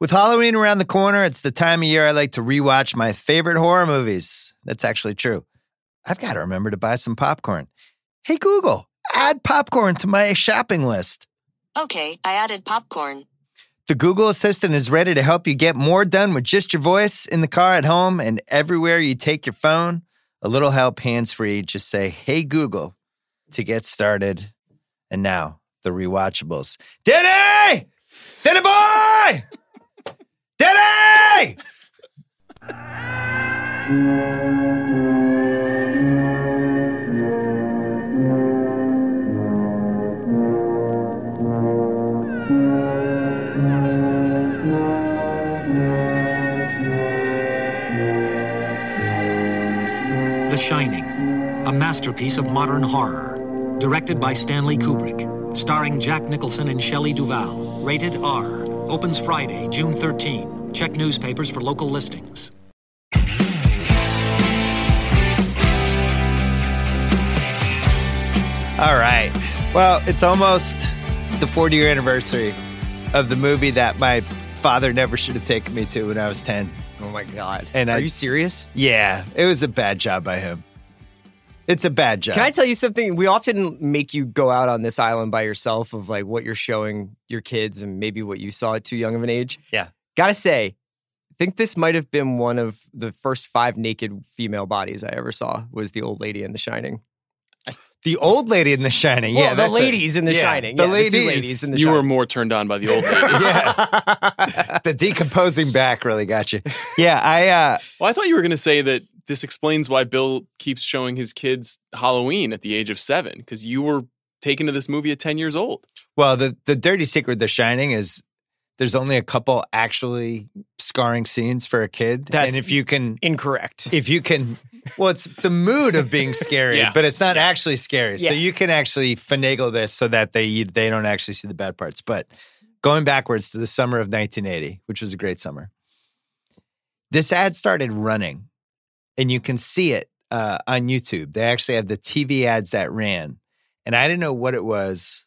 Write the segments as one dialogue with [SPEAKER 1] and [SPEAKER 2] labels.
[SPEAKER 1] With Halloween around the corner, it's the time of year I like to rewatch my favorite horror movies. That's actually true. I've got to remember to buy some popcorn. Hey, Google, add popcorn to my shopping list.
[SPEAKER 2] Okay, I added popcorn.
[SPEAKER 1] The Google Assistant is ready to help you get more done with just your voice in the car at home and everywhere you take your phone. A little help hands free. Just say, Hey, Google, to get started. And now, the rewatchables. Diddy! Diddy boy! Diddy!
[SPEAKER 3] The Shining, a masterpiece of modern horror, directed by Stanley Kubrick, starring Jack Nicholson and Shelley Duvall. Rated R. Opens Friday, June 13. Check newspapers for local listings.
[SPEAKER 1] All right. Well, it's almost the 40 year anniversary of the movie that my father never should have taken me to when I was 10.
[SPEAKER 4] Oh my god.
[SPEAKER 1] And
[SPEAKER 4] Are
[SPEAKER 1] I-
[SPEAKER 4] you serious?
[SPEAKER 1] Yeah, it was a bad job by him. It's a bad job.
[SPEAKER 4] Can I tell you something? We often make you go out on this island by yourself of like what you're showing your kids and maybe what you saw at too young of an age.
[SPEAKER 1] Yeah.
[SPEAKER 4] Gotta say, I think this might have been one of the first five naked female bodies I ever saw was the old lady in The Shining.
[SPEAKER 1] the old lady in The Shining.
[SPEAKER 4] Well,
[SPEAKER 1] yeah,
[SPEAKER 4] the
[SPEAKER 1] that's it.
[SPEAKER 4] ladies in The
[SPEAKER 1] Yeah,
[SPEAKER 4] Shining.
[SPEAKER 1] The
[SPEAKER 4] Yeah, two
[SPEAKER 1] ladies.
[SPEAKER 4] ladies in The
[SPEAKER 5] You were
[SPEAKER 4] Shining.
[SPEAKER 5] more turned on by the old lady.
[SPEAKER 4] yeah.
[SPEAKER 1] the decomposing back really got you. Yeah, I. uh
[SPEAKER 5] Well, I thought you were going to say that this explains why Bill keeps showing his kids Halloween at the age of seven, because you were taken to this movie at 10 years old.
[SPEAKER 1] Well, the the dirty secret of The Shining is there's only a couple actually scarring scenes for a kid,
[SPEAKER 4] That's-
[SPEAKER 1] and if you can
[SPEAKER 4] Incorrect.
[SPEAKER 1] if you can well it's the mood of being scary
[SPEAKER 5] Yeah.
[SPEAKER 1] but it's not actually scary so
[SPEAKER 4] Yeah.
[SPEAKER 1] you can actually finagle this so that they they don't actually see the bad parts but going backwards to the summer of 1980 which was a great summer this ad started running and you can see it uh, on youtube they actually have the tv ads that ran and i didn't know what it was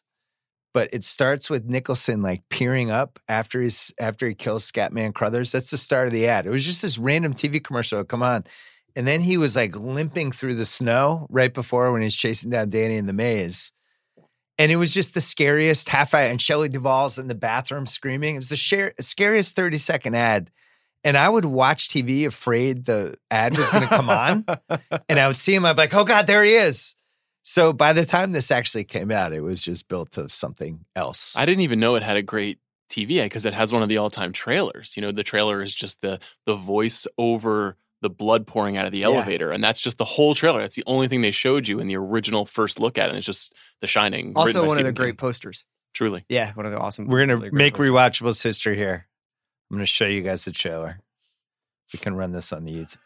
[SPEAKER 1] but it starts with Nicholson like peering up after he's after he kills Scatman Crothers. That's the start of the ad. It was just this random TV commercial. Come on. And then he was like limping through the snow right before when he's chasing down Danny in the maze. And it was just the scariest half hour. And Shelley Duvall's in the bathroom screaming. It was the share, scariest 30 second ad. And I would watch TV afraid the ad was going to come on. and I would see him. I'd be like, oh God, there he is. So by the time this actually came out, it was just built of something else.
[SPEAKER 5] I didn't even know it had a great TV because it has one of the all-time trailers. You know, the trailer is just the the voice over the blood pouring out of the elevator, and that's just the whole trailer. That's the only thing they showed you in the original first look at it. And it's just The Shining. written
[SPEAKER 4] also
[SPEAKER 5] by
[SPEAKER 4] one
[SPEAKER 5] Stephen
[SPEAKER 4] of the great
[SPEAKER 5] King.
[SPEAKER 4] posters.
[SPEAKER 5] Truly,
[SPEAKER 4] Yeah, one of the awesome.
[SPEAKER 1] We're gonna
[SPEAKER 4] really great
[SPEAKER 1] make
[SPEAKER 4] posters.
[SPEAKER 1] rewatchables history here. I'm gonna show you guys the trailer. We can run this on the YouTube.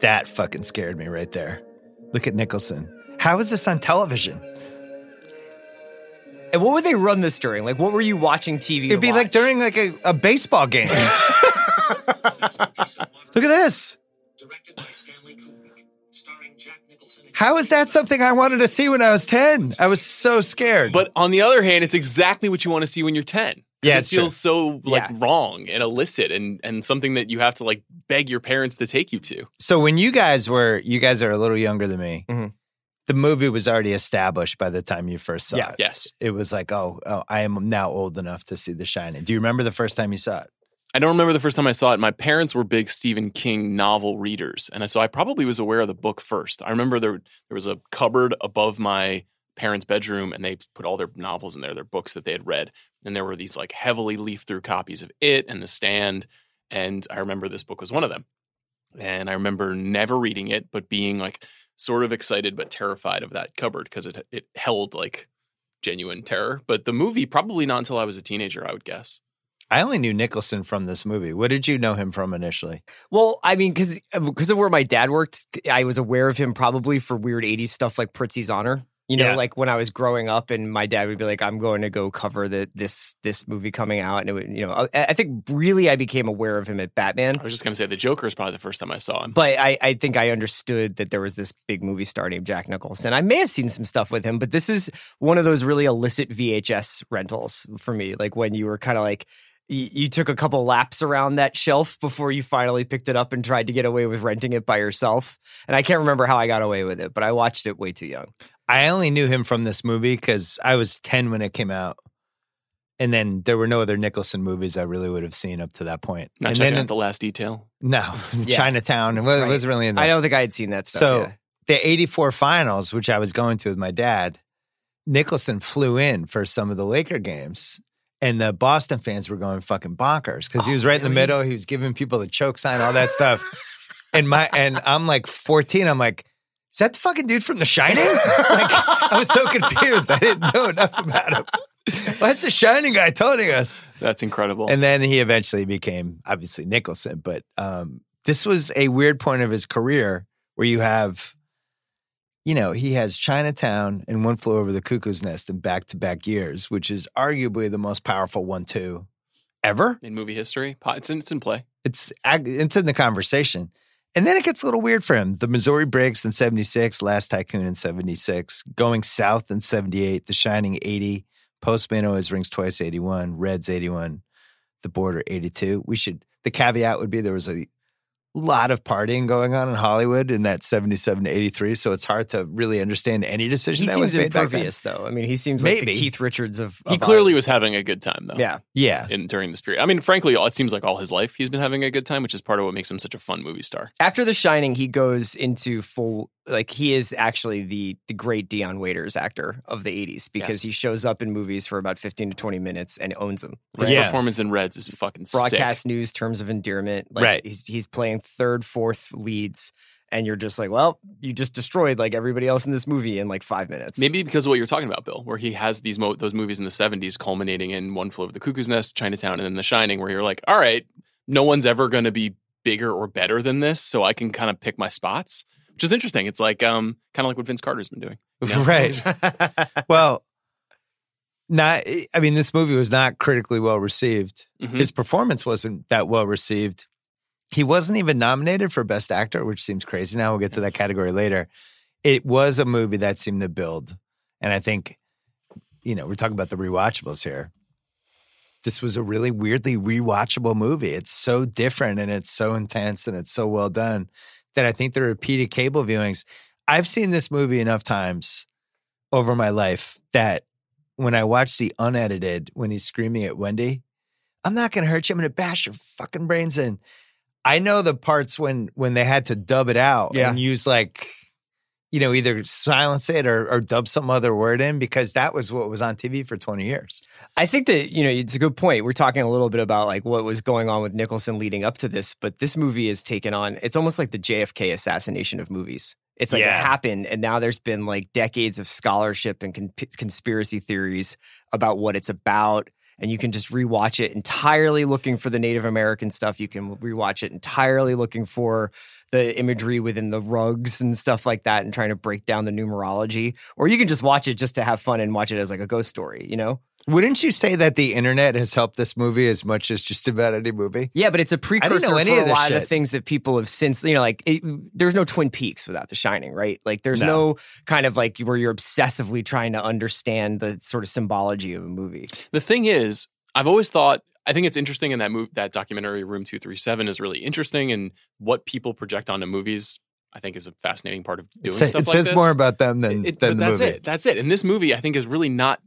[SPEAKER 1] That fucking scared me right there. Look at Nicholson. How is this on television?
[SPEAKER 4] And what would they run this during? Like, what were you watching TV? to
[SPEAKER 1] It'd be like
[SPEAKER 4] watch?
[SPEAKER 1] during like a, a baseball game. Look at this.
[SPEAKER 3] Directed by Stanley Kubrick, starring Jack Nicholson.
[SPEAKER 1] How is that something I wanted to see when I was 10? I was so scared.
[SPEAKER 5] but on the other hand, it's exactly what you want to see when you're ten. 'Cause
[SPEAKER 1] Yeah,
[SPEAKER 5] it
[SPEAKER 1] it's true.
[SPEAKER 5] feels so like
[SPEAKER 4] Yeah.
[SPEAKER 5] wrong and illicit, and and something that you have to like beg your parents to take you to.
[SPEAKER 1] so when you guys were you guys are a little younger than me
[SPEAKER 4] Mhm.
[SPEAKER 1] the movie was already established by the time you first saw
[SPEAKER 4] Yeah.
[SPEAKER 1] it
[SPEAKER 5] Yes,
[SPEAKER 1] it was like oh, oh i am now old enough to see the shining do you remember the first time you saw it
[SPEAKER 5] I don't remember the first time I saw it. My parents were big Stephen King novel readers, and so I probably was aware of the book first. I remember there there was a cupboard above my parents' bedroom, and they put all their novels in there, their books that they had read, and there were these like heavily leafed through copies of It and The Stand, and I remember this book was one of them, and I remember never reading it, but being like sort of excited but terrified of that cupboard because it it held like genuine terror. But the movie probably not until I was a teenager, I would guess.
[SPEAKER 1] i only knew nicholson from this movie what did you know him from initially
[SPEAKER 4] Well, I mean, uh, because because of where my dad worked, I was aware of him probably for weird '80s stuff like Pritzy's Honor. You know,
[SPEAKER 1] Yeah.
[SPEAKER 4] like when I was growing up, and my dad would be like, "I'm going to go cover the this this movie coming out," and it would, you know, I, I think really I became aware of him at Batman,
[SPEAKER 5] I was just gonna say the Joker is probably the first time I saw him.
[SPEAKER 4] but I, I think I understood that there was this big movie star named Jack Nicholson. I may have seen some stuff with him, but this is one of those really illicit VHS rentals for me. Like when you were kind of like, you, you took a couple laps around that shelf before you finally picked it up and tried to get away with renting it by yourself. And I can't remember how I got away with it, but I watched it way too young.
[SPEAKER 1] I only knew him from this movie because I was 10 when it came out. And then there were no other Nicholson movies I really would have seen up to that point.
[SPEAKER 5] Not
[SPEAKER 1] and
[SPEAKER 5] checking
[SPEAKER 1] then
[SPEAKER 5] out the last detail.
[SPEAKER 1] no,
[SPEAKER 4] Yeah.
[SPEAKER 1] Chinatown. It was,
[SPEAKER 4] Right.
[SPEAKER 1] not really in
[SPEAKER 4] I
[SPEAKER 1] those.
[SPEAKER 4] don't think I had seen that stuff.
[SPEAKER 1] So
[SPEAKER 4] yeah.
[SPEAKER 1] the 84 finals, which I was going to with my dad, Nicholson flew in for some of the Laker games. And the Boston fans were going fucking bonkers because
[SPEAKER 4] Oh,
[SPEAKER 1] he was right in the middle. He was giving people the choke sign, all that stuff. and my and I'm like 14. I'm like, is that the fucking dude from The Shining? like, I was so confused. I didn't know enough about him. What's the Shining guy telling us?
[SPEAKER 5] That's incredible.
[SPEAKER 1] And then he eventually became obviously Nicholson. But um, this was a weird point of his career where you have, you know, he has Chinatown and One Flew Over the Cuckoo's Nest in back to back years, which is arguably the most powerful one two ever.
[SPEAKER 5] in movie history, po- it's in, it's in play.
[SPEAKER 1] It's ag- it's in the conversation. And then it gets a little weird for him. The Missouri breaks in 76, Last Tycoon in 76, Going South in 78, The Shining 80, Postman always rings twice 81, Reds 81, The Border 82. We should, the caveat would be there was a lot of partying going on in Hollywood in that 77 to 83. So it's hard to really understand any decision
[SPEAKER 4] he
[SPEAKER 1] that was
[SPEAKER 4] seems
[SPEAKER 1] made back then.
[SPEAKER 4] impervious, though. I mean, he seems like the
[SPEAKER 1] Maybe.
[SPEAKER 4] Keith Richards of.
[SPEAKER 5] He
[SPEAKER 4] of
[SPEAKER 5] clearly
[SPEAKER 4] Hollywood.
[SPEAKER 5] was having a good time though.
[SPEAKER 4] Yeah.
[SPEAKER 1] Yeah.
[SPEAKER 5] In during this period, I mean, frankly, all- it seems like all his life he's been having a good time, which is part of what makes him such a fun movie star.
[SPEAKER 4] after The Shining, he goes into full like he is actually the the great Dion Waiters actor of the '80s because
[SPEAKER 5] Yes.
[SPEAKER 4] he shows up in movies for about 15 to 20 minutes and owns them.
[SPEAKER 5] His
[SPEAKER 1] Yeah.
[SPEAKER 5] performance in Reds is fucking
[SPEAKER 4] Broadcast
[SPEAKER 5] sick.
[SPEAKER 4] news, terms of endearment, like,
[SPEAKER 1] Right.
[SPEAKER 4] He's he's playing third, fourth leads, and you're just like, well, you just destroyed like everybody else in this movie in like five minutes.
[SPEAKER 5] Maybe because of what you're talking about, Bill, where he has these mo- those movies in the '70s, culminating in One Flew Over the Cuckoo's Nest, Chinatown, and then The Shining, where you're like, all right, no one's ever going to be bigger or better than this, so I can kind of pick my spots, which is interesting. It's like um, kind of like what Vince Carter's been doing. Yeah.
[SPEAKER 1] Right. well, not, I mean, this movie was not critically well received.
[SPEAKER 5] Mhm.
[SPEAKER 1] His performance wasn't that well received. He wasn't even nominated for Best Actor, which seems crazy. Now we'll get to that category later. It was a movie that seemed to build. And I think, you know, we're talking about the rewatchables here. This was a really weirdly rewatchable movie. It's so different and it's so intense and it's so well done that I think the repeated cable viewings. I've seen this movie enough times over my life that when I watch the unedited, when he's screaming at Wendy, I'm not gonna hurt you. I'm gonna bash your fucking brains in. I know the parts when when they had to dub it out
[SPEAKER 4] Yeah.
[SPEAKER 1] and use like, you know, either silence it or, or dub some other word in because that was what was on TV for 20 years.
[SPEAKER 4] I think that you know it's a good point. We're talking a little bit about like what was going on with Nicholson leading up to this, but this movie is taken on. It's almost like the JFK assassination of movies. It's like
[SPEAKER 1] Yeah.
[SPEAKER 4] it happened, and now there's been like decades of scholarship and con- conspiracy theories about what it's about. And you can just rewatch it entirely looking for the Native American stuff. You can rewatch it entirely looking for the imagery within the rugs and stuff like that and trying to break down the numerology. Or you can just watch it just to have fun and watch it as like a ghost story, you know?
[SPEAKER 1] Wouldn't you say that the internet has helped this movie as much as just about any movie?
[SPEAKER 4] Yeah, but it's a
[SPEAKER 1] know
[SPEAKER 4] precursor
[SPEAKER 1] any
[SPEAKER 4] for
[SPEAKER 1] of
[SPEAKER 4] a
[SPEAKER 1] this
[SPEAKER 4] lot of the
[SPEAKER 1] shit.
[SPEAKER 4] things that people have since, you know, like it, there's no Twin Peaks without The Shining, right? Like there's no.
[SPEAKER 1] No.
[SPEAKER 4] kind of like where you're obsessively trying to understand the sort of symbology of a movie.
[SPEAKER 5] The thing is, I've always thought I think it's interesting in that move that documentary Room 237 is really interesting and what people project onto movies I think is a fascinating part of doing
[SPEAKER 1] it sa-
[SPEAKER 5] stuff
[SPEAKER 1] it
[SPEAKER 5] like
[SPEAKER 1] says
[SPEAKER 5] this.
[SPEAKER 1] more about them than,
[SPEAKER 5] It- it-
[SPEAKER 1] than
[SPEAKER 5] but
[SPEAKER 1] the
[SPEAKER 5] that's
[SPEAKER 1] movie.
[SPEAKER 5] it. That's it. And this movie I think is really not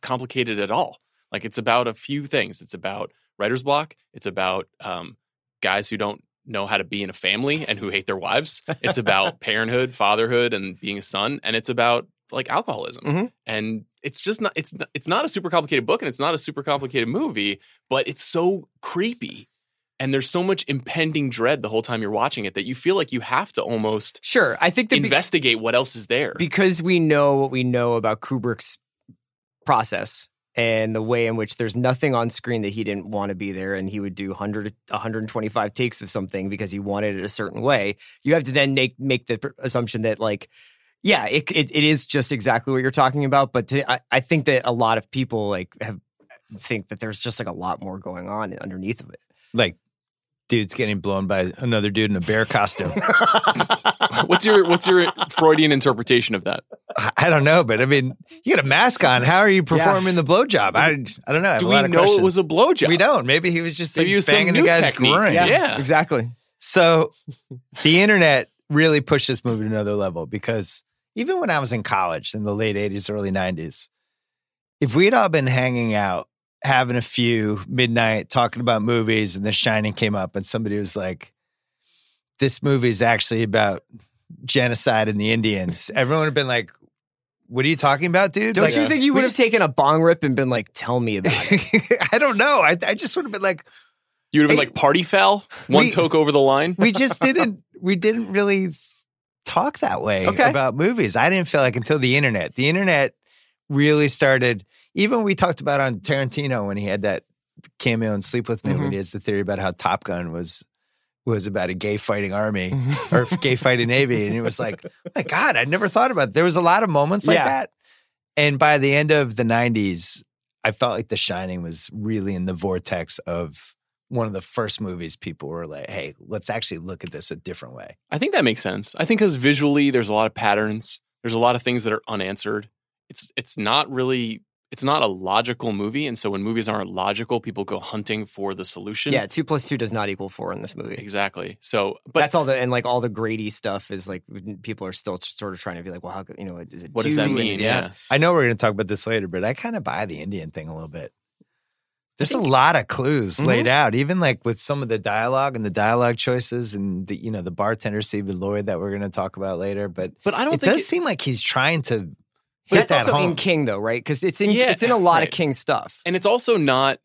[SPEAKER 5] complicated at all. Like it's about a few things. It's about writer's block, it's about um, guys who don't know how to be in a family and who hate their wives. It's about parenthood, fatherhood and being a son and it's about like alcoholism
[SPEAKER 1] Mm-hmm.
[SPEAKER 5] and it's just not it's not- it's not a super complicated book and it's not a super complicated movie but it's so creepy and there's so much impending dread the whole time you're watching it that you feel like you have to almost
[SPEAKER 4] Sure, I think the be-
[SPEAKER 5] investigate what else is there
[SPEAKER 4] because we know what we know about Kubrick's process and the way in which there's nothing on screen that he didn't want to be there and he would do 100 125 takes of something because he wanted it a certain way you have to then make make the pr- assumption that like Yeah, it, it it is just exactly what you're talking about. But to, I I think that a lot of people like have think that there's just like a lot more going on underneath of it.
[SPEAKER 1] Like, dude's getting blown by another dude in a bear costume.
[SPEAKER 5] What's your what's your Freudian interpretation of that?
[SPEAKER 1] I I don't know, but I mean, you got a mask on. How are you performing the blowjob? I, I don't know. I have
[SPEAKER 5] Do
[SPEAKER 1] a
[SPEAKER 5] we
[SPEAKER 1] lot
[SPEAKER 5] know
[SPEAKER 1] of questions.
[SPEAKER 5] it was a blowjob?
[SPEAKER 1] We don't. Maybe he was just like
[SPEAKER 5] Maybe it was some
[SPEAKER 1] banging the
[SPEAKER 5] new
[SPEAKER 1] guy's
[SPEAKER 5] technique.
[SPEAKER 1] groin.
[SPEAKER 5] Yeah. Yeah.
[SPEAKER 4] exactly.
[SPEAKER 1] So the internet really pushed this movie to another level because even when I was in college in the late 80s, early 90s, if we'd all been hanging out, having a few midnight, talking about movies, and The Shining came up, and somebody was like, this movie is actually about genocide and the Indians, everyone would have been like, what are you talking about, dude?
[SPEAKER 4] Don't
[SPEAKER 1] Like,
[SPEAKER 4] you think you
[SPEAKER 1] we
[SPEAKER 4] would have
[SPEAKER 1] just-
[SPEAKER 4] taken a bong rip and been like, "Tell me about it"?
[SPEAKER 1] I don't know. I, I just would have been like,
[SPEAKER 5] You would have been
[SPEAKER 1] Hey,
[SPEAKER 5] like party foul, one
[SPEAKER 1] we-
[SPEAKER 5] toke over the line.
[SPEAKER 1] we just didn't we didn't really talk that way
[SPEAKER 4] Okay.
[SPEAKER 1] about movies. I didn't feel like until the internet. The internet really started even we talked about on Tarantino when he had that cameo in Sleep With Me when he has the theory about how Top Gun was was about a gay fighting army or gay fighting navy. And it was like, "Oh my God, I never thought about it. There was a lot of moments like
[SPEAKER 4] Yeah.
[SPEAKER 1] that. And by the end of the nineties, I felt like The Shining was really in the vortex of one of the first movies people were like, hey, let's actually look at this a different way.
[SPEAKER 5] I think that makes sense. I think because visually, there's a lot of patterns. There's a lot of things that are unanswered. It's it's not really it's not a logical movie, and so when movies aren't logical, people go hunting for the solution.
[SPEAKER 4] Yeah, two plus two does not equal four in this movie.
[SPEAKER 5] exactly. So,
[SPEAKER 4] But
[SPEAKER 5] but
[SPEAKER 4] that's all the and like all the Grady stuff is like people are still sort of trying to be like, well, how could you know is it?
[SPEAKER 5] what does that
[SPEAKER 4] two? And
[SPEAKER 5] mean?
[SPEAKER 4] it-
[SPEAKER 5] Yeah,
[SPEAKER 1] I know we're going to talk about this later, but I kind of buy the Indian thing a little bit. There's a lot of clues laid out, even like with some of the dialogue and the dialogue choices, and the you know the bartender Stephen Lloyd that we're going to talk about later. But
[SPEAKER 5] but I don't
[SPEAKER 1] it
[SPEAKER 5] think
[SPEAKER 1] does seem like he's trying to hit
[SPEAKER 4] That's
[SPEAKER 1] that
[SPEAKER 4] also
[SPEAKER 1] home.
[SPEAKER 4] in King though, right? Because it's in
[SPEAKER 5] Yeah,
[SPEAKER 4] it's in a lot
[SPEAKER 5] right.
[SPEAKER 4] of King stuff.
[SPEAKER 5] And it's also not,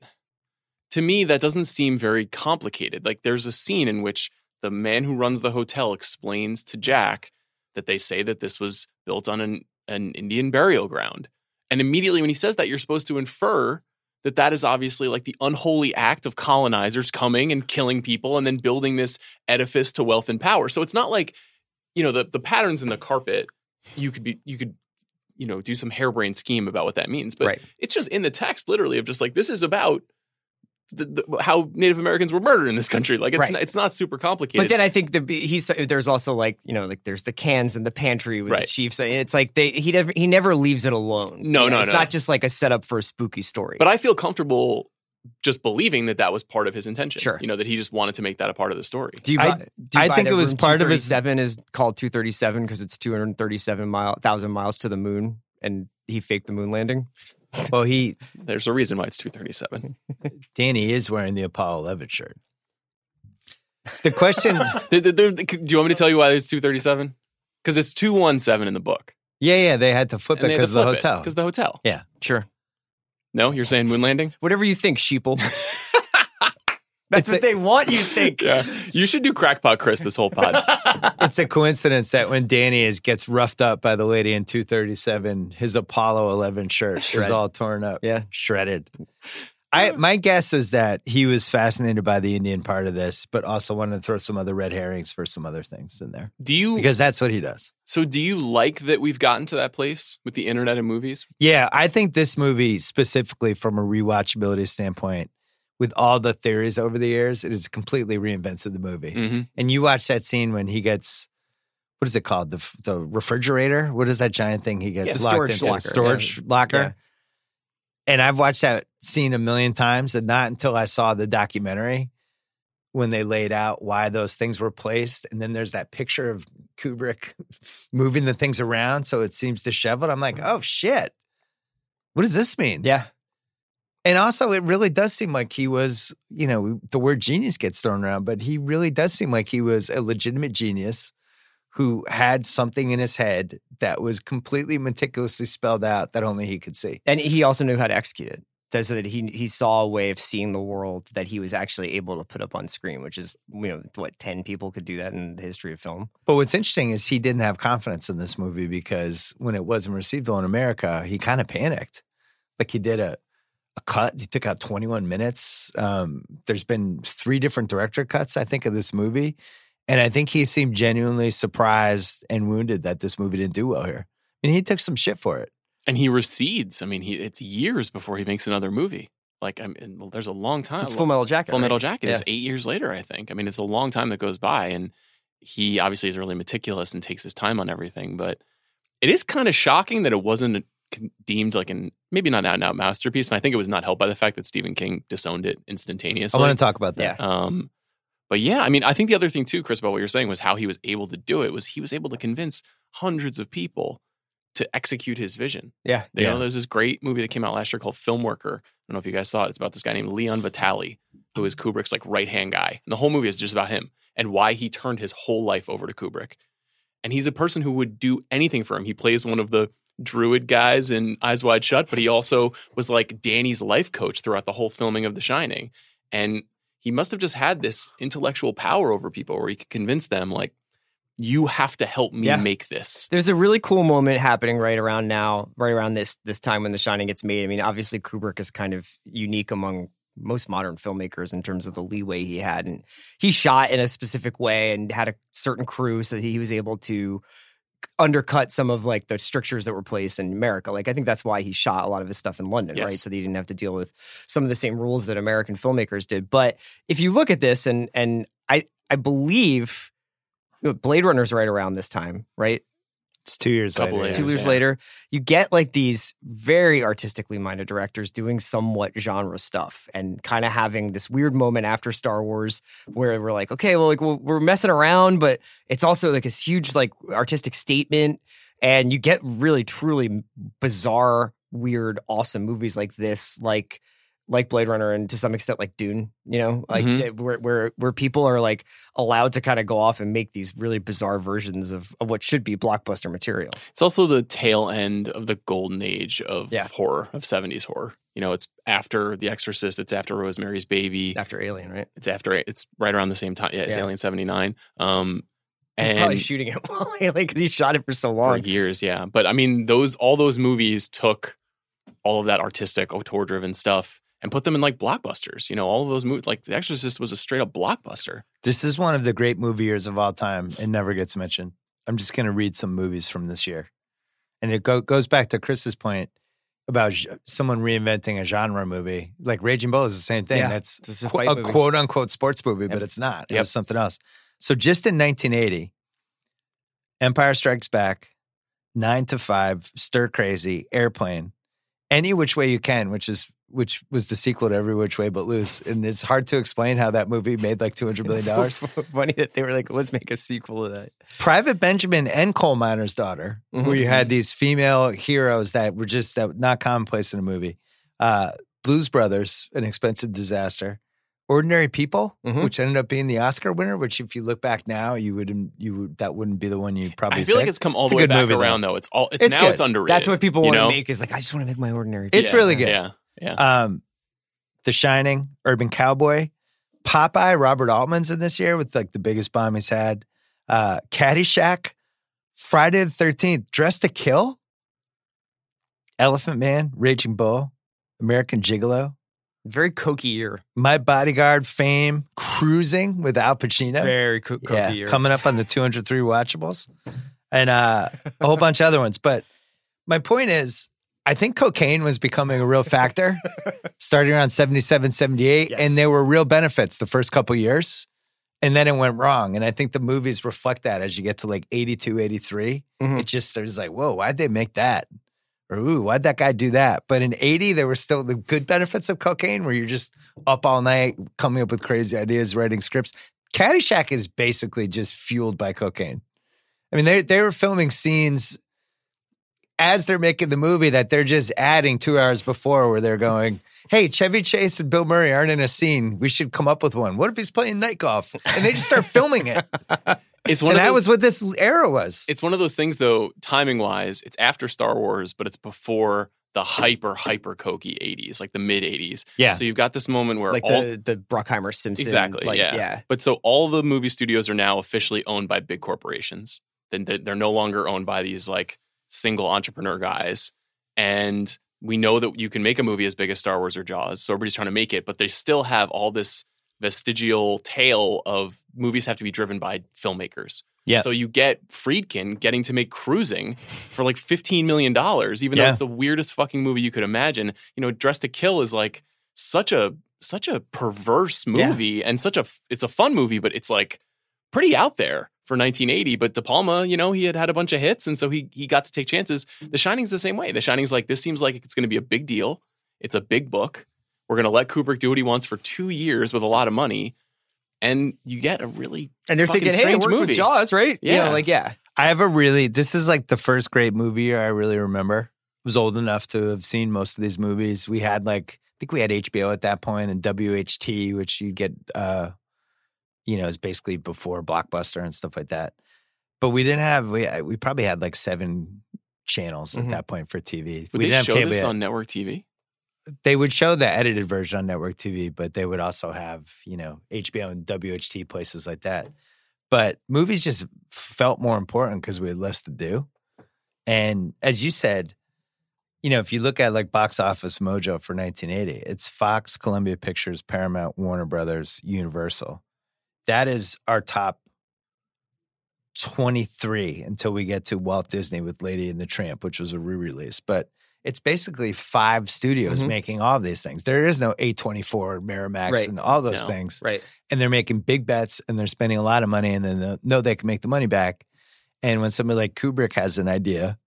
[SPEAKER 5] to me, that doesn't seem very complicated. Like there's a scene in which the man who runs the hotel explains to Jack that they say that this was built on an, an Indian burial ground. And immediately when he says that, you're supposed to infer that that is obviously like the unholy act of colonizers coming and killing people and then building this edifice to wealth and power. So it's not like, you know, the, the patterns in the carpet, you could be, you could, you know, do some harebrained scheme about what that means. But
[SPEAKER 4] right.
[SPEAKER 5] it's just in the text literally of just like this is about the, the, how Native Americans were murdered in this country. Like it's
[SPEAKER 4] Right.
[SPEAKER 5] not, it's not super complicated.
[SPEAKER 4] But then I think the he's there's also like you know like there's the cans in the pantry with the
[SPEAKER 5] Right.
[SPEAKER 4] chiefs and it's like they he never he never leaves it alone.
[SPEAKER 5] No,
[SPEAKER 4] You know,
[SPEAKER 5] no,
[SPEAKER 4] it's
[SPEAKER 5] no.
[SPEAKER 4] not just like a setup for a spooky story.
[SPEAKER 5] but I feel comfortable just believing that that was part of his intention.
[SPEAKER 4] Sure.
[SPEAKER 5] you know that he just wanted to make that a part of the story.
[SPEAKER 4] do you
[SPEAKER 1] I-
[SPEAKER 4] buy, do you
[SPEAKER 1] I
[SPEAKER 4] buy
[SPEAKER 1] think
[SPEAKER 4] that
[SPEAKER 1] it was
[SPEAKER 4] room
[SPEAKER 1] part of his-
[SPEAKER 4] 237 is called 237 because it's 237 mile thousand miles to the moon and he faked the moon landing.
[SPEAKER 1] well, he
[SPEAKER 5] There's a reason why it's 237.
[SPEAKER 1] Danny is wearing the Apollo 11 shirt. The question, yeah,
[SPEAKER 5] There- there- there- do you want me to tell you why it's 237? Because it's 217 in the book.
[SPEAKER 1] yeah, they had to flip it because of the hotel.
[SPEAKER 5] Because the hotel.
[SPEAKER 4] Sure.
[SPEAKER 5] No, you're saying moon landing.
[SPEAKER 4] Whatever you think, sheeple. That's
[SPEAKER 1] It's
[SPEAKER 4] what
[SPEAKER 1] a-
[SPEAKER 4] they want you think.
[SPEAKER 5] Yeah, you should do crackpot, Chris. This whole pod.
[SPEAKER 1] it's a coincidence that when Danny is gets roughed up by the lady in 237, his Apollo 11 shirt is
[SPEAKER 4] Shred.
[SPEAKER 1] all torn up,
[SPEAKER 4] Yeah.
[SPEAKER 1] shredded. I my guess is that he was fascinated by the Indian part of this, but also wanted to throw some other red herrings for some other things in there
[SPEAKER 5] Do you?
[SPEAKER 1] because that's what he does.
[SPEAKER 5] so do you like that we've gotten to that place with the internet and movies?
[SPEAKER 1] Yeah, I think this movie specifically from a rewatchability standpoint, with all the theories over the years, it has completely reinvented the movie.
[SPEAKER 5] Mm-hmm.
[SPEAKER 1] And you watch that scene when he gets what is it called? The f- the refrigerator? What is that giant thing he
[SPEAKER 4] Yeah,
[SPEAKER 1] gets
[SPEAKER 4] the
[SPEAKER 1] locked
[SPEAKER 4] storage
[SPEAKER 1] into?
[SPEAKER 4] locker.
[SPEAKER 1] Storage locker.
[SPEAKER 4] Yeah.
[SPEAKER 1] And I've watched that scene a million times, and not until I saw the documentary when they laid out why those things were placed. And then there's that picture of Kubrick moving the things around so it seems disheveled. I'm like,
[SPEAKER 4] Mm-hmm.
[SPEAKER 1] oh shit. What does this mean?
[SPEAKER 4] Yeah.
[SPEAKER 1] And also, it really does seem like he was, you know, the word genius gets thrown around, but he really does seem like he was a legitimate genius who had something in his head that was completely meticulously spelled out that only he could see.
[SPEAKER 4] and he also knew how to execute it. Says that he he saw a way of seeing the world that he was actually able to put up on screen, which is you know what ten people could do that in the history of film.
[SPEAKER 1] But what's interesting is he didn't have confidence in this movie because when it wasn't received well in America, he kind of panicked. Like he did a a cut, he took out 21 minutes. Um, there's been three different director cuts, I think, of this movie. And I think he seemed genuinely surprised and wounded that this movie didn't do well here. I mean, he took some shit for it.
[SPEAKER 5] and he recedes. I mean, he it's years before he makes another movie. Like I mean, Ah, well, there's a long time.
[SPEAKER 4] It's Full Metal Jacket.
[SPEAKER 5] Full
[SPEAKER 4] right?
[SPEAKER 5] Metal Jacket is
[SPEAKER 4] Yeah.
[SPEAKER 5] eight years later, I think. I mean, it's a long time that goes by, and he obviously is really meticulous and takes his time on everything. But it is kind of shocking that it wasn't con- deemed like an maybe not an out masterpiece, and I think it was not helped by the fact that Stephen King disowned it
[SPEAKER 1] I
[SPEAKER 5] instantaneously.
[SPEAKER 1] want to talk about that.
[SPEAKER 4] Yeah.
[SPEAKER 5] Um, but yeah, I mean, I think the other thing too, Chris, about what you're saying was how he was able to do it was he was able to convince hundreds of people to execute his vision.
[SPEAKER 4] Yeah.
[SPEAKER 5] You
[SPEAKER 1] Yeah.
[SPEAKER 5] know, there's this great movie that came out last year called Filmworker. I don't know if you guys saw it. It's about this guy named Leon Vitali, who is Kubrick's like right hand guy, and the whole movie is just about him and why he turned his whole life over to Kubrick. And he's a person who would do anything for him. He plays one of the druid guys in Eyes Wide Shut, but he also was like Danny's life coach throughout the whole filming of The Shining. And he must have just had this intellectual power over people where he could convince them, like, you have to help me
[SPEAKER 4] Yeah.
[SPEAKER 5] make this.
[SPEAKER 4] There's a really cool moment happening right around now, right around this this time when The Shining gets made. I mean, obviously Kubrick is kind of unique among most modern filmmakers in terms of the leeway he had, and he shot in a specific way and had a certain crew, so he was able to undercut some of like the strictures that were placed in America. Like I think that's why he shot a lot of his stuff in London,
[SPEAKER 5] Yes.
[SPEAKER 4] right? So that he didn't have to deal with some of the same rules that American filmmakers did. But if you look at this and and I I believe Blade Runner's right around this time, right?
[SPEAKER 1] It's two years
[SPEAKER 5] Couple
[SPEAKER 1] later.
[SPEAKER 5] years,
[SPEAKER 4] two years
[SPEAKER 5] yeah.
[SPEAKER 4] later, you get like these very artistically minded directors doing somewhat genre stuff and kind of having this weird moment after Star Wars where we're like, okay, well, like we're- we're messing around, but it's also like this huge like artistic statement, and you get really truly bizarre, weird, awesome movies like this, like like Blade Runner and to some extent like Dune, you know, like
[SPEAKER 5] Mhm.
[SPEAKER 4] that- where where where people are like allowed to kind of go off and make these really bizarre versions of, of what should be blockbuster material.
[SPEAKER 5] It's also the tail end of the golden age of
[SPEAKER 4] Yeah.
[SPEAKER 5] horror, of 70s horror. You know, it's after The Exorcist, it's after Rosemary's Baby,
[SPEAKER 4] after Alien, right?
[SPEAKER 5] it's after it's right around the same time. Yeah, it's
[SPEAKER 4] Yeah.
[SPEAKER 5] Alien 79. Um
[SPEAKER 4] He's
[SPEAKER 5] and
[SPEAKER 4] probably shooting it while Alien because he shot it for so
[SPEAKER 5] for
[SPEAKER 4] long.
[SPEAKER 5] years, yeah. But I mean, those all those movies took all of that artistic, auteur-driven stuff and put them in like blockbusters. You know, all of those movies like The Exorcist was a straight up blockbuster.
[SPEAKER 1] This is one of the great movie years of all time. It never gets mentioned. I'm just going to read some movies from this year. And it go- goes back to Chris's point about ge- someone reinventing a genre movie. Like Raging Bull is the same thing.
[SPEAKER 4] Yeah,
[SPEAKER 1] That's
[SPEAKER 4] it's a
[SPEAKER 1] qu-
[SPEAKER 4] fight
[SPEAKER 1] a
[SPEAKER 4] movie.
[SPEAKER 1] quote unquote sports movie, but
[SPEAKER 4] Yep.
[SPEAKER 1] it's not. It
[SPEAKER 5] Yep.
[SPEAKER 1] was something else. So just in 1980, Empire Strikes Back, Nine to Five, Stir Crazy, Airplane, Any Which Way You Can, which is which was the sequel to Every Which Way But Loose, and it's hard to explain how that movie made like two hundred million
[SPEAKER 4] It's
[SPEAKER 1] dollars.
[SPEAKER 4] so funny that they were like, let's make a sequel to that.
[SPEAKER 1] Private Benjamin and Coal Miner's Daughter,
[SPEAKER 5] Mm-hmm,
[SPEAKER 1] where you had these female heroes that were just that were not commonplace in a movie. Uh, Blues Brothers, an expensive disaster. Ordinary People,
[SPEAKER 4] Mhm.
[SPEAKER 5] Mm-hmm.
[SPEAKER 1] which ended up being the Oscar winner, which if you look back now, you wouldn't you would, that wouldn't be the one you probably.
[SPEAKER 5] I feel like
[SPEAKER 1] pick.
[SPEAKER 5] it's come all
[SPEAKER 1] It's
[SPEAKER 5] the
[SPEAKER 1] a
[SPEAKER 5] way
[SPEAKER 1] good
[SPEAKER 5] back
[SPEAKER 1] movie, though.
[SPEAKER 5] around though. It's all it's,
[SPEAKER 1] It's
[SPEAKER 5] now
[SPEAKER 1] good.
[SPEAKER 5] it's underrated.
[SPEAKER 4] That's what people
[SPEAKER 5] you
[SPEAKER 4] want to
[SPEAKER 5] know?
[SPEAKER 4] make is like, I just want to make my ordinary.
[SPEAKER 1] It's
[SPEAKER 4] people."
[SPEAKER 1] really good.
[SPEAKER 5] Yeah. Yeah.
[SPEAKER 1] um, The Shining, Urban Cowboy, Popeye. Robert Altman's in this year with like the biggest bomb he's had. Uh, Caddyshack, Friday the Thirteenth, Dress to Kill, Elephant Man, Raging Bull, American Gigolo,
[SPEAKER 4] Very cokey year.
[SPEAKER 1] My Bodyguard, Fame, Cruising with Al Pacino.
[SPEAKER 4] Very co- cokey
[SPEAKER 1] Yeah,
[SPEAKER 4] year.
[SPEAKER 1] coming up on the 203 watchables and uh, a whole bunch of other ones. But my point is, I think cocaine was becoming a real factor starting around 77, 78.
[SPEAKER 4] Yes.
[SPEAKER 1] And there were real benefits the first couple years. And then it went wrong. And I think the movies reflect that as you get to like 82, 83.
[SPEAKER 4] Mhm.
[SPEAKER 1] It just, there's like, whoa, why'd they make that? Or, ooh, why'd that guy do that? But in 80, there were still the good benefits of cocaine where you're just up all night coming up with crazy ideas, writing scripts. Caddyshack is basically just fueled by cocaine. I mean, they they were filming scenes as they're making the movie that they're just adding two hours before, where they're going, "Hey, Chevy Chase and Bill Murray aren't in a scene. We should come up with one. What if he's playing night golf?" And they just start filming it.
[SPEAKER 5] It's one
[SPEAKER 1] and
[SPEAKER 5] of
[SPEAKER 1] that
[SPEAKER 5] those,
[SPEAKER 1] was what this era was.
[SPEAKER 5] it's one of those things though, timing wise, it's after Star Wars, but it's before the hyper hyper cokey eighties, like the mid eighties.
[SPEAKER 1] Yeah.
[SPEAKER 5] So you've got this moment where
[SPEAKER 4] Like
[SPEAKER 5] all
[SPEAKER 4] the, the Bruckheimer Simpson.
[SPEAKER 5] Exactly,
[SPEAKER 4] Like,
[SPEAKER 5] yeah. but so all the movie studios are now officially owned by big corporations. Then they- they're no longer owned by these like single entrepreneur guys. And we know that you can make a movie as big as Star Wars or Jaws, so everybody's trying to make it, but they still have all this vestigial tale of movies have to be driven by filmmakers.
[SPEAKER 1] Yeah.
[SPEAKER 5] So you get Friedkin getting to make Cruising for like $15 million, even though
[SPEAKER 1] Yeah.
[SPEAKER 5] it's the weirdest fucking movie you could imagine. You know, Dress to Kill is like such a such a perverse
[SPEAKER 4] Yeah.
[SPEAKER 5] movie and such a f- it's a fun movie, but it's like pretty out there for 1980. But De Palma, you know, he had had a bunch of hits, and so he he got to take chances. The Shining's the same way. The Shining's like this seems like it's going to be a big deal. It's a big book. We're going to let Kubrick do what he wants for two years with a lot of money, and you get a really
[SPEAKER 4] and they're
[SPEAKER 5] fucking
[SPEAKER 4] thinking, hey, it
[SPEAKER 5] strange
[SPEAKER 4] worked
[SPEAKER 5] movie.
[SPEAKER 4] with Jaws, right? You know,
[SPEAKER 5] Yeah.
[SPEAKER 4] like yeah,
[SPEAKER 1] I have a really this is like the first great movie I really remember. I was old enough to have seen most of these movies. We had like I think we had HBO at that point and WHT, which you get uh you know, is basically before Blockbuster and stuff like that. But we didn't have we uh, we probably had like seven channels at
[SPEAKER 4] Mhm.
[SPEAKER 1] that point for TV.
[SPEAKER 5] Mm-hmm. Would
[SPEAKER 1] we
[SPEAKER 5] they
[SPEAKER 1] didn't
[SPEAKER 5] show
[SPEAKER 1] have cable
[SPEAKER 5] this
[SPEAKER 1] yet.
[SPEAKER 5] on network TV?
[SPEAKER 1] they would show the edited version on network TV, but they would also have, you know, HBO and WHT places like that. But movies just felt more important because we had less to do. And as you said, you know, if you look at like box office mojo for 1980, it's Fox, Columbia Pictures, Paramount, Warner Brothers, Universal. That is our top 23 until we get to Walt Disney with Lady and the Tramp, which was a re release. But it's basically five studios
[SPEAKER 4] Mhm.
[SPEAKER 1] making all of these things. There is no A24, Miramax,
[SPEAKER 4] Right.
[SPEAKER 1] and all those
[SPEAKER 5] No.
[SPEAKER 1] things
[SPEAKER 4] right.
[SPEAKER 1] and they're making big bets and they're spending a lot of money and then they know they can make the money back. And when somebody like Kubrick has an idea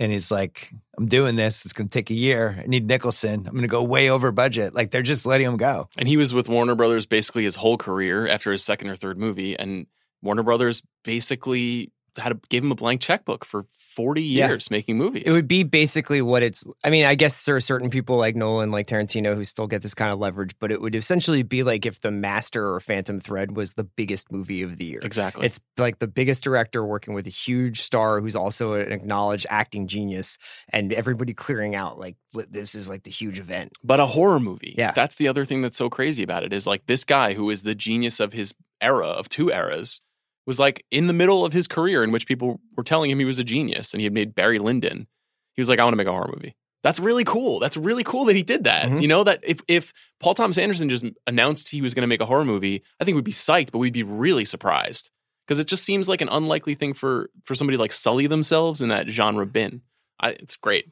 [SPEAKER 1] and he's like, I'm doing this, it's going to take a year. I need Nicholson. I'm going to go way over budget. Like they're just letting him go.
[SPEAKER 5] And he was with Warner Brothers basically his whole career after his second or third movie, and Warner Brothers basically had a, gave him a blank checkbook for forty
[SPEAKER 4] Yeah.
[SPEAKER 5] years making movies.
[SPEAKER 4] It would be basically what it's. I mean, I guess there are certain people like Nolan, like Tarantino, who still get this kind of leverage, but it would essentially be like if The Master or Phantom Thread was the biggest movie of the year.
[SPEAKER 5] exactly.
[SPEAKER 4] It's like the biggest director working with a huge star who's also an acknowledged acting genius, and everybody clearing out like li- this is like the huge event.
[SPEAKER 5] but a horror movie.
[SPEAKER 4] Yeah.
[SPEAKER 5] That's the other thing that's so crazy about it is like this guy who is the genius of his era, of two eras, was like in the middle of his career in which people were telling him he was a genius and he had made Barry Lyndon. He was like, I want to make a horror movie. That's really cool. That's really cool that he did that.
[SPEAKER 4] Mhm.
[SPEAKER 5] You know, that if, if Paul Thomas Anderson just announced he was going to make a horror movie, I think we'd be psyched, but we'd be really surprised because it just seems like an unlikely thing for, for somebody to like sully themselves in that genre bin. I, it's great.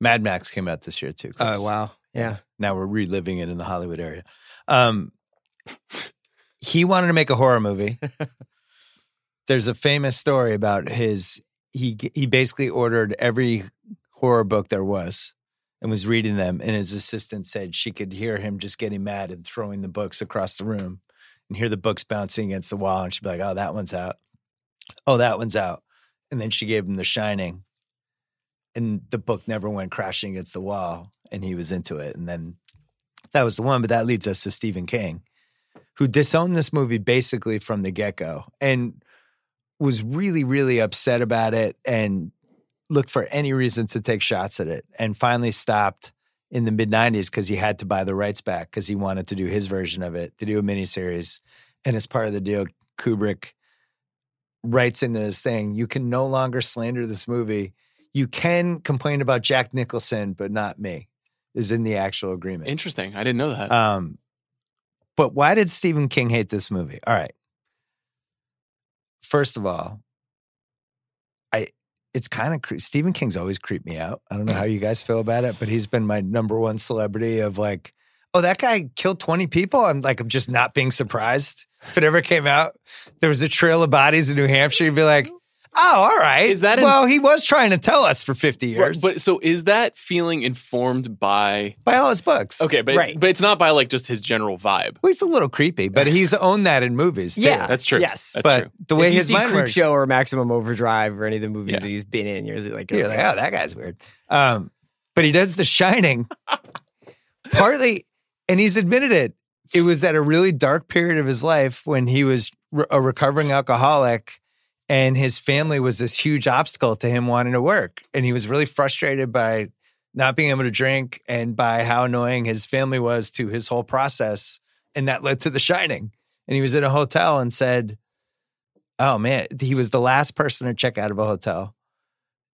[SPEAKER 1] Mad Max came out this year too.
[SPEAKER 4] Oh,
[SPEAKER 5] Oh,
[SPEAKER 1] Chris.
[SPEAKER 4] wow! Yeah,
[SPEAKER 1] Now we're reliving it in the Hollywood area. Um, he wanted to make a horror movie. There's a famous story about his he he basically ordered every horror book there was and was reading them and his assistant said she could hear him just getting mad and throwing the books across the room and hear the books bouncing against the wall and she'd be like, "Oh, that one's out. Oh, that one's out." And then she gave him The Shining. And the book never went crashing against the wall and he was into it and then that was the one, but that leads us to Stephen King, who disowned this movie basically from the get go and was really, really upset about it and looked for any reason to take shots at it and finally stopped in the mid 90s because he had to buy the rights back because he wanted to do his version of it, to do a miniseries. And as part of the deal, Kubrick writes into this thing you can no longer slander this movie. You can complain about Jack Nicholson, but not me, is in the actual agreement.
[SPEAKER 5] Interesting. I didn't know that.
[SPEAKER 1] Um, but why did Stephen King hate this movie? All right. First of all, I it's kind of cre- Stephen King's always creeped me out. I don't know how you guys feel about it, but he's been my number one celebrity of like, oh, that guy killed twenty people. I'm like, I'm just not being surprised if it ever came out. There was a trail of bodies in New Hampshire. You'd be like, oh, all right.
[SPEAKER 5] Is that in-
[SPEAKER 1] well? he was trying to tell us for fifty
[SPEAKER 5] Right,
[SPEAKER 1] years,
[SPEAKER 5] But so is that feeling informed by
[SPEAKER 1] by all his books.
[SPEAKER 5] Okay, but
[SPEAKER 4] Right.
[SPEAKER 5] but it's not by like just his general vibe.
[SPEAKER 1] well, he's a little creepy, but he's owned that in movies. too.
[SPEAKER 4] yeah,
[SPEAKER 5] That's true.
[SPEAKER 4] Yes,
[SPEAKER 5] That's
[SPEAKER 1] but
[SPEAKER 5] true.
[SPEAKER 1] the way
[SPEAKER 4] if you
[SPEAKER 1] his
[SPEAKER 4] see
[SPEAKER 1] mind works,
[SPEAKER 4] Creepshow or Maximum Overdrive or any of the movies
[SPEAKER 5] Yeah.
[SPEAKER 4] that he's been in, you're like,
[SPEAKER 1] you're like, oh, that guy's weird. Um, but he does The Shining, partly, and he's admitted it. It was at a really dark period of his life when he was re- a recovering alcoholic, and his family was this huge obstacle to him wanting to work, and he was really frustrated by not being able to drink and by how annoying his family was to his whole process, and that led to The Shining. And he was in a hotel and said, "Oh man, he was the last person to check out of a hotel."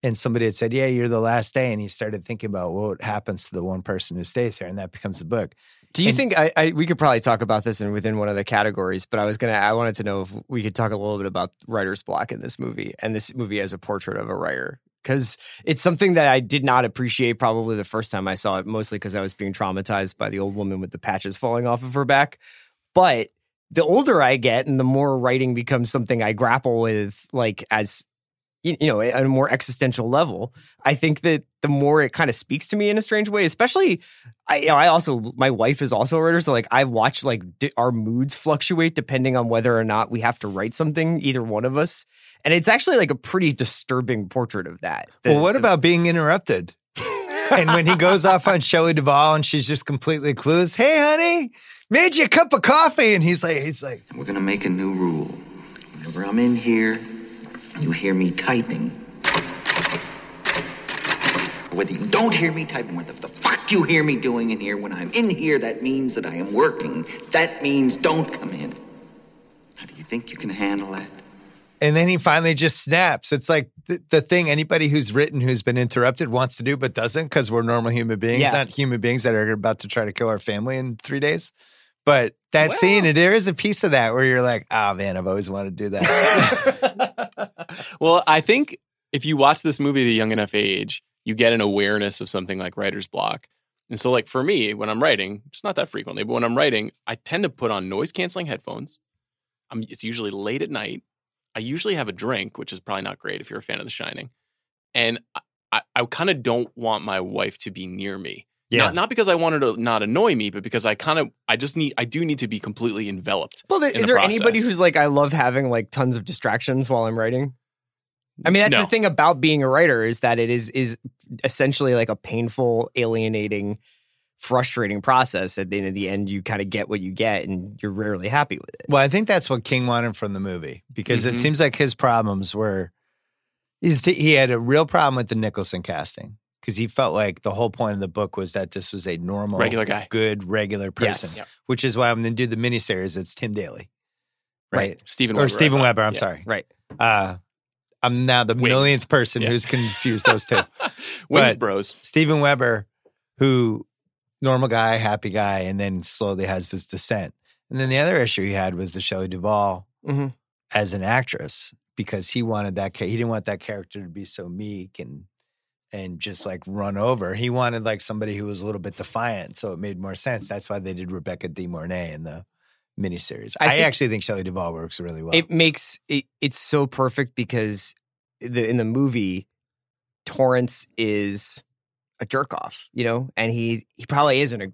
[SPEAKER 1] and somebody had said, "Yeah, you're the last day," and you started thinking about what happens to the one person who stays there, and that becomes the book.
[SPEAKER 4] Do you
[SPEAKER 1] And-
[SPEAKER 4] think I, I we could probably talk about this in within one of the categories, but I was gonna I wanted to know if we could talk a little bit about writer's block in this movie and this movie as a portrait of a writer. Because it's something that I did not appreciate probably the first time I saw it, mostly because I was being traumatized by the old woman with the patches falling off of her back. But the older I get and the more writing becomes something I grapple with, like as you you know, at a more existential level, I think that the more it kind of speaks to me in a strange way, especially I, you know, I also my wife is also a writer, so like I watch like di- our moods fluctuate depending on whether or not we have to write something, either one of us, and it's actually like a pretty disturbing portrait of that. The-
[SPEAKER 1] well, what
[SPEAKER 4] the-
[SPEAKER 1] about being interrupted? and when he goes off on Shelley Duvall and she's just completely clueless, hey, honey, made you a cup of coffee. And he's like, he's like,
[SPEAKER 6] We're gonna make a new rule. Whenever I'm in here, you hear me typing. Whether you don't hear me typing, whether the fuck you hear me doing in here, when I'm in here, that means that I am working. That means don't come in. How do you think you can handle that?
[SPEAKER 1] and then he finally just snaps. It's like the, the thing anybody who's written who's been interrupted wants to do but doesn't because we're normal human beings,
[SPEAKER 4] Yeah.
[SPEAKER 1] not human beings that are about to try to kill our family in three days. But that scene, there is a piece of that where you're like, oh man, I've always wanted to do that.
[SPEAKER 5] Well, I think if you watch this movie at a young enough age, you get an awareness of something like writer's block. And so, like for me, when I'm writing, it's not that frequently, but when I'm writing, I tend to put on noise canceling headphones. I'm, it's usually late at night. I usually have a drink, which is probably not great if you're a fan of The Shining. And I, I, I kind of don't want my wife to be near me. Not, not because I want her to not annoy me, but because I kind of, I just need, I do need to be completely enveloped.
[SPEAKER 4] Well, there,
[SPEAKER 5] in
[SPEAKER 4] is
[SPEAKER 5] the
[SPEAKER 4] there anybody
[SPEAKER 5] process.
[SPEAKER 4] who's like I love having like tons of distractions while I'm writing? I mean, that's
[SPEAKER 5] No.
[SPEAKER 4] the thing about being a writer is that it is is essentially like a painful, alienating, frustrating process. And then in the end, you kind of get what you get, and you're rarely happy with it.
[SPEAKER 1] Well, I think that's what King wanted from the movie because it
[SPEAKER 5] Mhm.
[SPEAKER 1] seems like his problems were he's he had a real problem with the Nicholson casting because he felt like the whole point of the book was that this was a normal,
[SPEAKER 5] Regular guy.
[SPEAKER 1] good, regular
[SPEAKER 4] Yes.
[SPEAKER 1] person,
[SPEAKER 5] Yep.
[SPEAKER 1] which is why I'm going to do the miniseries. It's Tim Daly, right?
[SPEAKER 5] Stephen
[SPEAKER 1] Or
[SPEAKER 5] Weber, I
[SPEAKER 1] Stephen
[SPEAKER 5] thought.
[SPEAKER 1] Weber. I'm
[SPEAKER 5] Yeah.
[SPEAKER 1] sorry.
[SPEAKER 4] Right.
[SPEAKER 1] Uh, I'm now the
[SPEAKER 5] Wings.
[SPEAKER 1] millionth person
[SPEAKER 5] Yeah.
[SPEAKER 1] who's confused those two.
[SPEAKER 5] Wings
[SPEAKER 1] But-
[SPEAKER 5] Bros.
[SPEAKER 1] Stephen Weber, who normal guy, happy guy, and then slowly has this descent. And then the other issue he had was the Shelley Duvall
[SPEAKER 4] Mhm.
[SPEAKER 1] as an actress because he wanted that cha- he didn't want that character to be so meek and and just like run over. He wanted like somebody who was a little bit defiant, so it made more sense. That's why they did Rebecca De Mornay in the miniseries.
[SPEAKER 4] I
[SPEAKER 1] I,
[SPEAKER 4] think-
[SPEAKER 1] actually think Shelley Duvall works really well.
[SPEAKER 4] It makes it, it's so perfect because the in the movie, Torrance is a jerk off, you know, and he he probably isn't a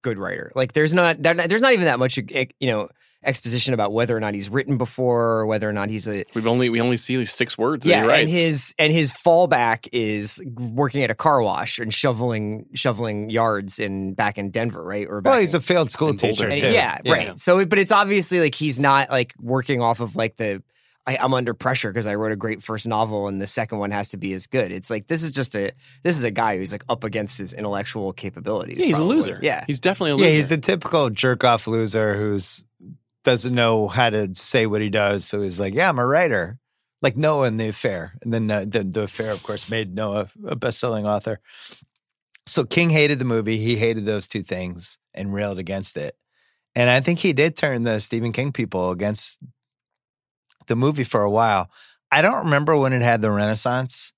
[SPEAKER 4] good writer. Like there's not, there- there's not even that much eh, you know exposition about whether or not he's written before or whether or not he's a
[SPEAKER 5] We've only we only see these six words. that
[SPEAKER 4] yeah,
[SPEAKER 5] he writes.
[SPEAKER 4] and his and his fallback is working at a car wash and shoveling shoveling yards in back in Denver, right? Or back
[SPEAKER 1] well, he's
[SPEAKER 4] in-
[SPEAKER 1] a failed school
[SPEAKER 5] in Boulder.
[SPEAKER 1] teacher
[SPEAKER 4] and-
[SPEAKER 1] too.
[SPEAKER 4] Yeah, right. So, but it's obviously like he's not like working off of like the I, I'm under pressure because I wrote a great first novel and the second one has to be as good. It's like this is just a this is a guy who's like up against his intellectual capabilities.
[SPEAKER 5] yeah, he's
[SPEAKER 4] probably.
[SPEAKER 5] a loser.
[SPEAKER 4] Yeah,
[SPEAKER 5] he's definitely a loser.
[SPEAKER 1] Yeah, he's the typical jerk off loser who's doesn't know how to say what he does. So he's like, "Yeah, I'm a writer." Like Noah in the affair, and then uh, the, the affair, of course, made Noah a best selling author. So King hated the movie. He hated those two things and railed against it. And I think he did turn the Stephen King people against the movie for a while. I don't remember when it had the Renaissance.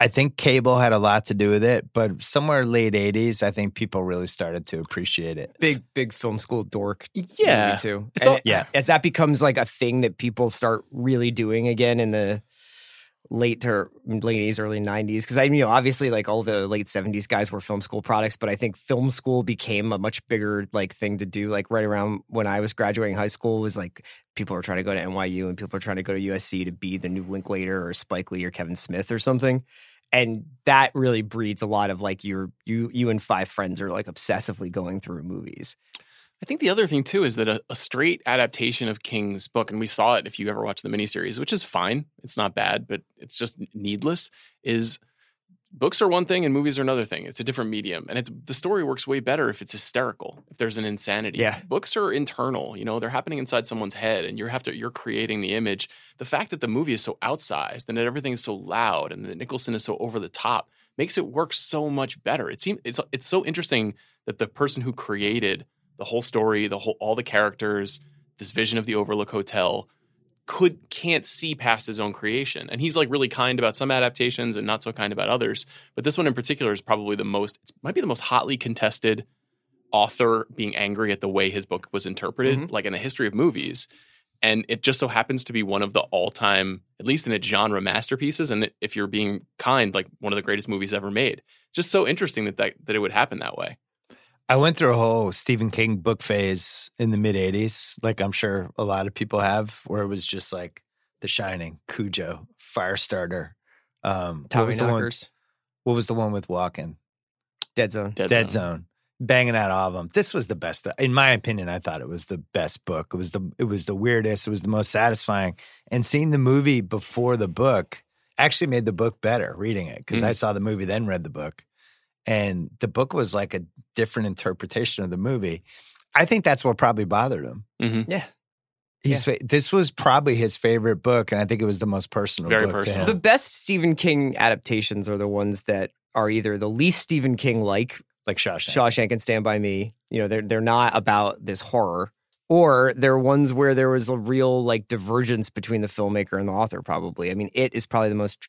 [SPEAKER 1] I think cable had a lot to do with it, but somewhere late 80s, I think people really started to appreciate it.
[SPEAKER 4] big big film school dork.
[SPEAKER 5] Yeah.
[SPEAKER 4] movie too.
[SPEAKER 5] It's
[SPEAKER 4] And
[SPEAKER 5] all-
[SPEAKER 4] it-
[SPEAKER 1] Yeah.
[SPEAKER 4] as that becomes like a thing that people start really doing again in the late to late 80s early 90s because i mean, you know obviously like all the late 70s guys were film school products but i think film school became a much bigger like thing to do like right around when i was graduating high school was like people were trying to go to nyu and people are trying to go to usc to be the new linklater or spike lee or kevin smith or something and that really breeds a lot of like your you you and five friends are like obsessively going through movies
[SPEAKER 5] I think the other thing too is that a, a straight adaptation of King's book, and we saw it if you ever watched the miniseries, which is fine. It's not bad, but it's just needless. Is Books are one thing and movies are another thing. It's a different medium. And it's the story works way better if it's hysterical, if there's an insanity.
[SPEAKER 4] Yeah.
[SPEAKER 5] Books are internal, you know, they're happening inside someone's head and you have to you're creating the image. The fact that the movie is so outsized and that everything is so loud and that Nicholson is so over the top makes it work so much better. It seems it's it's so interesting that the person who created the whole story, the whole all the characters, this vision of the Overlook Hotel could can't see past his own creation. And he's like really kind about some adaptations and not so kind about others. But this one in particular is probably the most it might be the most hotly contested author being angry at the way his book was interpreted, like in the history of movies. And it just so happens to be one of the all-time, at least in a genre masterpieces, and if you're being kind, like one of the greatest movies ever made. Just so interesting that that, that it would happen that way.
[SPEAKER 1] I went through a whole Stephen King book phase in the mid 80s, like I'm sure a lot of people have, where it was just like The Shining, Cujo, Firestarter. Um, what,
[SPEAKER 4] Tommy
[SPEAKER 1] was the one,
[SPEAKER 4] Knockers,
[SPEAKER 1] what was the one with Walken?
[SPEAKER 4] Dead Zone.
[SPEAKER 5] Dead,
[SPEAKER 1] Dead Zone. Banging out all of them. This was the best, in my opinion. I thought it was the best book. It was the it was the weirdest. It was the most satisfying. And seeing the movie before the book actually made the book better. Reading it because I
[SPEAKER 5] Mm.
[SPEAKER 1] saw the movie then read the book, and the book was like a different interpretation of the movie. I think that's what probably bothered him.
[SPEAKER 5] hmm
[SPEAKER 1] He's, This was probably his favorite book, and I think it was the most personal.
[SPEAKER 5] Very
[SPEAKER 1] book to
[SPEAKER 5] personal.
[SPEAKER 1] him.
[SPEAKER 4] The best Stephen King adaptations are the ones that are either the least Stephen King like,
[SPEAKER 1] like Shawshank.
[SPEAKER 4] Shawshank and Stand by Me. You know, they're they're not about this horror, or they're ones where there was a real like divergence between the filmmaker and the author. Probably, I mean, it is probably the most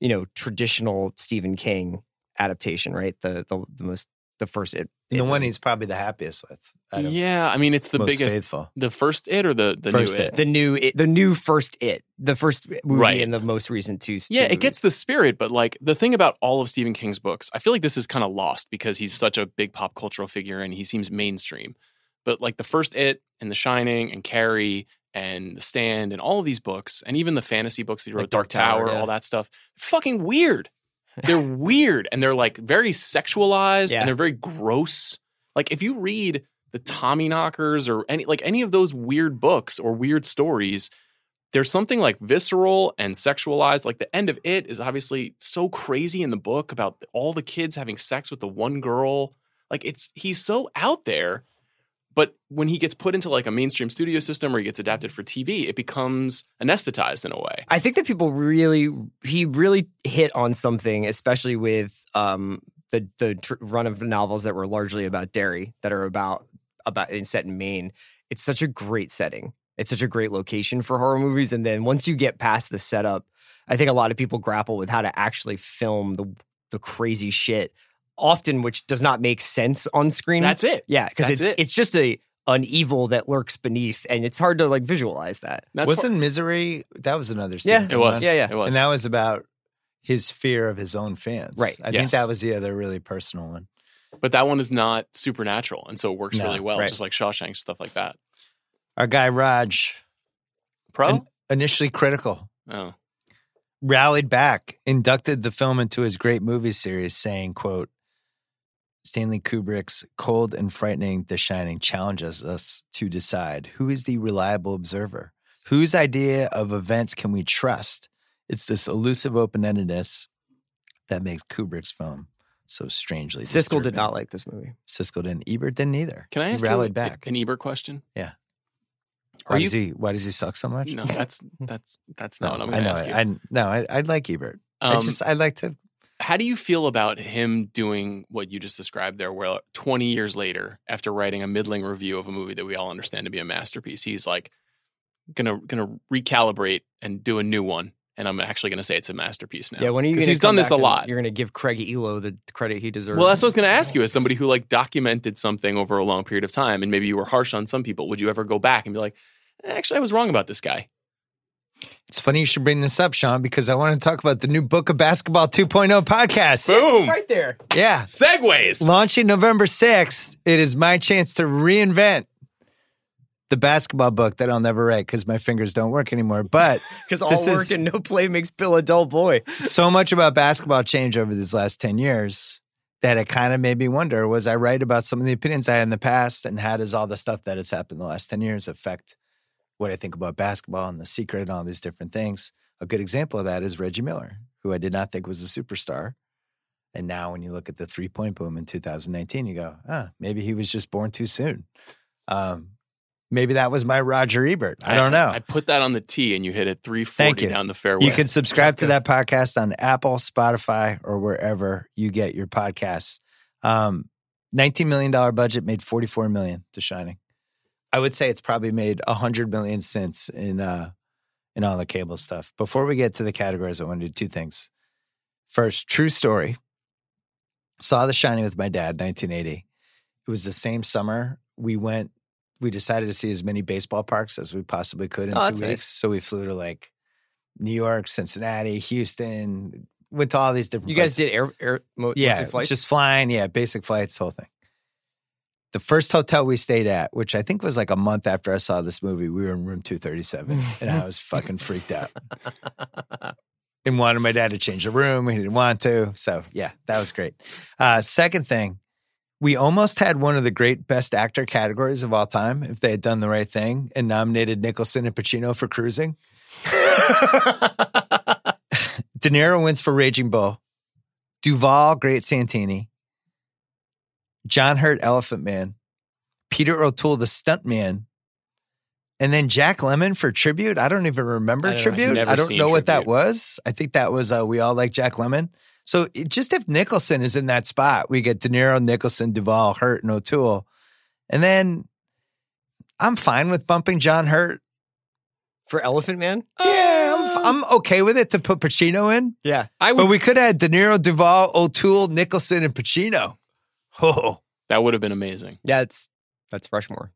[SPEAKER 4] you know traditional Stephen King adaptation, right? The the, the most the first it,
[SPEAKER 1] And the
[SPEAKER 4] It-
[SPEAKER 1] one he's probably the happiest with. out of
[SPEAKER 5] Yeah, I mean it's the
[SPEAKER 1] most
[SPEAKER 5] biggest
[SPEAKER 1] faithful.
[SPEAKER 5] the first it or the the
[SPEAKER 1] First
[SPEAKER 5] new
[SPEAKER 1] It.
[SPEAKER 5] it.
[SPEAKER 4] the new it, the new first it the first movie
[SPEAKER 5] Right.
[SPEAKER 4] and the most recent two.
[SPEAKER 5] Yeah,
[SPEAKER 4] two
[SPEAKER 5] it gets the spirit, but like the thing about all of Stephen King's books, I feel like this is kind of lost because he's such a big pop cultural figure and he seems mainstream. But like the first It and The Shining and Carrie and The Stand and all of these books, and even the fantasy books that he wrote,
[SPEAKER 4] Like
[SPEAKER 5] Dark
[SPEAKER 4] Dark
[SPEAKER 5] Tower,
[SPEAKER 4] Tower, yeah.
[SPEAKER 5] all that stuff, fucking weird. They're weird and they're like very sexualized
[SPEAKER 4] Yeah.
[SPEAKER 5] and they're very gross. Like if you read the Tommy Knockers or any like any of those weird books or weird stories, there's something like visceral and sexualized. Like the end of it is obviously so crazy in the book about all the kids having sex with the one girl. Like it's he's so out there, but when he gets put into like a mainstream studio system or he gets adapted for TV, it becomes anesthetized in a way.
[SPEAKER 4] I think that people really he really hit on something, especially with um, the the tr- run of novels that were largely about dairy that are about about and set in Maine. It's such a great setting. It's such a great location for horror movies. And then once you get past the setup, I think a lot of people grapple with how to actually film the the crazy shit, often which does not make sense on screen.
[SPEAKER 5] That's it.
[SPEAKER 4] yeah, because
[SPEAKER 5] that's
[SPEAKER 4] it's
[SPEAKER 5] it.
[SPEAKER 4] it's just a an evil that lurks beneath, and it's hard to like visualize that.
[SPEAKER 5] That's part-
[SPEAKER 1] Wasn't misery? That was another.
[SPEAKER 4] Yeah.
[SPEAKER 1] Stephen
[SPEAKER 5] it
[SPEAKER 1] King
[SPEAKER 5] was.
[SPEAKER 1] one.
[SPEAKER 4] Yeah, yeah.
[SPEAKER 5] It was.
[SPEAKER 1] And that was about his fear of his own fans.
[SPEAKER 4] Right.
[SPEAKER 1] I
[SPEAKER 5] Yes.
[SPEAKER 1] think that was the other really personal one.
[SPEAKER 5] but that one is not supernatural. And so it works
[SPEAKER 1] No,
[SPEAKER 5] really well,
[SPEAKER 4] right.
[SPEAKER 5] just like Shawshank, stuff like that.
[SPEAKER 1] Our guy Raj,
[SPEAKER 5] Pro?
[SPEAKER 1] in- initially critical,
[SPEAKER 5] oh.
[SPEAKER 1] rallied back, inducted the film into his great movie series, saying, quote, Stanley Kubrick's cold and frightening The Shining challenges us to decide who is the reliable observer? Whose idea of events can we trust? It's this elusive open-endedness that makes Kubrick's film so strangely
[SPEAKER 4] Siskel did
[SPEAKER 1] disturbing.
[SPEAKER 4] not like this movie.
[SPEAKER 1] Siskel didn't. Ebert didn't either.
[SPEAKER 5] Can I
[SPEAKER 1] He
[SPEAKER 5] ask
[SPEAKER 1] rallied
[SPEAKER 5] you a-
[SPEAKER 1] back?
[SPEAKER 5] an Ebert question?
[SPEAKER 1] why
[SPEAKER 5] are
[SPEAKER 1] does
[SPEAKER 5] you-
[SPEAKER 1] he? Why does he suck so much?
[SPEAKER 5] No, that's that's that's not what I'm
[SPEAKER 1] I
[SPEAKER 5] going to
[SPEAKER 1] know.
[SPEAKER 5] ask
[SPEAKER 1] it.
[SPEAKER 5] you.
[SPEAKER 1] I no. I, I like Ebert. I
[SPEAKER 5] Um,
[SPEAKER 1] just I like to.
[SPEAKER 5] How do you feel about him doing what you just described there, where 20 years later, after writing a middling review of a movie that we all understand to be a masterpiece, he's like, gonna gonna recalibrate and do a new one. And I'm actually gonna say it's a masterpiece now.
[SPEAKER 4] Yeah, when are you?
[SPEAKER 5] 'Cause
[SPEAKER 4] gonna
[SPEAKER 5] he's
[SPEAKER 4] come
[SPEAKER 5] done this
[SPEAKER 4] back
[SPEAKER 5] a
[SPEAKER 4] and
[SPEAKER 5] lot.
[SPEAKER 4] You're going to give Craig Elo the credit he deserves.
[SPEAKER 5] Well, that's what I was going to ask you. As somebody who like documented something over a long period of time, and maybe you were harsh on some people, would you ever go back and be like, "Eh, "Actually, I was wrong about this guy"?
[SPEAKER 1] It's funny you should bring this up, Sean, because I want to talk about the new Book of Basketball 2.0 podcast.
[SPEAKER 5] Boom!
[SPEAKER 4] right there.
[SPEAKER 1] Yeah,
[SPEAKER 5] Segways.
[SPEAKER 1] launching November sixth. It is my chance to reinvent the basketball book that I'll never write because my fingers don't work anymore. But
[SPEAKER 4] Because all
[SPEAKER 1] This
[SPEAKER 4] work
[SPEAKER 1] is-
[SPEAKER 4] and no play makes Bill a dull boy.
[SPEAKER 1] so much about basketball change over these last 10 years that it kind of made me wonder was I right about some of the opinions I had in the past? And how does all the stuff that has happened in the last 10 years affect what I think about basketball and the secret and all these different things? A good example of that is Reggie Miller, who I did not think was a superstar. And now, when you look at the three point boom in 2019, you go, ah, maybe he was just born too soon. Um, maybe that was my Roger Ebert. I don't know.
[SPEAKER 5] I put that on the tee and you hit it
[SPEAKER 1] Thank
[SPEAKER 5] 340
[SPEAKER 1] you.
[SPEAKER 5] down the fairway.
[SPEAKER 1] you can subscribe to that podcast on Apple, Spotify, or wherever you get your podcasts. Um, $19 million budget made $44 million to Shining. I would say it's probably made $100 million since in, uh, in all the cable stuff. Before we get to the categories, I want to do two things. First, true story. Saw The Shining with my dad, 1980. It was the same summer we went. We decided to see as many baseball parks as we possibly could in
[SPEAKER 4] Oh,
[SPEAKER 1] two
[SPEAKER 4] that's
[SPEAKER 1] weeks.
[SPEAKER 4] nice.
[SPEAKER 1] So we flew to like New York, Cincinnati, Houston. Went to all these different.
[SPEAKER 4] You guys
[SPEAKER 1] places.
[SPEAKER 4] did air air mo-
[SPEAKER 1] yeah,
[SPEAKER 4] mostly flights?
[SPEAKER 1] just flying, yeah, basic flights, the whole thing. The first hotel we stayed at, which I think was like a month after I saw this movie, we were in room two thirty seven, and I was fucking freaked out. and wanted my dad to change the room. He didn't want to, so yeah, that was great. Uh, second thing, we almost had one of the great best actor categories of all time if they had done the right thing and nominated Nicholson and Pacino for Cruising. De Niro wins for Raging Bull. Duval, Great Santini. John Hurt, Elephant Man. Peter O'Toole, The Stunt Man. And then Jack Lemon for Tribute. I don't even remember
[SPEAKER 5] I don't know. I've
[SPEAKER 1] Tribute.
[SPEAKER 5] never
[SPEAKER 1] I don't know
[SPEAKER 5] seen
[SPEAKER 1] what that
[SPEAKER 5] Tribute.
[SPEAKER 1] was. I think that was uh, We All Like Jack Lemon. So it, just if Nicholson is in that spot, we get De Niro, Nicholson, Duvall, Hurt, and O'Toole. And then I'm fine with bumping John Hurt.
[SPEAKER 4] for Elephant Man.
[SPEAKER 1] Yeah, I'm,
[SPEAKER 5] Uh.
[SPEAKER 1] f- I'm okay with it to put Pacino in.
[SPEAKER 4] Yeah, I
[SPEAKER 1] But
[SPEAKER 4] would.
[SPEAKER 1] we could have had De Niro, Duvall, O'Toole, Nicholson, and Pacino. Oh.
[SPEAKER 5] That would have been amazing.
[SPEAKER 4] yeah, it's that's Rushmore.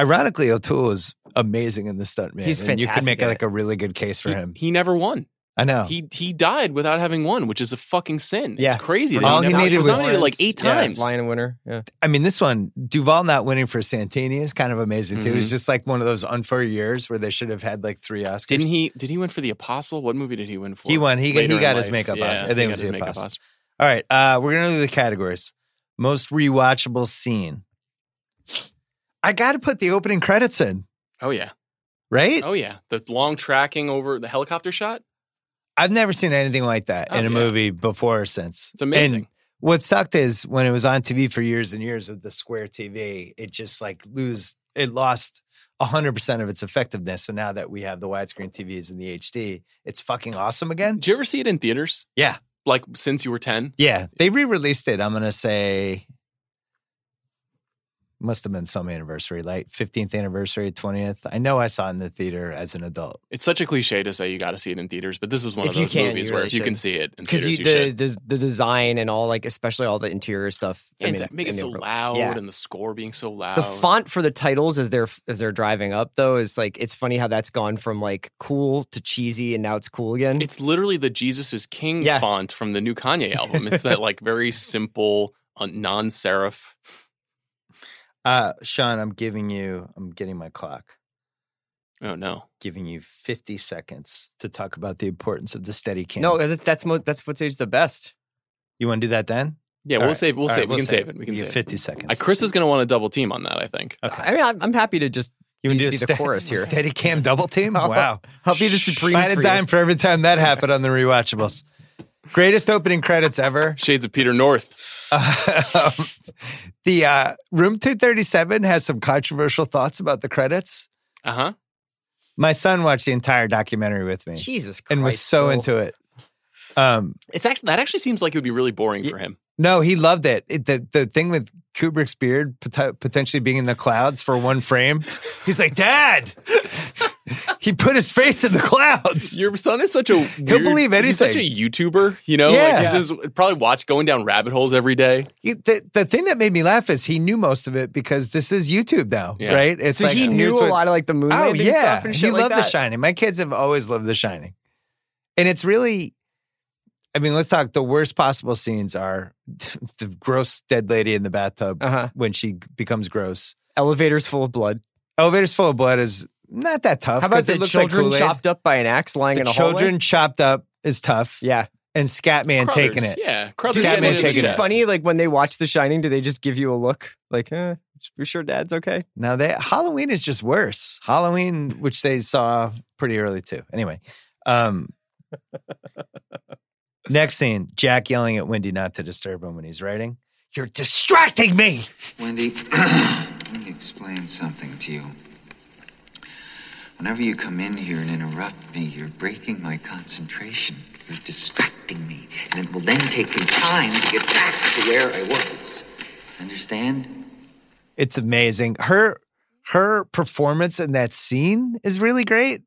[SPEAKER 1] Ironically, O'Toole is amazing in the stunt man.
[SPEAKER 4] He's
[SPEAKER 1] and you can
[SPEAKER 4] fantastic
[SPEAKER 1] make
[SPEAKER 4] at
[SPEAKER 1] like
[SPEAKER 4] it.
[SPEAKER 1] a really good case for
[SPEAKER 5] He-
[SPEAKER 1] him. Oh.
[SPEAKER 5] He, never won.
[SPEAKER 1] I know.
[SPEAKER 5] He he died without having won, which is a fucking sin.
[SPEAKER 4] Yeah.
[SPEAKER 5] It's crazy. that
[SPEAKER 1] All he
[SPEAKER 5] never-
[SPEAKER 1] needed
[SPEAKER 5] was
[SPEAKER 1] was-
[SPEAKER 5] nominated like eight
[SPEAKER 4] Yeah,
[SPEAKER 5] times.
[SPEAKER 4] Lion and Winner. Yeah,
[SPEAKER 1] I mean, this one, Duval not winning for Santini is kind of amazing too. It was
[SPEAKER 5] Mhm.
[SPEAKER 1] just like one of those unfair years where they should have had like three Oscars.
[SPEAKER 5] Didn't he? Did he win for the Apostle? What movie did he win for?
[SPEAKER 1] He won. He- he
[SPEAKER 5] Later in
[SPEAKER 1] got his
[SPEAKER 5] life.
[SPEAKER 1] makeup Oscar. I
[SPEAKER 5] he
[SPEAKER 1] think it
[SPEAKER 5] got
[SPEAKER 1] was
[SPEAKER 5] his
[SPEAKER 1] the
[SPEAKER 5] makeup
[SPEAKER 1] Apostle.
[SPEAKER 5] Oscar.
[SPEAKER 1] All right, uh, we're gonna do the categories. Most rewatchable scene. I got to put the opening credits in,
[SPEAKER 5] Oh yeah.
[SPEAKER 1] right?
[SPEAKER 5] Oh yeah. The long tracking over the helicopter shot.
[SPEAKER 1] I've never seen anything like that
[SPEAKER 5] Oh,
[SPEAKER 1] in a
[SPEAKER 5] yeah.
[SPEAKER 1] movie before or since.
[SPEAKER 5] It's amazing.
[SPEAKER 1] And what sucked is when it was on TV for years and years with the square TV, it just like lose it lost hundred percent of its effectiveness. And now that we have the widescreen TVs and the HD, it's fucking awesome again.
[SPEAKER 5] Did you ever see it in theaters?
[SPEAKER 1] Yeah.
[SPEAKER 5] Like since you were ten.
[SPEAKER 1] Yeah, they re-released it. I'm gonna say must have been some anniversary, like 15th anniversary, 20th. I know I saw it in the theater as an adult.
[SPEAKER 5] It's such a cliche to say you got to see it in theaters, but this is one
[SPEAKER 4] If
[SPEAKER 5] of
[SPEAKER 4] you
[SPEAKER 5] those
[SPEAKER 4] can,
[SPEAKER 5] movies
[SPEAKER 4] you
[SPEAKER 5] where
[SPEAKER 4] really
[SPEAKER 5] if you can
[SPEAKER 4] should.
[SPEAKER 5] see it in
[SPEAKER 4] because
[SPEAKER 5] theaters,
[SPEAKER 4] the
[SPEAKER 5] you, should.
[SPEAKER 4] the the design and all like especially all the interior stuff.
[SPEAKER 5] Yeah, and to make it
[SPEAKER 4] and
[SPEAKER 5] so
[SPEAKER 4] the-
[SPEAKER 5] loud
[SPEAKER 4] yeah.
[SPEAKER 5] and the score being so loud.
[SPEAKER 4] The font for the titles as they're as they're driving up though is like it's funny how that's gone from like cool to cheesy and now it's cool again.
[SPEAKER 5] It's literally the Jesus is King
[SPEAKER 4] Mm. Yeah.
[SPEAKER 5] font from the new Kanye album. It's that like very simple, uh, non serif.
[SPEAKER 1] Uh Sean, I'm giving you I'm getting my clock.
[SPEAKER 5] Oh no.
[SPEAKER 1] giving you 50 seconds to talk about the importance of the steady cam.
[SPEAKER 4] no, that's that's mo- that's what's age the best.
[SPEAKER 1] you want to do that then?
[SPEAKER 5] Yeah,
[SPEAKER 1] All
[SPEAKER 5] we'll
[SPEAKER 1] right.
[SPEAKER 5] save. We'll
[SPEAKER 1] All
[SPEAKER 5] save.
[SPEAKER 1] right,
[SPEAKER 5] we
[SPEAKER 1] we'll
[SPEAKER 5] can save it. We can
[SPEAKER 1] you
[SPEAKER 5] save
[SPEAKER 1] have
[SPEAKER 5] it.
[SPEAKER 1] 50 seconds.
[SPEAKER 5] Uh, Chris is going to want to double team on that. I think.
[SPEAKER 1] okay.
[SPEAKER 4] I mean, I'm, I'm happy to just
[SPEAKER 1] You want to do a
[SPEAKER 4] be the
[SPEAKER 1] ste-
[SPEAKER 4] chorus here.
[SPEAKER 1] steady cam double team? Wow.
[SPEAKER 4] I'll be the
[SPEAKER 1] Shh,
[SPEAKER 4] Supremes
[SPEAKER 1] Find a
[SPEAKER 4] for you.
[SPEAKER 1] dime for every time that happened on the rewatchables. Greatest opening credits ever.
[SPEAKER 5] Shades of Peter North.
[SPEAKER 1] Um, the uh, Room 237 has some controversial thoughts about the credits.
[SPEAKER 5] Uh huh.
[SPEAKER 1] My son watched the entire documentary with me
[SPEAKER 4] Jesus Christ
[SPEAKER 1] and was so
[SPEAKER 4] Bill.
[SPEAKER 1] into it. Um,
[SPEAKER 5] It's actually that actually seems like it would be really boring for him.
[SPEAKER 1] No, he loved it. it the The thing with Kubrick's beard pot- potentially being in the clouds for one frame, he's like, Dad, he put his face in the clouds.
[SPEAKER 5] Your son is such a weird,
[SPEAKER 1] believe
[SPEAKER 5] He's such a
[SPEAKER 1] anything.
[SPEAKER 5] YouTuber. You know,
[SPEAKER 1] Yeah.
[SPEAKER 5] like he's just probably watch going down rabbit holes every day.
[SPEAKER 1] He- the, the thing that made me laugh is he knew most of it because this is YouTube now,
[SPEAKER 5] Yeah.
[SPEAKER 1] right? It's
[SPEAKER 4] So he knew
[SPEAKER 1] here's
[SPEAKER 4] a
[SPEAKER 1] what-
[SPEAKER 4] lot of like the moon
[SPEAKER 1] Oh
[SPEAKER 4] landing
[SPEAKER 1] yeah,
[SPEAKER 4] stuff and
[SPEAKER 1] he
[SPEAKER 4] shit like
[SPEAKER 1] loved
[SPEAKER 4] that.
[SPEAKER 1] The Shining. My kids have always loved The Shining, and it's really. I mean, let's talk. The worst possible scenes are the gross dead lady in the bathtub
[SPEAKER 4] Uh-huh.
[SPEAKER 1] when she becomes gross.
[SPEAKER 4] Elevators full of blood.
[SPEAKER 1] Elevators full of blood is not that tough.
[SPEAKER 4] How about
[SPEAKER 1] 'cause
[SPEAKER 4] the
[SPEAKER 1] it looks
[SPEAKER 4] children
[SPEAKER 1] like Kool-Aid.
[SPEAKER 4] chopped up by an axe lying
[SPEAKER 1] The
[SPEAKER 4] in a
[SPEAKER 1] children
[SPEAKER 4] hallway?
[SPEAKER 1] chopped up is tough.
[SPEAKER 4] Yeah.
[SPEAKER 1] And Scatman
[SPEAKER 5] Crothers,
[SPEAKER 1] taking it.
[SPEAKER 5] Yeah,
[SPEAKER 1] Scatman
[SPEAKER 5] Crothers getting it in the
[SPEAKER 1] taking it.
[SPEAKER 5] chest.
[SPEAKER 4] funny, like when they watch The Shining, do they just give you a look like, eh, you sure dad's okay?
[SPEAKER 1] Now that Halloween is just worse. Halloween, which they saw pretty early too. Anyway, um, Next scene Jack yelling at Wendy not to disturb him when he's writing. You're distracting me.
[SPEAKER 6] Wendy, let me explain something to you. Whenever you come in here and interrupt me, you're breaking my concentration. You're distracting me, and it will then take me time to get back to where I was. Understand?
[SPEAKER 1] It's amazing. Her her performance in that scene is really great.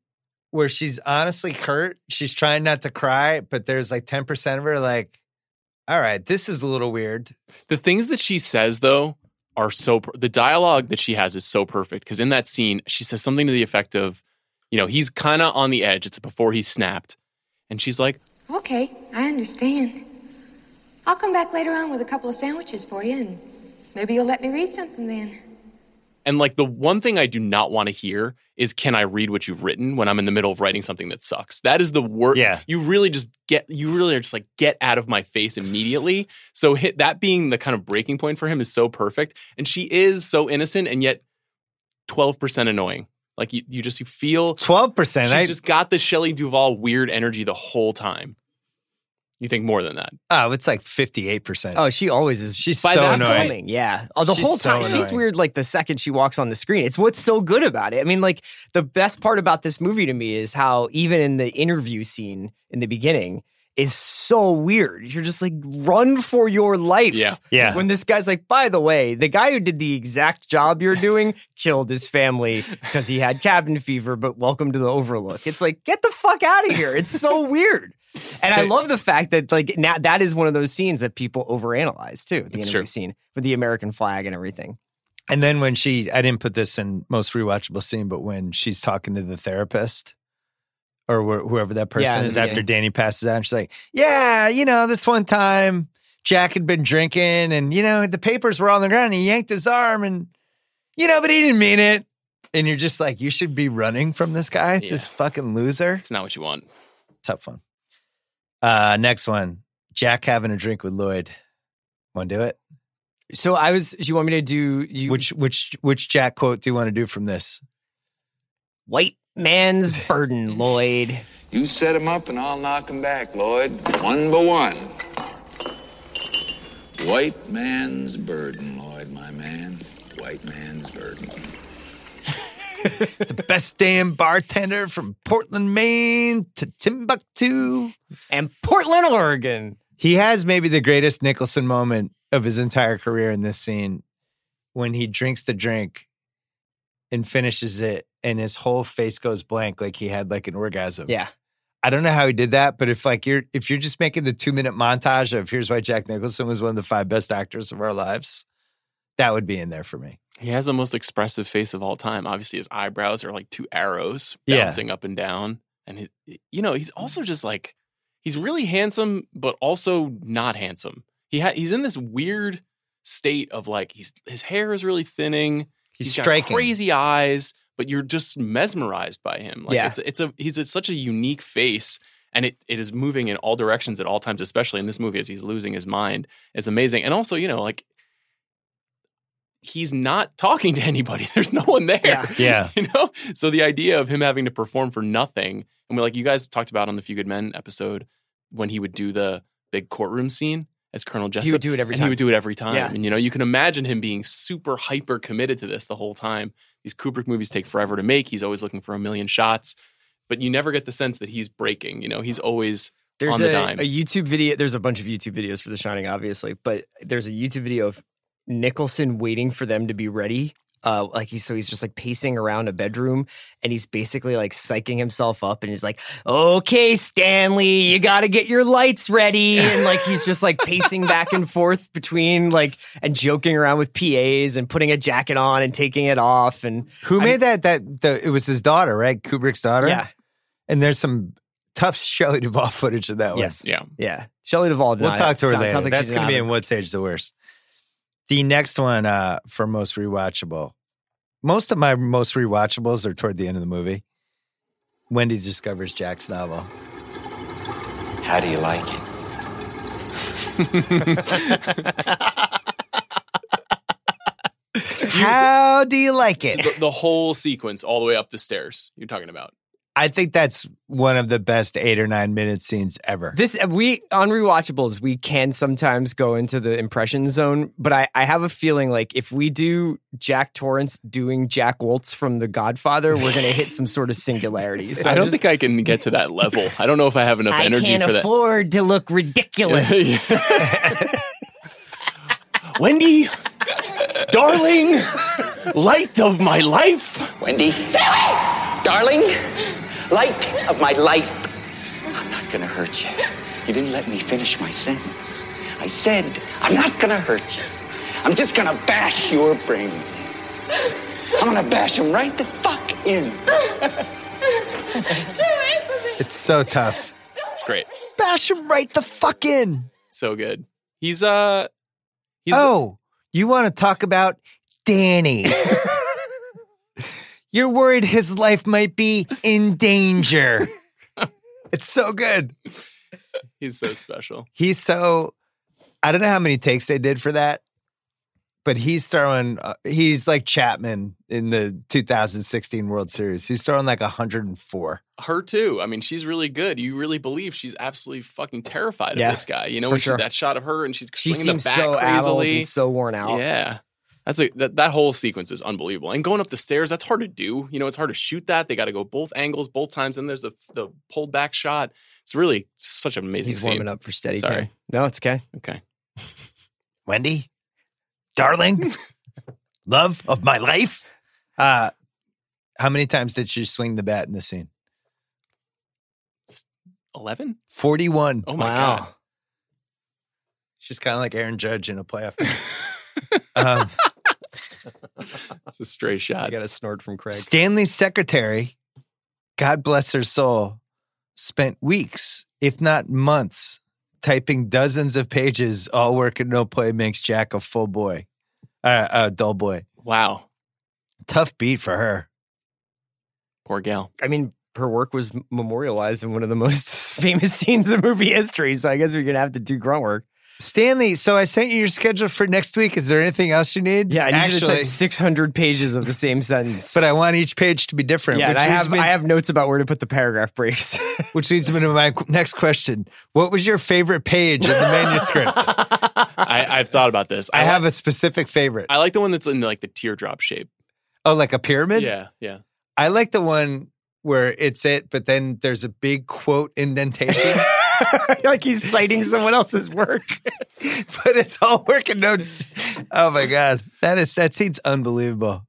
[SPEAKER 1] Where she's honestly hurt. She's trying not to cry, but there's like 10% of her like, all right, this is a little weird.
[SPEAKER 5] The things that she says though are so per- the dialogue that she has is so perfect because in that scene she says something to the effect of, you know, he's kind of on the edge. It's before he snapped, and she's like,
[SPEAKER 7] Okay, I understand. I'll come back later on with a couple of sandwiches for you, and maybe you'll let me read something then.
[SPEAKER 5] and like the one thing I do not want to hear is, can I read what you've written when I'm in the middle of writing something that sucks? That is the worst.
[SPEAKER 1] Yeah.
[SPEAKER 5] you really just get you really are just like get out of my face immediately. So hit, that being the kind of breaking point for him is so perfect, and she is so innocent and yet twelve percent annoying. Like you, you just you feel
[SPEAKER 1] 12%.
[SPEAKER 5] She's
[SPEAKER 1] I
[SPEAKER 5] just got the Shelley Duvall weird energy the whole time. You think more than that?
[SPEAKER 1] oh, it's like 58%.
[SPEAKER 4] Oh, she always is.
[SPEAKER 1] She's
[SPEAKER 4] by
[SPEAKER 1] so
[SPEAKER 4] that
[SPEAKER 1] annoying.
[SPEAKER 4] timing, Yeah. Oh, the
[SPEAKER 1] She's
[SPEAKER 4] whole
[SPEAKER 1] so
[SPEAKER 4] time. she's
[SPEAKER 1] annoying.
[SPEAKER 4] weird like the second she walks on the screen. It's what's so good about it. I mean, like the best part about this movie to me is how even in the interview scene in the beginning is so weird. You're just like run for your life.
[SPEAKER 5] Yeah.
[SPEAKER 1] Yeah.
[SPEAKER 4] When this guy's like, by the way, the guy who did the exact job you're doing killed his family because he had cabin fever, but welcome to the overlook. It's like, get the fuck out of here. It's so weird. And I love the fact that like now that is one of those scenes that people overanalyze too. The
[SPEAKER 5] It's
[SPEAKER 4] interview
[SPEAKER 5] true.
[SPEAKER 4] scene with the American flag and everything.
[SPEAKER 1] And then when she, I didn't put this in most rewatchable scene, but when she's talking to the therapist or wh- whoever that person
[SPEAKER 4] Yeah, in the
[SPEAKER 1] is after
[SPEAKER 4] beginning.
[SPEAKER 1] Danny passes out, and she's like, Yeah, you know, this one time Jack had been drinking and, you know, the papers were on the ground and he yanked his arm and, you know, but he didn't mean it. And you're just like, You should be running from this guy,
[SPEAKER 5] Yeah.
[SPEAKER 1] this fucking loser.
[SPEAKER 5] It's not what you want.
[SPEAKER 1] Tough one. Uh, next one Jack having a drink with Lloyd. Want to do it?
[SPEAKER 4] So I was. You want me to do you,
[SPEAKER 1] Which which which Jack quote do you want to do from this?
[SPEAKER 4] white man's burden, Lloyd?
[SPEAKER 8] You set him up and I'll knock him back, Lloyd, one by one. White man's burden, Lloyd, my man. White man's burden.
[SPEAKER 1] best damn bartender from Portland, Maine to Timbuktu.
[SPEAKER 4] And Portland, Oregon.
[SPEAKER 1] He has maybe the greatest Nicholson moment of his entire career in this scene when he drinks the drink and finishes it and his whole face goes blank like he had like an orgasm.
[SPEAKER 4] Yeah.
[SPEAKER 1] I don't know how he did that, but if like you're if you're just making the 2-minute montage of here's why Jack Nicholson was one of the five best actors of our lives, that would be in there for me.
[SPEAKER 5] He has the most expressive face of all time. Obviously, his eyebrows are like two arrows
[SPEAKER 1] Yeah.
[SPEAKER 5] bouncing up and down. And, he, you know, he's also just like, he's really handsome, but also not handsome. He ha- He's in this weird state of like, he's, his hair is really thinning.
[SPEAKER 1] He's,
[SPEAKER 5] got
[SPEAKER 1] striking.
[SPEAKER 5] crazy eyes, but you're just mesmerized by him. Like
[SPEAKER 4] Yeah.
[SPEAKER 5] it's, it's a he's a, such a unique face, and it it is moving in all directions at all times, especially in this movie as he's losing his mind. It's amazing, and also you know like he's not talking to anybody. There's no one there.
[SPEAKER 4] Yeah.
[SPEAKER 1] Yeah.
[SPEAKER 5] You know, so the idea of him having to perform for nothing, and we like you guys talked about on the Few Good Men episode when he would do the big courtroom scene as Colonel Jessup
[SPEAKER 4] He would do it every
[SPEAKER 5] and
[SPEAKER 4] time.
[SPEAKER 5] he would do it every time.
[SPEAKER 4] Yeah.
[SPEAKER 5] And you know, you can imagine him being super hyper committed to this the whole time. These Kubrick movies take forever to make. He's always looking for a million shots, but you never get the sense that he's breaking. You know, he's always
[SPEAKER 4] There's
[SPEAKER 5] on the
[SPEAKER 4] a,
[SPEAKER 5] dime.
[SPEAKER 4] a YouTube video. There's a bunch of YouTube videos for The Shining, obviously, but there's a YouTube video of Nicholson waiting for them to be ready. Uh, like he's so he's just like pacing around a bedroom and he's basically like psyching himself up and he's like, "Okay, Stanley, you got to get your lights ready." And like he's just like pacing back and forth between like and joking around with PAs and putting a jacket on and taking it off and
[SPEAKER 1] Who made that? That the, it was his daughter, right? Kubrick's daughter.
[SPEAKER 4] yeah,
[SPEAKER 1] And there's some tough Shelley Duvall footage of that one.
[SPEAKER 4] yes,
[SPEAKER 5] yeah.
[SPEAKER 4] yeah. Shelley Duvall. did
[SPEAKER 1] We'll
[SPEAKER 4] not-
[SPEAKER 1] talk to her
[SPEAKER 4] sounds-
[SPEAKER 1] later.
[SPEAKER 4] sounds like she
[SPEAKER 1] That's
[SPEAKER 4] did
[SPEAKER 1] going to
[SPEAKER 4] not
[SPEAKER 1] be
[SPEAKER 4] have
[SPEAKER 1] in What Age the Worst. The next one uh, for most rewatchable. Most of my most rewatchables are toward the end of the movie. Wendy discovers Jack's novel.
[SPEAKER 8] How do you like it?
[SPEAKER 1] How do you like it?
[SPEAKER 5] The, the whole sequence all the way up the stairs you're talking about.
[SPEAKER 1] I think that's one of the best eight or nine minute scenes ever.
[SPEAKER 4] This uh, we on rewatchables we can sometimes go into the impression zone, but I, I have a feeling like if we do Jack Torrance doing Jack Woltz from The Godfather, we're gonna hit some sort of singularity. So
[SPEAKER 5] I don't
[SPEAKER 4] just-
[SPEAKER 5] think I can get to that level. I don't know if I have enough energy for that.
[SPEAKER 4] afford to look ridiculous.
[SPEAKER 5] Wendy, darling, light of my life.
[SPEAKER 6] Wendy? Darling, light of my life. I'm not gonna hurt you. You didn't let me finish my sentence. I said, I'm not gonna hurt you. I'm just gonna bash your brains in. I'm gonna bash them right the fuck in.
[SPEAKER 1] It's so tough.
[SPEAKER 5] It's great.
[SPEAKER 1] Bash him right the fuck in.
[SPEAKER 5] So good. He's uh he's
[SPEAKER 1] oh, you want to talk about Danny? You're worried his life might be in danger. it's so good.
[SPEAKER 5] he's so special.
[SPEAKER 1] He's so. I don't know how many takes they did for that, but he's throwing. Uh, he's like Chapman in the 2016 World Series. He's throwing like 104.
[SPEAKER 5] Her too. I mean, she's really good. You really believe she's absolutely fucking terrified of
[SPEAKER 4] Yeah,
[SPEAKER 5] this guy. You know,
[SPEAKER 4] for
[SPEAKER 5] when she-
[SPEAKER 4] sure.
[SPEAKER 5] that shot of her and she's
[SPEAKER 4] she
[SPEAKER 5] swinging
[SPEAKER 4] seems
[SPEAKER 5] the back
[SPEAKER 4] so addled
[SPEAKER 5] crazily.
[SPEAKER 4] and so worn out.
[SPEAKER 5] Yeah. That's a that, that whole sequence is unbelievable. And going up the stairs, that's hard to do. You know, it's hard to shoot that. They got to go both angles, both times. And there's the the pulled back shot. It's really such an amazing
[SPEAKER 4] He's
[SPEAKER 5] scene.
[SPEAKER 4] warming up for steady.
[SPEAKER 5] Sorry.
[SPEAKER 4] No, it's okay.
[SPEAKER 5] Okay.
[SPEAKER 1] Wendy, darling, love of my life. Uh, how many times did she swing the bat in the scene?
[SPEAKER 5] 11?
[SPEAKER 1] 41.
[SPEAKER 5] Oh my
[SPEAKER 4] wow.
[SPEAKER 5] God.
[SPEAKER 1] She's kind of like Aaron Judge in a playoff. game. um,
[SPEAKER 5] It's a stray
[SPEAKER 4] I
[SPEAKER 5] shot.
[SPEAKER 4] got a snort from Craig.
[SPEAKER 1] Stanley's secretary, God bless her soul, spent weeks, if not months, typing dozens of pages. All work and no play makes Jack a full boy, uh, a dull boy.
[SPEAKER 5] Wow.
[SPEAKER 1] Tough beat for her.
[SPEAKER 5] Poor gal.
[SPEAKER 4] I mean, her work was memorialized in one of the most famous scenes in movie history. So I guess we're gonna have to do grunt work.
[SPEAKER 1] Stanley, so I sent you your schedule for next week. Is there anything else you need?
[SPEAKER 4] Yeah, I need you to
[SPEAKER 1] actually,
[SPEAKER 4] type 600 pages of the same sentence.
[SPEAKER 1] but I want each page to be different.
[SPEAKER 4] yeah, and
[SPEAKER 1] which
[SPEAKER 4] I
[SPEAKER 1] leads
[SPEAKER 4] have
[SPEAKER 1] me-
[SPEAKER 4] I have notes about where to put the paragraph breaks.
[SPEAKER 1] Which leads me to my qu- next question. What was your favorite page of the manuscript?
[SPEAKER 5] I, I've thought about this.
[SPEAKER 1] I
[SPEAKER 5] li-
[SPEAKER 1] have a specific favorite.
[SPEAKER 5] I like the one that's in like the teardrop shape.
[SPEAKER 1] Oh, like a pyramid?
[SPEAKER 5] Yeah, yeah.
[SPEAKER 1] I like the one where it's it, but then there's a big quote indentation,
[SPEAKER 4] like he's citing someone else's work.
[SPEAKER 1] but it's all working. No, oh my god, that is that seems unbelievable.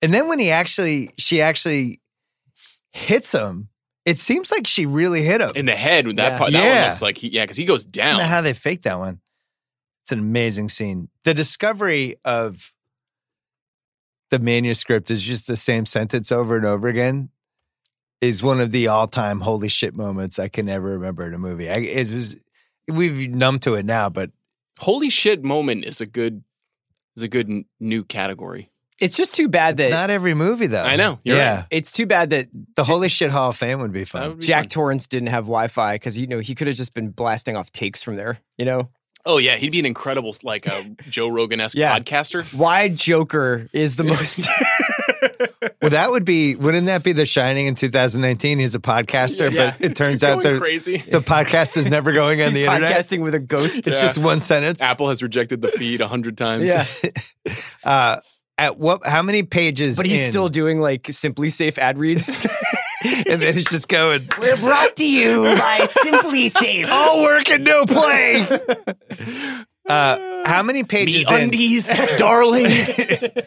[SPEAKER 1] And then when he actually, she actually hits him. It seems like she really hit him.
[SPEAKER 5] In the head, with that
[SPEAKER 4] Yeah.
[SPEAKER 5] part, that
[SPEAKER 1] Yeah.
[SPEAKER 5] one looks like he, yeah, because he goes
[SPEAKER 1] I don't know
[SPEAKER 5] down.
[SPEAKER 1] how they faked that one. It's an amazing scene. The discovery of the manuscript is just the same sentence over and over again. Is one of the all-time holy shit moments I can ever remember in a movie. I, it was we've numb to it now, but
[SPEAKER 5] Holy shit! Moment is a good is a good n- new category.
[SPEAKER 4] It's just too bad
[SPEAKER 1] it's
[SPEAKER 4] that
[SPEAKER 1] not every movie though.
[SPEAKER 5] I know, you're
[SPEAKER 1] yeah,
[SPEAKER 5] right.
[SPEAKER 4] it's too bad that
[SPEAKER 1] the holy shit hall of fame would be fun.
[SPEAKER 5] That would be
[SPEAKER 4] Jack
[SPEAKER 5] fun.
[SPEAKER 4] Torrance didn't have Wi-Fi because you know he could have just been blasting off takes from there. You know
[SPEAKER 5] Oh yeah, he'd be an incredible like a Joe Rogan esque
[SPEAKER 4] Yeah.
[SPEAKER 5] podcaster.
[SPEAKER 4] why Joker is the most.
[SPEAKER 1] well, that would be. Wouldn't that be The Shining in 2019? He's a podcaster,
[SPEAKER 5] Yeah.
[SPEAKER 1] but it turns
[SPEAKER 5] Going
[SPEAKER 1] out that
[SPEAKER 5] crazy.
[SPEAKER 1] the podcast is never going on the internet.
[SPEAKER 4] podcasting with a ghost.
[SPEAKER 1] It's just one sentence.
[SPEAKER 5] Apple has rejected the feed a hundred times.
[SPEAKER 4] Yeah,
[SPEAKER 1] Uh, at what? How many pages?
[SPEAKER 4] but he's
[SPEAKER 1] in?
[SPEAKER 4] still doing like simply safe ad reads.
[SPEAKER 1] and then it's just going.
[SPEAKER 4] We're brought to you by Simply Safe.
[SPEAKER 1] All work and no play. uh, how many
[SPEAKER 5] Me
[SPEAKER 1] pages in?
[SPEAKER 5] undies, darling.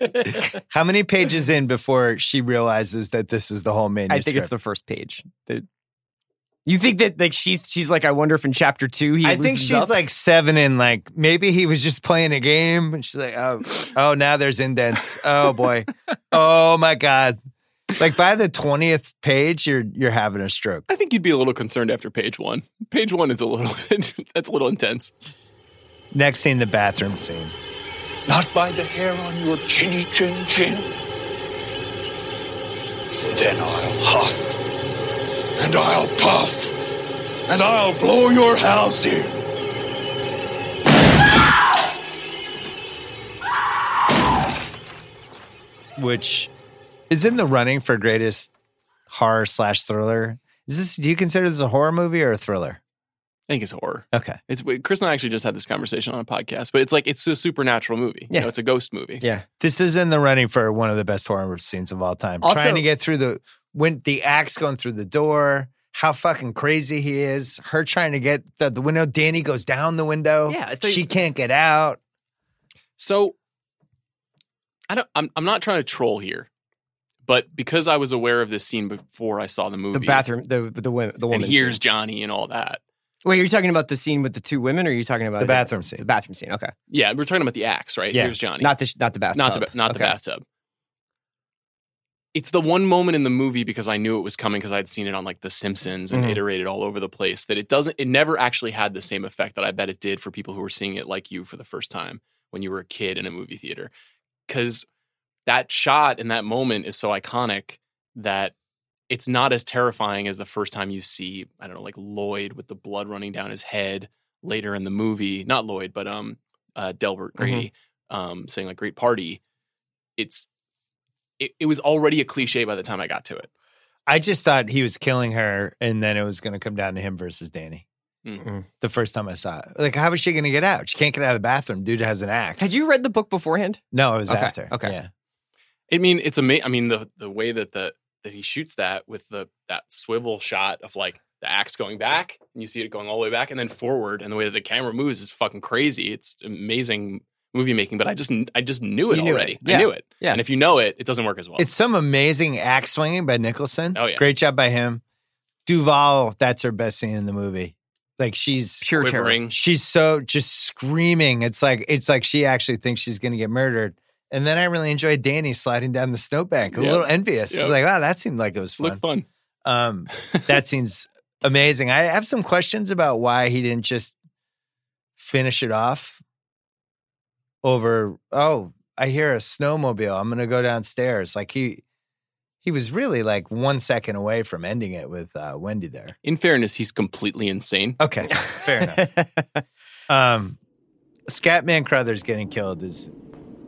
[SPEAKER 1] How many pages in before she realizes that this is the whole manuscript?
[SPEAKER 4] I think it's the first page. The- you think that like she's she's like I wonder if in chapter two he
[SPEAKER 1] I think
[SPEAKER 4] loosens
[SPEAKER 1] she's
[SPEAKER 4] up?
[SPEAKER 1] like seven in. Like maybe he was just playing a game, and she's like, "Oh, oh, now there's indents. Oh boy, oh my god!" Like by the twentieth page, you're you're having a stroke.
[SPEAKER 5] I think you'd be a little concerned after page one. Page one is a little bit. That's a little intense.
[SPEAKER 1] Next scene, the bathroom scene.
[SPEAKER 8] Not by the hair on your chinny chin chin. Then I'll huff, and I'll puff, and I'll blow your house in.
[SPEAKER 1] which is in the running for greatest horror slash thriller. Is this? Do you consider this a horror movie or a thriller?
[SPEAKER 5] I think it's horror.
[SPEAKER 1] Okay.
[SPEAKER 5] It's Chris and I actually just had this conversation on a podcast, but it's like it's a supernatural movie.
[SPEAKER 4] Yeah.
[SPEAKER 5] You know, it's a ghost movie.
[SPEAKER 4] Yeah.
[SPEAKER 1] This is in the running for one of the best horror scenes of all time.
[SPEAKER 4] Also-
[SPEAKER 1] Trying to get through the when the axe going through the door, how fucking crazy he is. Her trying to get the, the window. Danny goes down the window.
[SPEAKER 4] Yeah, I think-
[SPEAKER 1] she can't get out.
[SPEAKER 5] So I don't I'm I'm not trying to troll here, but because I was aware of this scene before I saw the movie.
[SPEAKER 4] The bathroom, the the women, the
[SPEAKER 5] and
[SPEAKER 4] woman.
[SPEAKER 5] here's
[SPEAKER 4] scene.
[SPEAKER 5] Johnny and all that.
[SPEAKER 4] wait. You're talking about the scene with the two women, or are you talking about
[SPEAKER 1] The
[SPEAKER 4] it-
[SPEAKER 1] bathroom
[SPEAKER 4] The
[SPEAKER 1] scene.
[SPEAKER 4] bathroom scene. Okay,
[SPEAKER 5] Yeah, we're talking about the axe, right?
[SPEAKER 1] Yeah.
[SPEAKER 5] Here's Johnny.
[SPEAKER 4] not the sh- not the bathtub.
[SPEAKER 5] not the ba- not the
[SPEAKER 4] Okay.
[SPEAKER 5] bathtub. It's the one moment in the movie because I knew it was coming because I'd seen it on like The Simpsons and
[SPEAKER 4] Mhm.
[SPEAKER 5] iterated all over the place that it doesn't it never actually had the same effect that I bet it did for people who were seeing it like you for the first time when you were a kid in a movie theater cuz that shot and that moment is so iconic that it's not as terrifying as the first time you see I don't know like Lloyd with the blood running down his head later in the movie not Lloyd but um uh Delbert Grady um saying like great party it's it, it was already a cliche by the time I got to it
[SPEAKER 1] I just thought he was killing her, and then it was going to come down to him versus Danny.
[SPEAKER 4] Mm.
[SPEAKER 1] The first time I saw it, like, how is she going to get out? She can't get out of the bathroom. Dude has an axe.
[SPEAKER 4] Had you read the book beforehand?
[SPEAKER 1] No, it was
[SPEAKER 4] Okay,
[SPEAKER 1] after.
[SPEAKER 4] okay.
[SPEAKER 1] Yeah.
[SPEAKER 5] I mean, it's amazing. I mean, the the way that the that he shoots that with the that swivel shot of like the axe going back, and you see it going all the way back and then forward, and the way that the camera moves is fucking crazy. It's amazing movie making, but I just kn- I just knew it
[SPEAKER 4] You knew it.
[SPEAKER 5] already.
[SPEAKER 4] Yeah.
[SPEAKER 5] I knew it.
[SPEAKER 4] Yeah.
[SPEAKER 5] And if you know it, it doesn't work as well.
[SPEAKER 1] It's some amazing axe swinging by Nicholson.
[SPEAKER 5] Oh, yeah.
[SPEAKER 1] Great job by him. Duval, that's her best scene in the movie. Like she's
[SPEAKER 4] Pure terror.
[SPEAKER 5] Quivering.
[SPEAKER 1] she's so just screaming. It's like it's like she actually thinks she's gonna get murdered. And then I really enjoyed Danny sliding down the snowbank, a
[SPEAKER 5] Yeah.
[SPEAKER 1] little envious.
[SPEAKER 5] Yeah.
[SPEAKER 1] Like, wow, that seemed like it was fun.
[SPEAKER 5] Look fun.
[SPEAKER 1] Um, that seems amazing. I have some questions about why he didn't just finish it off over. Oh, I hear a snowmobile. I'm gonna go downstairs. Like he, he was really like one second away from ending it with uh, Wendy there.
[SPEAKER 5] In fairness, he's completely insane.
[SPEAKER 1] Okay, fair enough. Um, Scatman Crothers getting killed is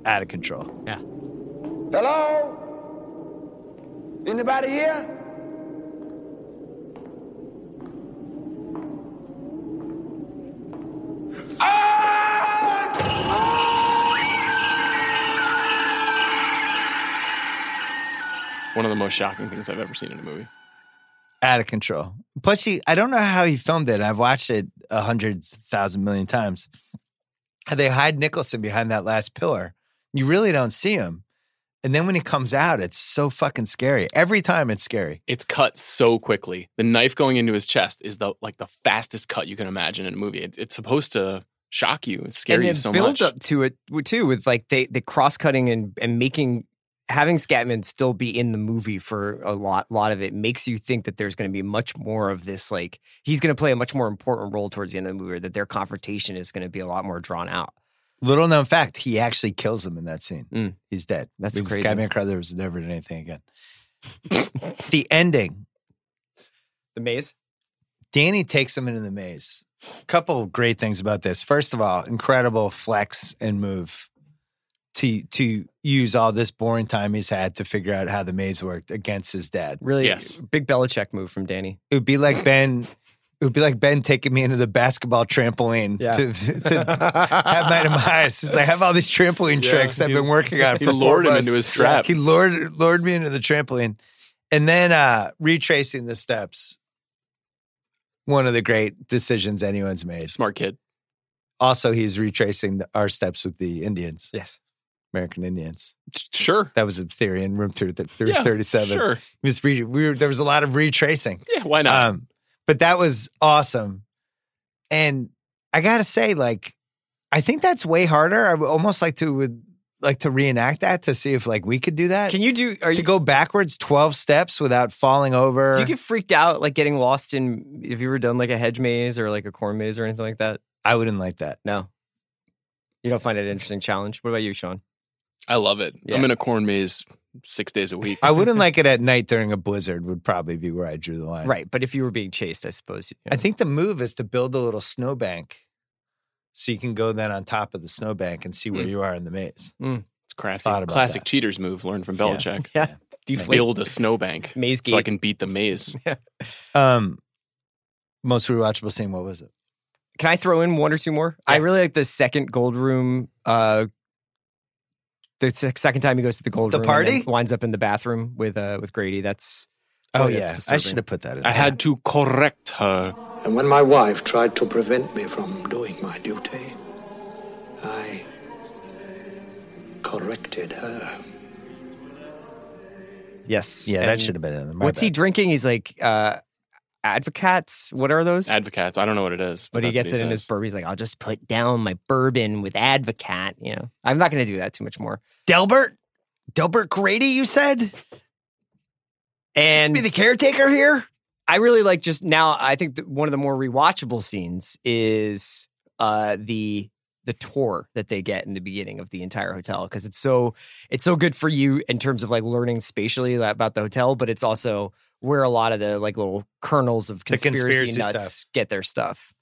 [SPEAKER 1] out of control.
[SPEAKER 8] Hello? Anybody here?
[SPEAKER 5] One of the most shocking things I've ever seen in a movie.
[SPEAKER 1] Out of control. Plus, he, I don't know how he filmed it. I've watched it a hundred thousand million times. How They hide Nicholson behind that last pillar. You really don't see him. And then when he comes out, it's so fucking scary. Every time it's scary.
[SPEAKER 5] It's cut so quickly. The knife going into his chest is the like the fastest cut you can imagine in a movie. It, it's supposed to shock you and scare
[SPEAKER 4] and
[SPEAKER 5] you
[SPEAKER 4] then
[SPEAKER 5] so
[SPEAKER 4] build
[SPEAKER 5] much.
[SPEAKER 4] up to it w- too with like they the cross cutting and and making having Scatman still be in the movie for a lot lot of it makes you think that there's going to be much more of this like he's going to play a much more important role towards the end of the movie or that their confrontation is going to be a lot more drawn out.
[SPEAKER 1] Little known fact, he actually kills him in that scene.
[SPEAKER 4] Mm.
[SPEAKER 1] He's dead.
[SPEAKER 4] That's
[SPEAKER 1] Because
[SPEAKER 4] crazy.
[SPEAKER 1] Scatman Crothers never did anything again. the ending.
[SPEAKER 4] The maze.
[SPEAKER 1] Danny takes him into the maze. Couple of great things about this. First of all, incredible flex and move to to use all this boring time he's had to figure out how the maze worked against his dad.
[SPEAKER 4] Really
[SPEAKER 5] Yes.
[SPEAKER 4] big Belichick move from Danny.
[SPEAKER 1] It would be like Ben. It would be like Ben taking me into the basketball trampoline
[SPEAKER 4] Yeah.
[SPEAKER 1] to, to have my demise. He's like, I have all these trampoline
[SPEAKER 5] Yeah,
[SPEAKER 1] tricks I've
[SPEAKER 5] he-
[SPEAKER 1] been working on
[SPEAKER 5] he
[SPEAKER 1] for four
[SPEAKER 5] lured him
[SPEAKER 1] months.
[SPEAKER 5] into his trap.
[SPEAKER 1] He lured lured me into the trampoline, and then uh, retracing the steps. One of the great decisions anyone's made.
[SPEAKER 5] Smart kid.
[SPEAKER 1] Also, he's retracing the, our steps with the Indians,
[SPEAKER 4] Yes.
[SPEAKER 1] American Indians.
[SPEAKER 5] Sure.
[SPEAKER 1] That was a theory in room two, th- through
[SPEAKER 5] Yeah,
[SPEAKER 1] thirty-seven.
[SPEAKER 5] Sure.
[SPEAKER 1] It was re- we were, there was a lot of retracing.
[SPEAKER 5] Yeah, why not?
[SPEAKER 1] Um, but that was awesome. And I gotta say, like, I think that's way harder. I would almost like to would like to reenact that to see if like we could do that.
[SPEAKER 4] Can you do are
[SPEAKER 1] Uh, to
[SPEAKER 4] you
[SPEAKER 1] go backwards twelve steps without falling over?
[SPEAKER 4] do you get freaked out like getting lost in have you ever done like a hedge maze or like a corn maze or anything like that?
[SPEAKER 1] I wouldn't like that.
[SPEAKER 4] No. You don't find it an interesting challenge. What about you, Sean?
[SPEAKER 5] I love it.
[SPEAKER 4] yeah.
[SPEAKER 5] I'm in a corn maze six days a week.
[SPEAKER 1] I wouldn't like it at night during a blizzard. Would probably be where I drew the line.
[SPEAKER 4] Right, but if you were being chased, I suppose. you know.
[SPEAKER 1] I think the move is to build a little snowbank, so you can go then on top of the
[SPEAKER 4] Hmm.
[SPEAKER 1] snowbank and see where
[SPEAKER 5] Mm.
[SPEAKER 1] you are in the maze.
[SPEAKER 5] It's crafty.
[SPEAKER 1] Thought about
[SPEAKER 5] Classic
[SPEAKER 1] that.
[SPEAKER 5] cheaters move learned from Belichick.
[SPEAKER 4] Yeah. deflate
[SPEAKER 5] build a snowbank
[SPEAKER 4] maze gate.
[SPEAKER 5] so I can beat the maze.
[SPEAKER 1] Um, most rewatchable scene. What was it?
[SPEAKER 4] Can I throw in one or two more? I really like the second gold room. Uh, the se- second time he goes to the gold
[SPEAKER 1] The
[SPEAKER 4] room, and then
[SPEAKER 1] party?
[SPEAKER 4] winds up in the bathroom with uh with Grady. That's
[SPEAKER 1] Oh,
[SPEAKER 4] that's
[SPEAKER 1] yeah, I
[SPEAKER 4] disturbing.
[SPEAKER 1] should have put that in.
[SPEAKER 5] I had to correct her.
[SPEAKER 9] And when my wife tried to prevent me from doing my duty, I corrected her.
[SPEAKER 4] yes,
[SPEAKER 1] yeah, that
[SPEAKER 4] And
[SPEAKER 1] should have been in there. My
[SPEAKER 4] What's he
[SPEAKER 1] bad.
[SPEAKER 4] drinking? He's like uh advocates. What are those?
[SPEAKER 5] Advocates. I don't know what it is,
[SPEAKER 4] but he
[SPEAKER 5] that's
[SPEAKER 4] gets
[SPEAKER 5] what
[SPEAKER 4] it in his
[SPEAKER 5] says.
[SPEAKER 4] bourbon. He's like, I'll just put down my bourbon with advocat. You know, I'm not going to do that too much more.
[SPEAKER 1] Delbert? Delbert Grady? You said
[SPEAKER 4] And
[SPEAKER 1] be the caretaker here.
[SPEAKER 4] I really like just now. I think that one of the more rewatchable scenes is uh, the the tour that they get in the beginning of the entire hotel because it's so it's so good for you in terms of like learning spatially about the hotel, but it's also where a lot of the like little kernels of
[SPEAKER 1] The
[SPEAKER 4] conspiracy,
[SPEAKER 1] conspiracy
[SPEAKER 4] nuts get their stuff.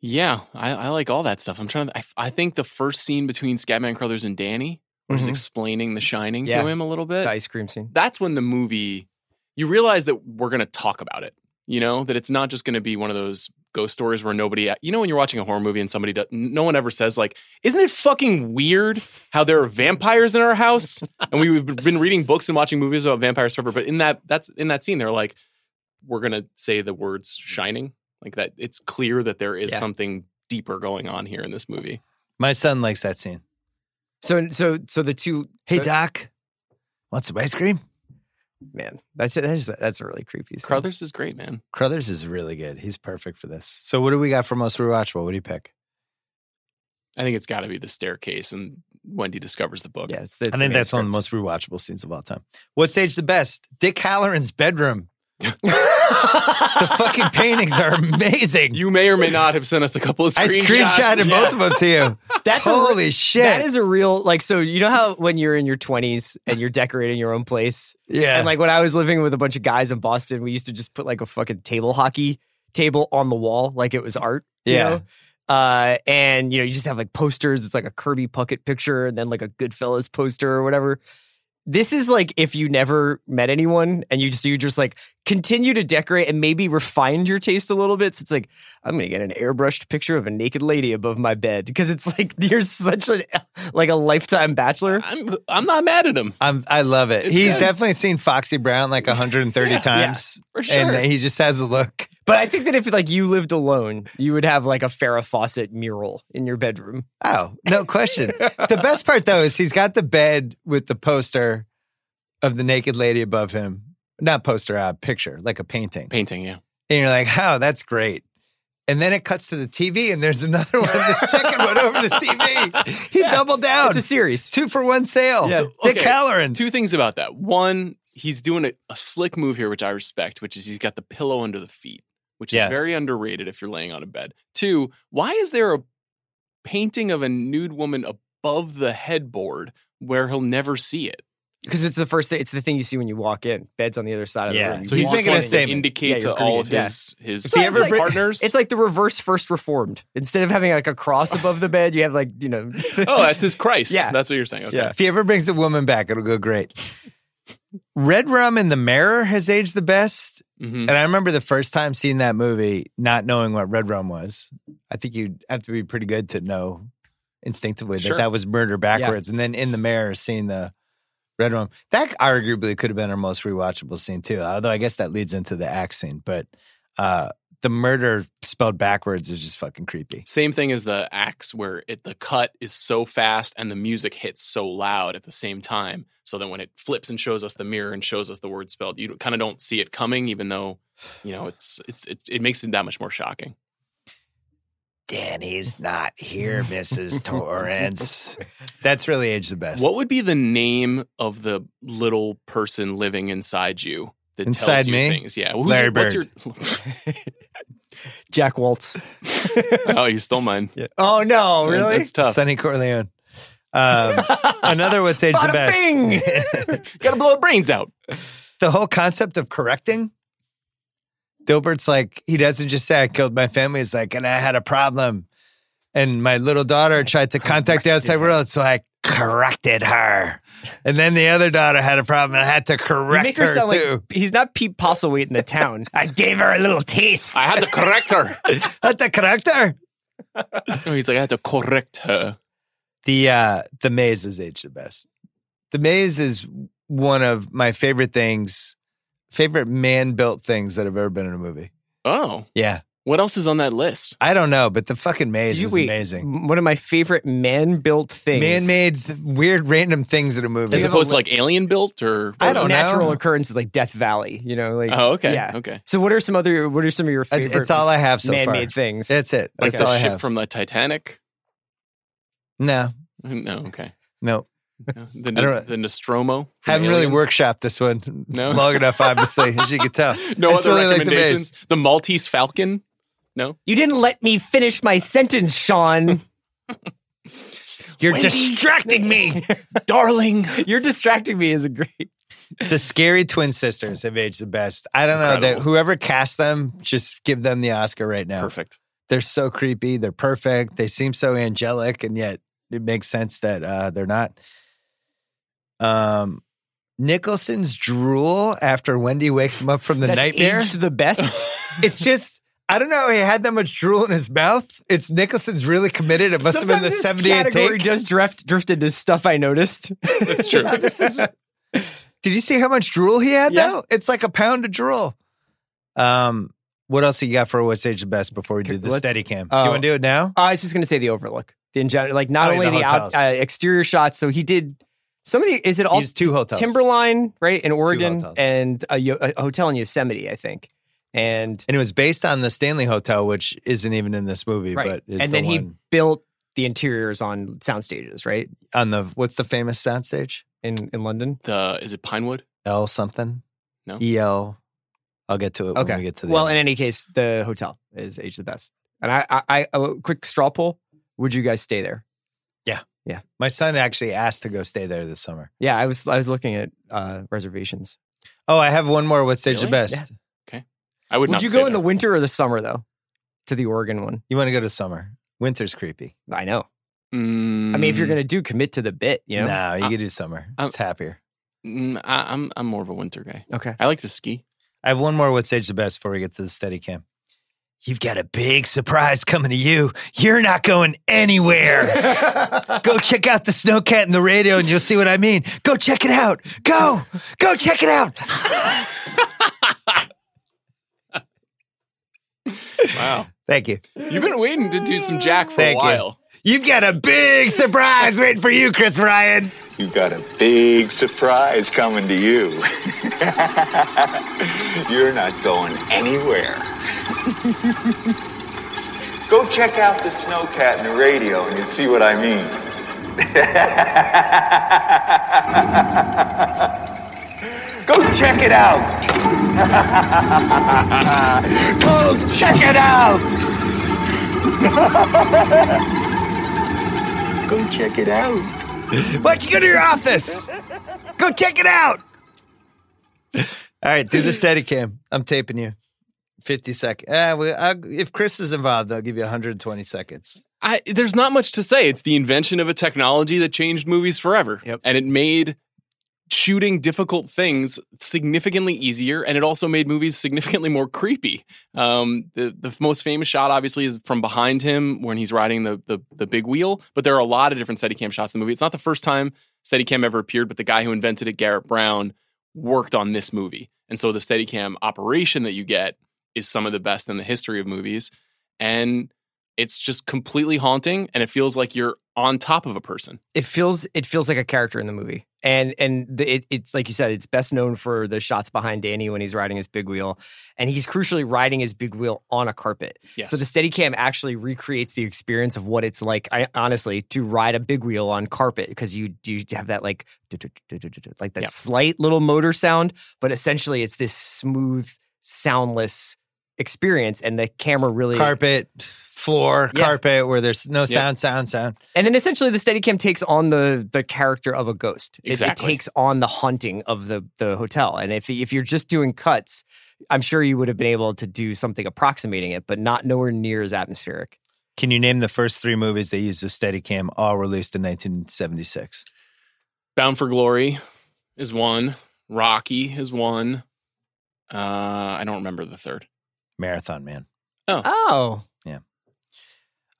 [SPEAKER 5] Yeah, I, I like all that stuff. I'm trying to. I, I think the first scene between Scatman Crothers and Danny, where he's
[SPEAKER 1] Mm-hmm.
[SPEAKER 4] Mhm.
[SPEAKER 5] explaining The Shining
[SPEAKER 4] Yeah.
[SPEAKER 5] to him a little bit.
[SPEAKER 4] The ice cream scene.
[SPEAKER 5] That's when the movie, you realize that we're going to talk about it. You know that it's not just going to be one of those ghost stories where nobody. You know when you're watching a horror movie and somebody does, no one ever says like, "Isn't it fucking weird how there are vampires in our house?" and we, we've been reading books and watching movies about vampires forever. But in that that's in that scene, they're like, "We're going to say the words shining." Like that, it's clear that there is
[SPEAKER 4] Yeah.
[SPEAKER 5] something deeper going on here in this movie.
[SPEAKER 1] My son likes that scene.
[SPEAKER 4] So so so the two
[SPEAKER 1] Hey,
[SPEAKER 4] the-
[SPEAKER 1] Doc, want some ice cream?
[SPEAKER 4] man that's it. That's that's a really creepy. Scene.
[SPEAKER 5] Crothers is great, man.
[SPEAKER 1] Crothers is really good. He's perfect for this. So, what do we got for most rewatchable? What do you pick?
[SPEAKER 5] I think it's got to be the staircase and Wendy discovers the book.
[SPEAKER 4] Yeah, it's, it's
[SPEAKER 1] I think that's one of the most rewatchable scenes of all time. What's age the best? Dick Halloran's bedroom. the fucking paintings are amazing.
[SPEAKER 5] You may or may not have sent us a couple of
[SPEAKER 1] I
[SPEAKER 5] screenshots.
[SPEAKER 1] screenshotted both of them to you.
[SPEAKER 4] That's a re-
[SPEAKER 1] holy shit.
[SPEAKER 4] That is a real like. So you know how when you're in your 20s and you're decorating your own place,
[SPEAKER 1] yeah.
[SPEAKER 4] and like when I was living with a bunch of guys in Boston, we used to just put like a fucking table hockey table on the wall, like it was art. you
[SPEAKER 1] Yeah.
[SPEAKER 4] know? Uh, and you know, you just have like posters. It's like a Kirby Puckett picture, and then like a Goodfellas poster or whatever. This is like if you never met anyone and you just you just like continue to decorate and maybe refine your taste a little bit. So it's like I'm gonna get an airbrushed picture of a naked lady above my bed because it's like you're such a like a lifetime bachelor.
[SPEAKER 5] I'm I'm not mad at him
[SPEAKER 1] I'm, I love it.
[SPEAKER 5] It's
[SPEAKER 1] He's
[SPEAKER 5] good.
[SPEAKER 1] definitely seen Foxy Brown like 130
[SPEAKER 5] Yeah, yeah,
[SPEAKER 1] times,
[SPEAKER 5] for sure.
[SPEAKER 1] and he just has a look.
[SPEAKER 4] But I think that if like you lived alone, you would have like a Farrah Fawcett mural in your bedroom.
[SPEAKER 1] Oh, no question. the best part though is he's got the bed with the poster of the naked lady above him. Not poster, uh, picture, like a painting.
[SPEAKER 5] painting. Yeah,
[SPEAKER 1] And you're like, oh, that's great. And then it cuts to the TV, and there's another one, the second one over the TV. He doubled down.
[SPEAKER 4] It's a series.
[SPEAKER 1] Two for one sale.
[SPEAKER 4] Yeah.
[SPEAKER 1] Dick
[SPEAKER 5] Okay.
[SPEAKER 1] Halloran.
[SPEAKER 5] two things about that. One, he's doing a, a slick move here, which I respect, which is he's got the pillow under the feet, which
[SPEAKER 1] Yeah.
[SPEAKER 5] is very underrated if you're laying on a bed. Two, why is there a painting of a nude woman above the headboard where he'll never see it?
[SPEAKER 4] Because it's the first thing, it's the thing you see when you walk in. Bed's on the other side of
[SPEAKER 1] Yeah,
[SPEAKER 4] the room.
[SPEAKER 5] So
[SPEAKER 1] He's
[SPEAKER 5] he's
[SPEAKER 1] making
[SPEAKER 5] making
[SPEAKER 1] a
[SPEAKER 5] to
[SPEAKER 1] statement.
[SPEAKER 5] indicate
[SPEAKER 4] Yeah,
[SPEAKER 5] to
[SPEAKER 4] you're
[SPEAKER 5] all of
[SPEAKER 4] creating-
[SPEAKER 5] his his
[SPEAKER 1] If he ever bring-
[SPEAKER 5] partners.
[SPEAKER 4] It's like the reverse first reformed. Instead of having like a cross above the bed, you have like, you know.
[SPEAKER 5] oh, that's his Christ.
[SPEAKER 4] Yeah.
[SPEAKER 5] that's what you're saying. Okay.
[SPEAKER 4] Yeah.
[SPEAKER 1] If he ever brings a woman back, it'll go great. Red Rum in the Mirror has aged the best.
[SPEAKER 5] Mhm.
[SPEAKER 1] And I remember the first time seeing that movie, not knowing what Red Rum was. I think you'd have to be pretty good to know instinctively that
[SPEAKER 5] Sure.
[SPEAKER 1] that was murder backwards. And then in the mirror, seeing the Red Rum. That arguably could have been our most rewatchable scene, too. Although I guess that leads into the axe scene. But uh, the murder spelled backwards is just fucking creepy.
[SPEAKER 5] Same thing as the axe, where it the cut is so fast and the music hits so loud at the same time, so that when it flips and shows us the mirror and shows us the word spelled, you kind of don't see it coming, even though you know it's it's it, it makes it that much more shocking.
[SPEAKER 1] Danny's not here, Mrs. Torrance. That's really aged the best.
[SPEAKER 5] What would be the name of the little person living inside you that
[SPEAKER 1] Inside
[SPEAKER 5] tells you
[SPEAKER 1] me?
[SPEAKER 5] things? Yeah, Who's
[SPEAKER 1] Larry
[SPEAKER 5] your- what's
[SPEAKER 1] Bird.
[SPEAKER 5] your-
[SPEAKER 4] Jack Waltz.
[SPEAKER 5] oh, you stole mine.
[SPEAKER 4] Oh, no,
[SPEAKER 5] Man,
[SPEAKER 4] really?
[SPEAKER 5] That's tough.
[SPEAKER 1] Sonny Corleone. Um, another what's aged the
[SPEAKER 4] Bada
[SPEAKER 1] best.
[SPEAKER 4] bing!
[SPEAKER 5] Got to blow brains out.
[SPEAKER 1] The whole concept of correcting. Dilbert's like, he doesn't just say, I killed my family. He's like, and I had a problem. And my little daughter tried to contact the outside world. So I corrected, corrected her. And then the other daughter had a problem and I had to
[SPEAKER 4] You
[SPEAKER 1] correct
[SPEAKER 4] make her
[SPEAKER 1] her,
[SPEAKER 4] sound
[SPEAKER 1] too.
[SPEAKER 4] like he's not Pete Postlewaite in the town. I gave her a little taste.
[SPEAKER 5] I had to correct her.
[SPEAKER 1] I had to correct her.
[SPEAKER 5] No, he's like, I had to correct her.
[SPEAKER 1] The uh the maze is aged the best. The maze is one of my favorite things, favorite man built things that have ever been in a movie.
[SPEAKER 5] Oh,
[SPEAKER 1] Yeah.
[SPEAKER 5] what else is on that list?
[SPEAKER 1] I don't know, but the fucking
[SPEAKER 4] Did
[SPEAKER 1] maze
[SPEAKER 4] you-
[SPEAKER 1] is
[SPEAKER 4] wait,
[SPEAKER 1] amazing.
[SPEAKER 4] m- One of my favorite man-built things.
[SPEAKER 1] Man made th- weird random things in a movie.
[SPEAKER 5] As opposed to like alien built or
[SPEAKER 1] I don't know.
[SPEAKER 4] natural occurrences like Death Valley. You know, like
[SPEAKER 5] Oh, okay,
[SPEAKER 4] yeah.
[SPEAKER 5] okay.
[SPEAKER 4] So what are some other? What are some of your
[SPEAKER 1] I-
[SPEAKER 4] favorite?
[SPEAKER 1] it's all I have so far.
[SPEAKER 4] man-made things.
[SPEAKER 1] That's it.
[SPEAKER 5] like
[SPEAKER 1] That's all
[SPEAKER 5] the
[SPEAKER 1] I
[SPEAKER 5] ship
[SPEAKER 1] have.
[SPEAKER 5] from the Titanic. Mm,
[SPEAKER 1] no,
[SPEAKER 5] No, okay.
[SPEAKER 1] no.
[SPEAKER 5] No. The,
[SPEAKER 1] I don't-
[SPEAKER 5] the Nostromo. from
[SPEAKER 1] Haven't really
[SPEAKER 5] Alien.
[SPEAKER 1] workshopped this one
[SPEAKER 5] No?
[SPEAKER 1] long enough, obviously, as you can tell.
[SPEAKER 5] No
[SPEAKER 1] I
[SPEAKER 5] other
[SPEAKER 1] just really like the
[SPEAKER 5] recommendations.
[SPEAKER 1] maze.
[SPEAKER 5] the Maltese Falcon.
[SPEAKER 4] You didn't let me finish my sentence, Sean.
[SPEAKER 1] You're
[SPEAKER 5] Wendy.
[SPEAKER 1] distracting me.
[SPEAKER 5] Darling.
[SPEAKER 4] You're distracting me. Is a great.
[SPEAKER 1] the scary twin sisters have aged the best. I don't know that
[SPEAKER 5] Incredible.
[SPEAKER 1] whoever cast them, just give them the Oscar right now.
[SPEAKER 5] Perfect.
[SPEAKER 1] They're so creepy. They're perfect. They seem so angelic, and yet it makes sense that uh, they're not. Um, Nicholson's drool after Wendy wakes him up from the
[SPEAKER 4] That's
[SPEAKER 1] nightmare.
[SPEAKER 4] aged the best.
[SPEAKER 1] It's just I don't know. He had that much drool in his mouth. It's Nicholson's really committed. It must have been the
[SPEAKER 4] this
[SPEAKER 1] seventy eight
[SPEAKER 4] category
[SPEAKER 1] take.
[SPEAKER 4] just drift, drifted to stuff I noticed.
[SPEAKER 5] That's true.
[SPEAKER 1] No, this is- Did you see how much drool he had
[SPEAKER 4] Yeah.
[SPEAKER 1] though? It's like a pound of drool. Um, what else you got for what's age the best before we do the
[SPEAKER 4] Let's-
[SPEAKER 1] steady cam? do
[SPEAKER 4] oh.
[SPEAKER 1] you want to do it now?
[SPEAKER 4] I was just going to say the Overlook. In general, like not
[SPEAKER 1] Oh, yeah,
[SPEAKER 4] only
[SPEAKER 1] the
[SPEAKER 4] the, out,
[SPEAKER 1] hotels.
[SPEAKER 4] uh, exterior shots, so he did some of the. Is it all
[SPEAKER 1] Use two hotels.
[SPEAKER 4] Timberline, right in Oregon,
[SPEAKER 1] hotels.
[SPEAKER 4] and a, yo- a hotel in Yosemite, I think. And
[SPEAKER 1] And it was based on the Stanley Hotel, which isn't even in this movie,
[SPEAKER 4] right,
[SPEAKER 1] but is
[SPEAKER 4] and
[SPEAKER 1] the
[SPEAKER 4] then he
[SPEAKER 1] one
[SPEAKER 4] built the interiors on sound stages, right
[SPEAKER 1] on the what's the famous soundstage?
[SPEAKER 4] in in London.
[SPEAKER 5] The is it Pinewood?
[SPEAKER 1] L something?
[SPEAKER 5] No.
[SPEAKER 1] EL. I'll get to it
[SPEAKER 4] Okay,
[SPEAKER 1] when we get to the
[SPEAKER 4] well,
[SPEAKER 1] end.
[SPEAKER 4] in any case, the hotel is age the best. And I, I, I a quick straw poll: Would you guys stay there?
[SPEAKER 1] My son actually asked to go stay there this summer.
[SPEAKER 4] Yeah, I was I was looking at uh, reservations.
[SPEAKER 1] Oh, I have one more. What stage the
[SPEAKER 5] Really?
[SPEAKER 1] best?
[SPEAKER 5] I would,
[SPEAKER 4] Would,
[SPEAKER 5] not
[SPEAKER 4] you
[SPEAKER 5] say
[SPEAKER 4] go in
[SPEAKER 5] that.
[SPEAKER 4] the winter or the summer though? To the Oregon one,
[SPEAKER 1] You want to go to summer? Winter's creepy.
[SPEAKER 4] I know.
[SPEAKER 5] Mm,
[SPEAKER 4] I mean, if you're gonna do, commit to the bit. You know.
[SPEAKER 1] No, you
[SPEAKER 5] I-
[SPEAKER 1] could do summer.
[SPEAKER 5] I'm-
[SPEAKER 1] it's happier.
[SPEAKER 5] mm, I, I'm I'm more of a winter guy.
[SPEAKER 4] Okay.
[SPEAKER 5] I like to ski.
[SPEAKER 1] I have one more. What stage the best before we get to the steady cam? You've got a big surprise coming to you. You're not going anywhere. go check out the Snowcat and the radio, and you'll see what I mean. Go check it out. Go, go check it out.
[SPEAKER 5] Wow.
[SPEAKER 1] Thank you.
[SPEAKER 5] You've been waiting to do some Jack for
[SPEAKER 1] Thank you.
[SPEAKER 5] a while.
[SPEAKER 1] You've got a big surprise waiting for you, Chris Ryan.
[SPEAKER 8] You've got a big surprise coming to you. You're not going anywhere. Go check out the Snowcat and the radio and you'll see what I mean. Go check it out. Go check it out. Go check it out.
[SPEAKER 1] Why don't you go to your office? Go check it out. All right, do the steady cam. I'm taping you. 50 seconds. Uh, we, i if Chris is involved, I'll give you 120 seconds.
[SPEAKER 5] I there's not much to say. It's the invention of a technology that changed movies forever.
[SPEAKER 4] Yep.
[SPEAKER 5] And it made shooting difficult things significantly easier and it also made movies significantly more creepy. Um, the the most famous shot obviously is from behind him when he's riding the the, the big wheel, but there are a lot of different Steadicam shots in the movie. It's not the first time Steadicam ever appeared, but the guy who invented it, Garrett Brown, worked on this movie. And so the Steadicam operation that you get is some of the best in the history of movies. And it's just completely haunting and it feels like you're on top of a person.
[SPEAKER 4] it feels it feels like a character in the movie and and the, it, it's like you said it's best known for the shots behind danny when he's riding his big wheel and he's crucially riding his big wheel on a carpet
[SPEAKER 5] Yes.
[SPEAKER 4] so the steady cam actually recreates the experience of what it's like I, honestly to ride a big wheel on carpet because you do have that like du-du-du-du-du-du, like that
[SPEAKER 5] Yep.
[SPEAKER 4] slight little motor sound but essentially it's this smooth soundless experience and the camera really
[SPEAKER 1] Carpet, floor,
[SPEAKER 4] Yeah.
[SPEAKER 1] carpet, where there's no
[SPEAKER 5] Yeah.
[SPEAKER 1] sound, sound, sound.
[SPEAKER 4] And then essentially the Steadicam takes on the the character of a ghost. It- It,
[SPEAKER 5] Exactly.
[SPEAKER 4] takes on the haunting of the the hotel. And if if you're just doing cuts, I'm sure you would have been able to do something approximating it, but not nowhere near as atmospheric.
[SPEAKER 1] Can you name the first three movies that used a Steadicam, all released in 1976?
[SPEAKER 5] Bound for Glory is one. Rocky is one. Uh, I don't remember the third.
[SPEAKER 1] Marathon Man.
[SPEAKER 4] Oh,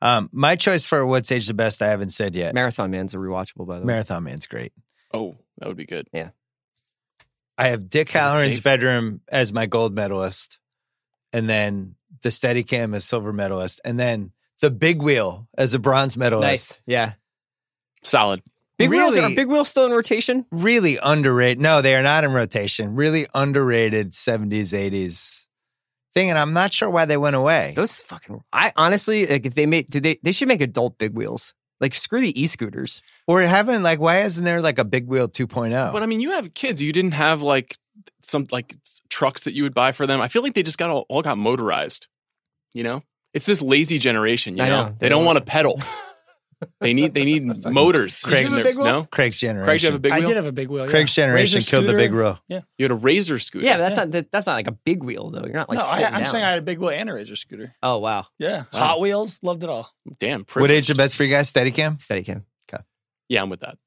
[SPEAKER 1] Um, my choice for what's age the best, I haven't said yet.
[SPEAKER 4] Marathon Man's a rewatchable by the way.
[SPEAKER 1] Marathon Man's great.
[SPEAKER 5] Oh, that would be good.
[SPEAKER 1] I have Dick
[SPEAKER 5] it
[SPEAKER 1] Halloran's
[SPEAKER 5] safe?
[SPEAKER 1] bedroom as my gold medalist, and then the Steadicam as silver medalist, and then the Big Wheel as a bronze medalist.
[SPEAKER 4] Nice. Yeah.
[SPEAKER 5] Solid.
[SPEAKER 4] Big wheels
[SPEAKER 1] Really?
[SPEAKER 4] are big wheels still in rotation?
[SPEAKER 1] Really underrated. No, they are not in rotation. Really underrated 70s, 80s thing, and I'm not sure why they went away.
[SPEAKER 4] Those fucking I honestly like if they made did they they should make adult big wheels. Like screw the e-scooters.
[SPEAKER 1] Or haven't like why isn't there like a Big Wheel oh? 2.0?
[SPEAKER 5] But I mean, you have kids. You didn't have like some like s- trucks that you would buy for them. I feel like they just got all, all got motorized. You know, it's this lazy generation. You
[SPEAKER 4] I
[SPEAKER 5] know,
[SPEAKER 4] know.
[SPEAKER 5] they, don't want to pedal. they need they need motors.
[SPEAKER 1] Craig,
[SPEAKER 5] in their- no,
[SPEAKER 1] Craig's generation.
[SPEAKER 5] Craig, did you have a big
[SPEAKER 10] I
[SPEAKER 5] wheel.
[SPEAKER 10] did have a big wheel. yeah.
[SPEAKER 1] Craig's generation
[SPEAKER 10] Razor
[SPEAKER 1] killed the
[SPEAKER 10] scooter.
[SPEAKER 1] Big Wheel.
[SPEAKER 5] you had a razor scooter.
[SPEAKER 4] Yeah, but that's not that, that's not like a big wheel though. You're not like
[SPEAKER 10] no, I,
[SPEAKER 4] sitting
[SPEAKER 10] I'm
[SPEAKER 4] down.
[SPEAKER 10] saying I had a big wheel and a razor scooter.
[SPEAKER 4] Oh wow.
[SPEAKER 10] Yeah, Hot Wheels, loved it all.
[SPEAKER 5] damn. Privileged.
[SPEAKER 1] What age the best for you guys? Steadicam?
[SPEAKER 4] Steadicam.
[SPEAKER 5] Yeah, I'm with that.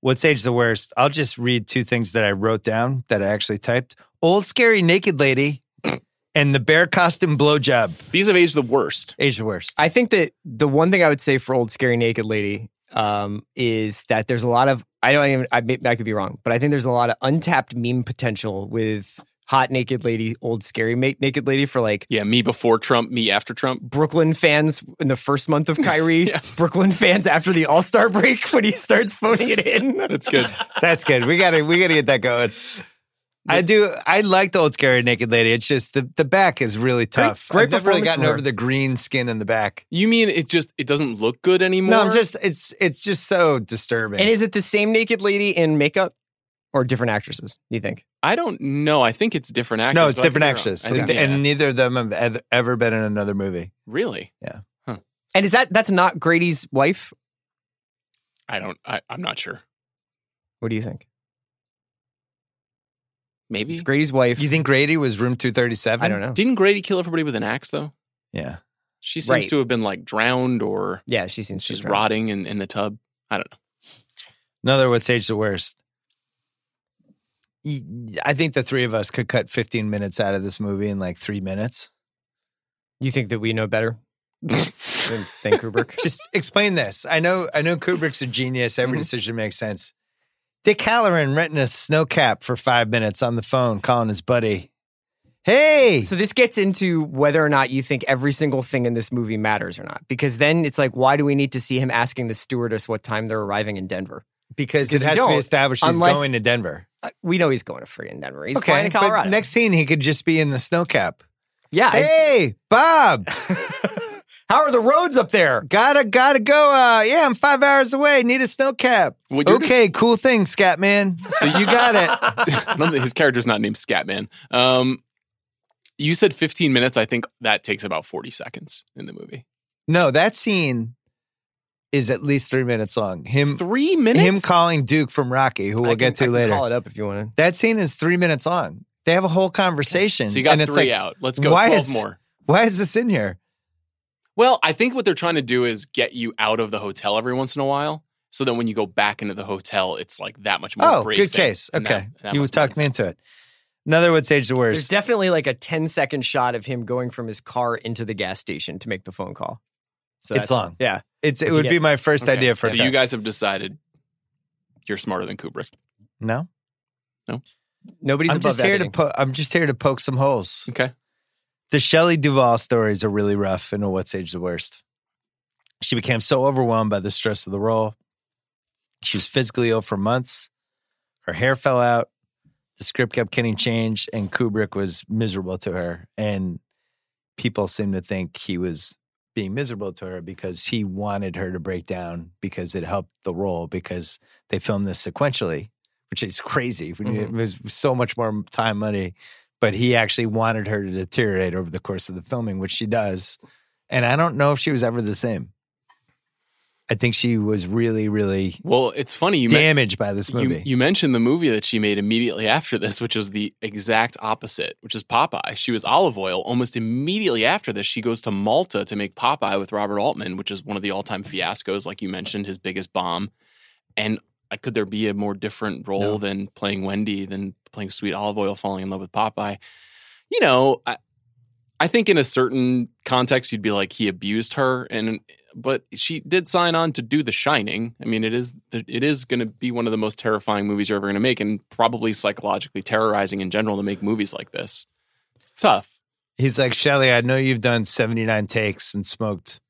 [SPEAKER 1] What's age the worst? I'll just read two things that I wrote down that I actually typed. Old scary naked lady and the bear costume blowjob.
[SPEAKER 5] These have aged the worst.
[SPEAKER 1] Age the worst.
[SPEAKER 4] I think that the one thing I would say for old scary naked lady um, is that there's a lot of I don't even I, may- I could be wrong, but I think there's a lot of untapped meme potential with hot naked lady, old scary ma- naked lady for like
[SPEAKER 5] Yeah, me before Trump, me after Trump.
[SPEAKER 4] Brooklyn fans in the first month of Kyrie, Brooklyn fans after the All Star break when he starts phoning it in.
[SPEAKER 5] That's good.
[SPEAKER 1] That's good. We gotta we gotta get that going. I do I like the old scary naked lady. It's just the, the back is really tough.
[SPEAKER 4] great
[SPEAKER 1] I've never really
[SPEAKER 4] performance
[SPEAKER 1] gotten
[SPEAKER 4] from her.
[SPEAKER 1] over the green skin in the back.
[SPEAKER 5] you mean it just it doesn't look good anymore?
[SPEAKER 1] No, I'm just it's it's just so disturbing.
[SPEAKER 4] And is it the same naked lady in makeup or different actresses? You think?
[SPEAKER 5] I don't know. I think it's different actors.
[SPEAKER 1] no, it's
[SPEAKER 5] but I could
[SPEAKER 1] different
[SPEAKER 5] be
[SPEAKER 1] actors.
[SPEAKER 5] wrong. I
[SPEAKER 1] And,
[SPEAKER 5] think- yeah.
[SPEAKER 1] and neither of them have ev- ever been in another movie.
[SPEAKER 5] really,
[SPEAKER 4] And is that that's not Grady's wife?
[SPEAKER 5] I don't. I, I'm not sure.
[SPEAKER 4] What do you think?
[SPEAKER 5] Maybe
[SPEAKER 4] It's Grady's wife.
[SPEAKER 1] You think Grady was room two thirty seven?
[SPEAKER 4] I don't know.
[SPEAKER 5] Didn't Grady kill everybody with an axe though?
[SPEAKER 1] Yeah.
[SPEAKER 5] She seems
[SPEAKER 4] Right.
[SPEAKER 5] to have been like drowned or
[SPEAKER 4] Yeah, she seems
[SPEAKER 5] she's
[SPEAKER 4] to be right.
[SPEAKER 5] rotting in, in the tub. I don't know.
[SPEAKER 1] Another what's age the worst. Y- I think the three of us could cut 15 minutes out of this movie in like three minutes.
[SPEAKER 4] You think that we know better than, than Kubrick?
[SPEAKER 1] Just explain this. I know, I know Kubrick's a genius.
[SPEAKER 4] Mm-hmm.
[SPEAKER 1] Every decision makes sense. Dick Halloran renting a snow cap for five minutes on the phone, calling his buddy. Hey,
[SPEAKER 4] So this gets into whether or not you think every single thing in this movie matters or not, because then it's like, why do we need to see him asking the stewardess what time they're arriving in Denver?
[SPEAKER 1] because
[SPEAKER 4] because
[SPEAKER 1] it
[SPEAKER 4] you
[SPEAKER 1] has to be
[SPEAKER 4] don't,
[SPEAKER 1] established he's
[SPEAKER 4] unless-
[SPEAKER 1] going to Denver.
[SPEAKER 4] Uh, We know he's going to freaking Denver. He's flying to Colorado.
[SPEAKER 1] But next scene, he could just be in the snow cap.
[SPEAKER 4] yeah. I-
[SPEAKER 1] Hey, Bob,
[SPEAKER 4] how are the roads up there?
[SPEAKER 1] gotta gotta go. Uh, yeah, I'm five hours away. Need a snow cap.
[SPEAKER 5] Well, you're
[SPEAKER 1] okay, cool thing, Scatman. So you got it.
[SPEAKER 5] I don't think- his character's not named Scatman. Um, you said 15 minutes. I think that takes about 40 seconds in the movie.
[SPEAKER 1] No, that scene is at least three minutes long. Him
[SPEAKER 5] Three minutes.
[SPEAKER 1] him calling Duke from Rocky, who
[SPEAKER 4] I
[SPEAKER 1] we'll
[SPEAKER 4] can-
[SPEAKER 1] get to
[SPEAKER 4] I can Call
[SPEAKER 1] later.
[SPEAKER 4] it up if you want
[SPEAKER 1] That scene is three minutes long. They have a whole conversation.
[SPEAKER 5] So you got
[SPEAKER 1] and
[SPEAKER 5] three
[SPEAKER 1] it's like,
[SPEAKER 5] out. Let's go
[SPEAKER 1] why
[SPEAKER 5] 12
[SPEAKER 1] is-
[SPEAKER 5] more.
[SPEAKER 1] Why is this in here?
[SPEAKER 5] Well, I think what they're trying to do is get you out of the hotel every once in a while. So that when you go back into the hotel, it's like that much more.
[SPEAKER 1] Oh, good
[SPEAKER 5] bracing.
[SPEAKER 1] case.
[SPEAKER 5] And
[SPEAKER 1] Okay,
[SPEAKER 5] that- that
[SPEAKER 1] you
[SPEAKER 5] much
[SPEAKER 1] talked
[SPEAKER 5] more
[SPEAKER 1] me
[SPEAKER 5] sense.
[SPEAKER 1] into it. Another would age the
[SPEAKER 4] to. There's
[SPEAKER 1] worst.
[SPEAKER 4] definitely like a 10 second shot of him going from his car into the gas station to make the phone call. So
[SPEAKER 1] It's
[SPEAKER 4] that's-
[SPEAKER 1] long.
[SPEAKER 4] Yeah.
[SPEAKER 1] it's it
[SPEAKER 4] What'd
[SPEAKER 1] would
[SPEAKER 4] you
[SPEAKER 1] be
[SPEAKER 4] get?
[SPEAKER 1] my first
[SPEAKER 5] Okay.
[SPEAKER 1] idea for
[SPEAKER 5] so you guys have decided you're smarter than Kubrick.
[SPEAKER 1] No,
[SPEAKER 4] Nobody's
[SPEAKER 1] I'm
[SPEAKER 4] above
[SPEAKER 1] just here
[SPEAKER 4] editing.
[SPEAKER 1] to po- I'm just here to poke some holes.
[SPEAKER 5] Okay.
[SPEAKER 1] the Shelley Duvall stories are really rough and what's age the worst. She became so overwhelmed by the stress of the role. She was physically ill for months. Her hair fell out. The script kept getting changed, and Kubrick was miserable to her. And people seemed to think he was being miserable to her because he wanted her to break down because it helped the role because they filmed this sequentially, which is crazy. When you- It was so much more time, money but he actually wanted her to deteriorate over the course of the filming, which she does. And I don't know if she was ever the same. I think she was really, really
[SPEAKER 5] Well, it's funny you, men-
[SPEAKER 1] damaged by this
[SPEAKER 5] you
[SPEAKER 1] movie.
[SPEAKER 5] you mentioned the movie that she made immediately after this, which is the exact opposite, which is Popeye. She was olive oil almost immediately after this. She goes to Malta to make Popeye with Robert Altman, which is one of the all-time fiascos, like you mentioned, his biggest bomb. And uh, could there be a more different role
[SPEAKER 1] No.
[SPEAKER 5] than playing Wendy than playing Sweet Olive Oil, falling in love with Popeye? You know, I, I think in a certain context, you'd be like he abused her, and but she did sign on to do The Shining. I mean, it is it is going to be one of the most terrifying movies you're ever going to make, and probably psychologically terrorizing in general to make movies like this. It's tough.
[SPEAKER 1] He's like, Shelly, I know you've done 79 takes and smoked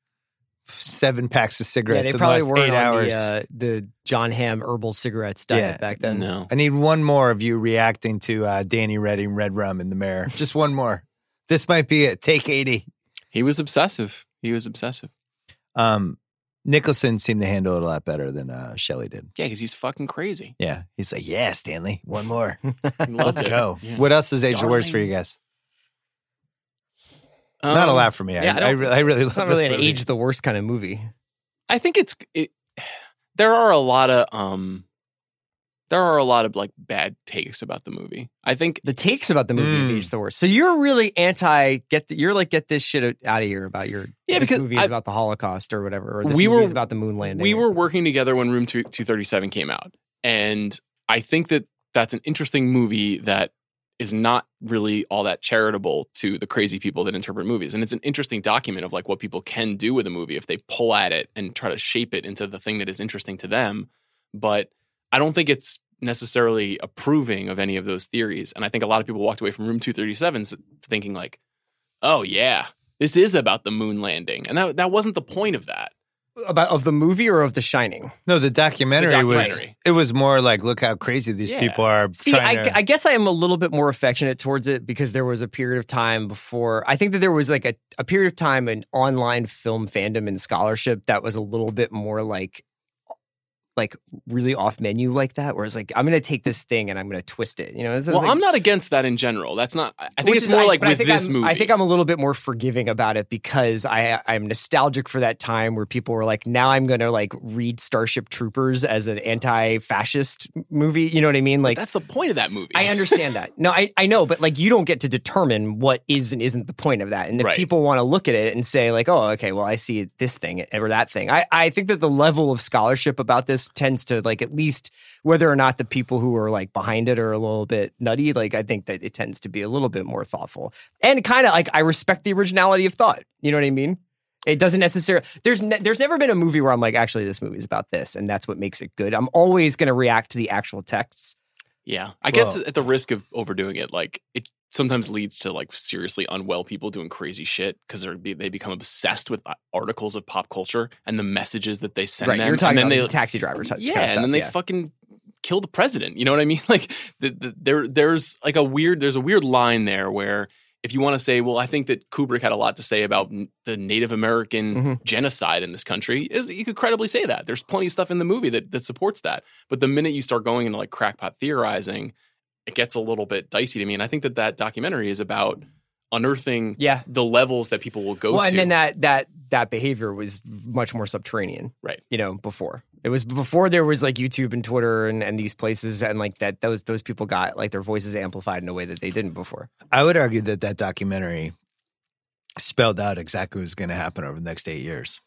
[SPEAKER 1] seven packs of
[SPEAKER 4] Yeah,
[SPEAKER 1] cigarettes
[SPEAKER 4] they
[SPEAKER 1] in
[SPEAKER 4] probably
[SPEAKER 1] the
[SPEAKER 4] were
[SPEAKER 1] last eight
[SPEAKER 4] on
[SPEAKER 1] hours.
[SPEAKER 4] the, uh, the John Hamm herbal cigarettes diet
[SPEAKER 1] Yeah.
[SPEAKER 4] back then.
[SPEAKER 5] No,
[SPEAKER 1] I need one more of you reacting to uh, Danny Redding, Red Rum in the Mirror. Just one more. This might be it. Take 80.
[SPEAKER 5] he was obsessive. He was obsessive.
[SPEAKER 1] Um, Nicholson seemed to handle it a lot better than uh, Shelley did.
[SPEAKER 5] Yeah, because he's fucking crazy.
[SPEAKER 1] Yeah. He's like, yeah, Stanley, one more.
[SPEAKER 5] He loved
[SPEAKER 1] Let's
[SPEAKER 5] it.
[SPEAKER 1] go.
[SPEAKER 5] Yeah.
[SPEAKER 1] What else is Age the Worst for
[SPEAKER 5] Darling.
[SPEAKER 1] you guys?
[SPEAKER 5] Um,
[SPEAKER 1] Not a lot for me.
[SPEAKER 4] yeah, I
[SPEAKER 1] I, I,
[SPEAKER 4] don't-
[SPEAKER 1] really, I really love
[SPEAKER 4] It's not
[SPEAKER 1] this
[SPEAKER 4] really an
[SPEAKER 1] movie.
[SPEAKER 4] age the worst kind of movie.
[SPEAKER 5] I think it's it, there are a lot of um there are a lot of like bad takes about the movie. I think
[SPEAKER 4] The takes about the movie
[SPEAKER 1] Mm.
[SPEAKER 4] of age the worst. So you're really anti get the, you're like get this shit out of here about your
[SPEAKER 5] Yeah,
[SPEAKER 4] this
[SPEAKER 5] because
[SPEAKER 4] movie is
[SPEAKER 5] I-
[SPEAKER 4] about the Holocaust or whatever. Or this
[SPEAKER 5] We
[SPEAKER 4] movie
[SPEAKER 5] were-
[SPEAKER 4] is about the moon landing.
[SPEAKER 5] we were working together when Room 2- 237 came out. And I think that that's an interesting movie that is not really all that charitable to the crazy people that interpret movies. And it's an interesting document of like what people can do with a movie if they pull at it and try to shape it into the thing that is interesting to them. But I don't think it's necessarily approving of any of those theories. And I think a lot of people walked away from Room 237 s- thinking like, oh yeah, this is about the moon landing. And that, that wasn't the point of that.
[SPEAKER 4] about of the movie or of The Shining.
[SPEAKER 1] No, the documentary, was
[SPEAKER 5] documentary.
[SPEAKER 1] it was more like look how crazy these
[SPEAKER 5] Yeah.
[SPEAKER 1] people are.
[SPEAKER 4] See,
[SPEAKER 1] trying
[SPEAKER 4] I,
[SPEAKER 1] to-
[SPEAKER 4] I guess I am a little bit more affectionate towards it because there was a period of time before. I think that there was like a, a period of time in online film fandom and scholarship that was a little bit more like, like really off menu like that. Where it's like, I'm going to take this thing and I'm going to twist it. You know, this is
[SPEAKER 5] Well,
[SPEAKER 4] like-
[SPEAKER 5] I'm not against that in general. That's not. I I think
[SPEAKER 4] which
[SPEAKER 5] it's
[SPEAKER 4] is-
[SPEAKER 5] more
[SPEAKER 4] I-
[SPEAKER 5] like
[SPEAKER 4] but I
[SPEAKER 5] with
[SPEAKER 4] think
[SPEAKER 5] this
[SPEAKER 4] I'm-
[SPEAKER 5] movie.
[SPEAKER 4] I think I'm a little bit more forgiving about it because I I'm nostalgic for that time where people were like, now I'm going to like read Starship Troopers as an anti-fascist movie. You know what I mean? Like
[SPEAKER 5] that's the point of that movie.
[SPEAKER 4] I understand that. No, I, I know, but like you don't get to determine what is and isn't the point of that. And if
[SPEAKER 5] Right.
[SPEAKER 4] people want to look at it and say like, oh, okay, well, I see this thing or that thing. I, I think that the level of scholarship about this tends to like at least whether or not the people who are like behind it are a little bit nutty. Like I think that it tends to be a little bit more thoughtful and kind of like I respect the originality of thought. You know what I mean? It doesn't necessarily. There's ne- there's never been a movie where I'm like, actually, this movie's about this, and that's what makes it good. I'm always going to react to the actual texts.
[SPEAKER 5] Yeah, I guess
[SPEAKER 1] Well-
[SPEAKER 5] at the risk of overdoing it, like it sometimes leads to like seriously unwell people doing crazy shit because they they become obsessed with uh, articles of pop culture and the messages that they send them.
[SPEAKER 4] You're talking
[SPEAKER 5] and
[SPEAKER 4] about
[SPEAKER 5] then
[SPEAKER 4] the
[SPEAKER 5] they,
[SPEAKER 4] taxi driver type
[SPEAKER 5] yeah,
[SPEAKER 4] kind of
[SPEAKER 5] and
[SPEAKER 4] stuff,
[SPEAKER 5] then they
[SPEAKER 4] yeah.
[SPEAKER 5] fucking kill the president. You know what I mean? Like the, the, there, there's like a weird, there's a weird line there where if you want to say, well, I think that Kubrick had a lot to say about n- the Native American
[SPEAKER 4] Mhm.
[SPEAKER 5] genocide in this country, is you could credibly say that. There's plenty of stuff in the movie that that supports that. But the minute you start going into like crackpot theorizing, it gets a little bit dicey to me. And I think that that documentary is about unearthing
[SPEAKER 4] yeah.
[SPEAKER 5] the levels that people will go
[SPEAKER 4] Well,
[SPEAKER 5] to.
[SPEAKER 4] and then that that that behavior was much more subterranean,
[SPEAKER 5] Right.
[SPEAKER 4] You know, before it was before there was like YouTube and Twitter and and these places and like that those those people got like their voices amplified in a way that they didn't before.
[SPEAKER 1] I would argue that that documentary spelled out exactly what's going to happen over the next eight years.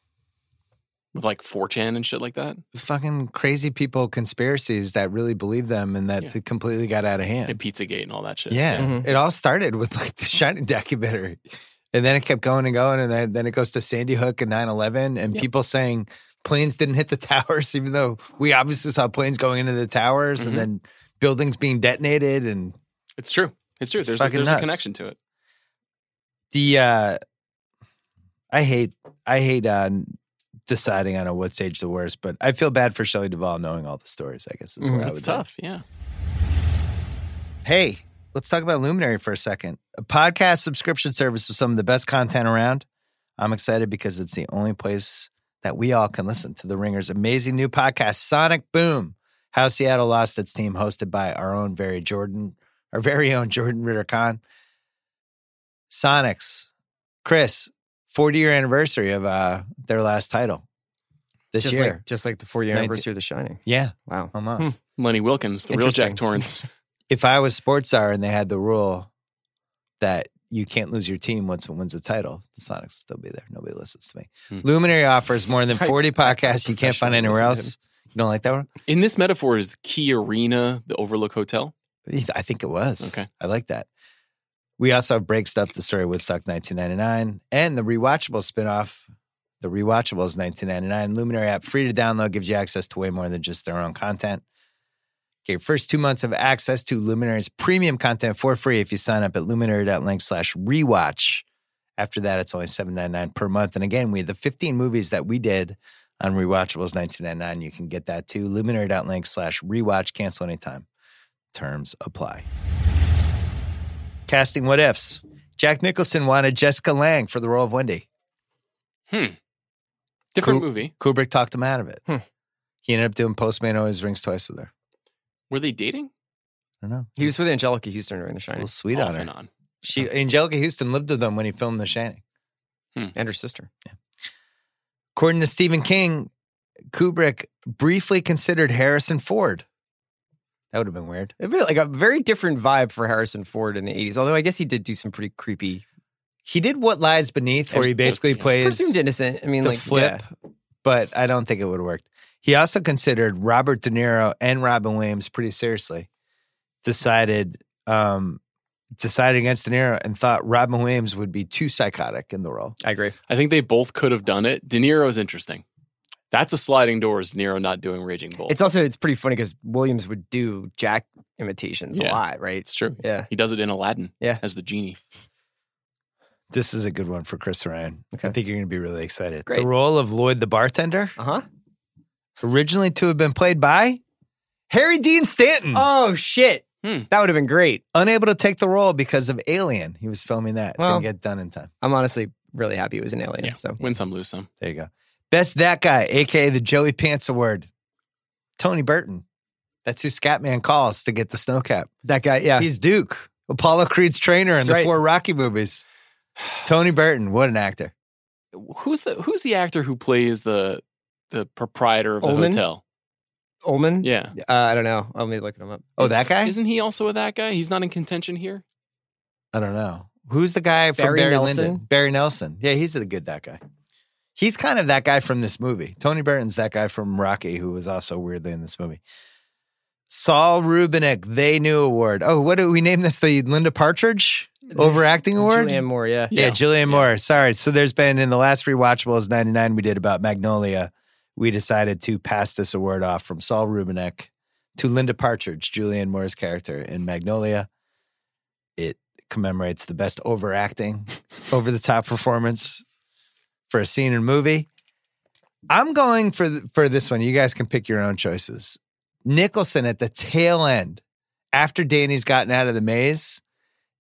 [SPEAKER 5] with like 4chan and shit like that.
[SPEAKER 1] Fucking crazy people conspiracies that really believe them and that
[SPEAKER 5] Yeah. uh,
[SPEAKER 1] they completely got out of
[SPEAKER 5] And
[SPEAKER 1] hand.
[SPEAKER 5] Pizzagate and all that shit.
[SPEAKER 1] yeah,
[SPEAKER 4] Mhm.
[SPEAKER 1] it all started with like the Shining documentary, and then it kept going and going, and then, then it goes to Sandy Hook and 9-11 and
[SPEAKER 5] Yep.
[SPEAKER 1] people saying planes didn't hit the towers, even though we obviously saw planes going into the towers
[SPEAKER 5] Mhm.
[SPEAKER 1] and then buildings being detonated and
[SPEAKER 5] It's true. It's true.
[SPEAKER 1] It's
[SPEAKER 5] there's a,
[SPEAKER 1] fucking
[SPEAKER 5] there's a
[SPEAKER 1] nuts.
[SPEAKER 5] connection to it.
[SPEAKER 1] the uh I hate I hate uh deciding on a what's age the worst, but I feel bad for Shelley Duvall knowing all the stories, I guess is where I
[SPEAKER 5] Mm-hmm. It's
[SPEAKER 1] would go.
[SPEAKER 5] tough. Yeah.
[SPEAKER 1] Hey, let's talk about Luminary for a second. A podcast subscription service with some of the best content around. I'm excited because it's the only place that we all can listen to the Ringer's amazing new podcast, Sonic Boom. How Seattle Lost Its Team, hosted by our own very Jordan, our very own Jordan Ritter Khan. Sonics, Chris, 40 year anniversary of uh, their last title. this
[SPEAKER 4] just
[SPEAKER 1] year.
[SPEAKER 4] like just like the four year
[SPEAKER 1] Nineteen-
[SPEAKER 4] anniversary of The Shining.
[SPEAKER 1] yeah,
[SPEAKER 4] Wow.
[SPEAKER 1] almost.
[SPEAKER 5] Lenny Wilkins, the real Jack
[SPEAKER 4] Interesting.
[SPEAKER 5] Torrance.
[SPEAKER 1] If I was sports hour and they had the rule that you can't lose your team once it wins a title, the Sonics will still be there. Nobody listens to me.
[SPEAKER 5] Hmm.
[SPEAKER 1] Luminary offers more than
[SPEAKER 4] Right.
[SPEAKER 1] 40 podcasts you can't find
[SPEAKER 4] Professional
[SPEAKER 1] anywhere else.
[SPEAKER 4] listen
[SPEAKER 1] You don't like that one?
[SPEAKER 5] In this metaphor, is the Key Arena the Overlook Hotel?
[SPEAKER 1] I think it was.
[SPEAKER 5] Okay.
[SPEAKER 1] I like that. We also have Break Stuff, the story of Woodstock 1999, and the Rewatchable spinoff, The Rewatchables 1999. Luminary app, free to download, gives you access to way more than just their own content. Get your first two months of access to Luminary's premium content for free if you sign up at luminary.link slash rewatch. After that, it's only $7.99 per month. And again, we have the 15 movies that we did on Rewatchables 1999. You can get that too. Luminary.link slash rewatch. Cancel anytime. Terms apply. Casting what ifs. Jack Nicholson wanted Jessica Lang for the role of Wendy.
[SPEAKER 5] Hmm.
[SPEAKER 1] Cool.
[SPEAKER 5] Different movie.
[SPEAKER 1] Kubrick talked him out of it.
[SPEAKER 4] Hmm.
[SPEAKER 1] He ended up doing Postman Always Rings Twice with her.
[SPEAKER 5] Were they dating?
[SPEAKER 1] I don't know.
[SPEAKER 4] He was with Angelica Houston during The
[SPEAKER 1] It's a little
[SPEAKER 4] Shining
[SPEAKER 1] sweet
[SPEAKER 5] Off
[SPEAKER 1] on
[SPEAKER 5] and
[SPEAKER 1] her.
[SPEAKER 5] on.
[SPEAKER 1] She Angelica Houston lived with them when he filmed The Shining.
[SPEAKER 4] and her sister.
[SPEAKER 1] According to Stephen King, Kubrick briefly considered Harrison Ford. That would have been weird.
[SPEAKER 4] A bit like a very different vibe for Harrison Ford in the '80s. Although I guess he did do some pretty creepy,
[SPEAKER 1] He did What Lies Beneath, where he basically plays
[SPEAKER 4] presumed innocent. I mean,
[SPEAKER 1] the
[SPEAKER 4] like
[SPEAKER 1] flip,
[SPEAKER 4] yeah.
[SPEAKER 1] but I don't think it would have worked. He also considered Robert De Niro and Robin Williams pretty seriously. Decided um decided against De Niro and thought Robin Williams would be too psychotic in the role.
[SPEAKER 4] I agree.
[SPEAKER 5] I think they both could have done it. De Niro's interesting. That's a sliding door. Is De Niro not doing Raging Bull?
[SPEAKER 4] It's also it's pretty funny because Williams would do Jack imitations
[SPEAKER 5] Yeah.
[SPEAKER 4] a lot, right?
[SPEAKER 5] It's true.
[SPEAKER 4] Yeah.
[SPEAKER 5] He does it in Aladdin.
[SPEAKER 4] Yeah.
[SPEAKER 5] As the genie.
[SPEAKER 1] This is a good one for Chris Ryan. I
[SPEAKER 4] Okay.
[SPEAKER 1] think you're going to be really excited. The
[SPEAKER 4] Great.
[SPEAKER 1] role of Lloyd the bartender,
[SPEAKER 4] Uh huh.
[SPEAKER 5] Hmm.
[SPEAKER 1] originally to have been played by Harry Dean Stanton,
[SPEAKER 4] Oh shit!
[SPEAKER 5] Hmm.
[SPEAKER 4] That would have been great.
[SPEAKER 1] unable to take the role because of Alien. He was filming that.
[SPEAKER 4] Well-
[SPEAKER 1] Didn't get done in time.
[SPEAKER 4] I'm honestly really happy it was an alien.
[SPEAKER 5] Yeah.
[SPEAKER 4] So
[SPEAKER 5] Win some, lose some.
[SPEAKER 1] There you go. Best that guy, aka the Joey Pants Award. Tony Burton. That's who Scatman calls to get the snow cap.
[SPEAKER 4] that guy, yeah,
[SPEAKER 1] He's Duke, Apollo Creed's trainer in
[SPEAKER 4] That's
[SPEAKER 1] the
[SPEAKER 4] right.
[SPEAKER 1] four Rocky movies. Tony Burton, what an actor.
[SPEAKER 5] Who's the Who's the actor who plays the the proprietor of the
[SPEAKER 4] Ullman?
[SPEAKER 5] hotel?
[SPEAKER 4] Ullman.
[SPEAKER 5] Yeah.
[SPEAKER 4] Uh, I don't know. I'll be looking him up.
[SPEAKER 1] Oh, that guy?
[SPEAKER 5] Isn't he also a that guy? He's not in contention here.
[SPEAKER 1] I don't know. Who's the guy from
[SPEAKER 4] Barry
[SPEAKER 1] Barry,
[SPEAKER 4] Nelson?
[SPEAKER 1] Lyndon? Barry Nelson. Yeah, he's the good that guy. He's kind of that guy from this movie. Tony Burton's that guy from Rocky, who was also weirdly in this movie. Saul Rubinick, They Knew Award. Oh, what do we name this? The Linda Partridge Overacting Award?
[SPEAKER 4] Julianne Moore. Yeah.
[SPEAKER 1] Yeah,
[SPEAKER 5] Yeah.
[SPEAKER 1] Julian Moore. Sorry. So there's been in the last rewatchables 99 we did about Magnolia, we decided to pass this award off from Saul Rubinek to Linda Partridge, Julianne Moore's character in Magnolia. It commemorates the best overacting, over the top performance for a scene in a movie. I'm going for th- for this one. You guys can pick your own choices. Nicholson at the tail end after Danny's gotten out of the maze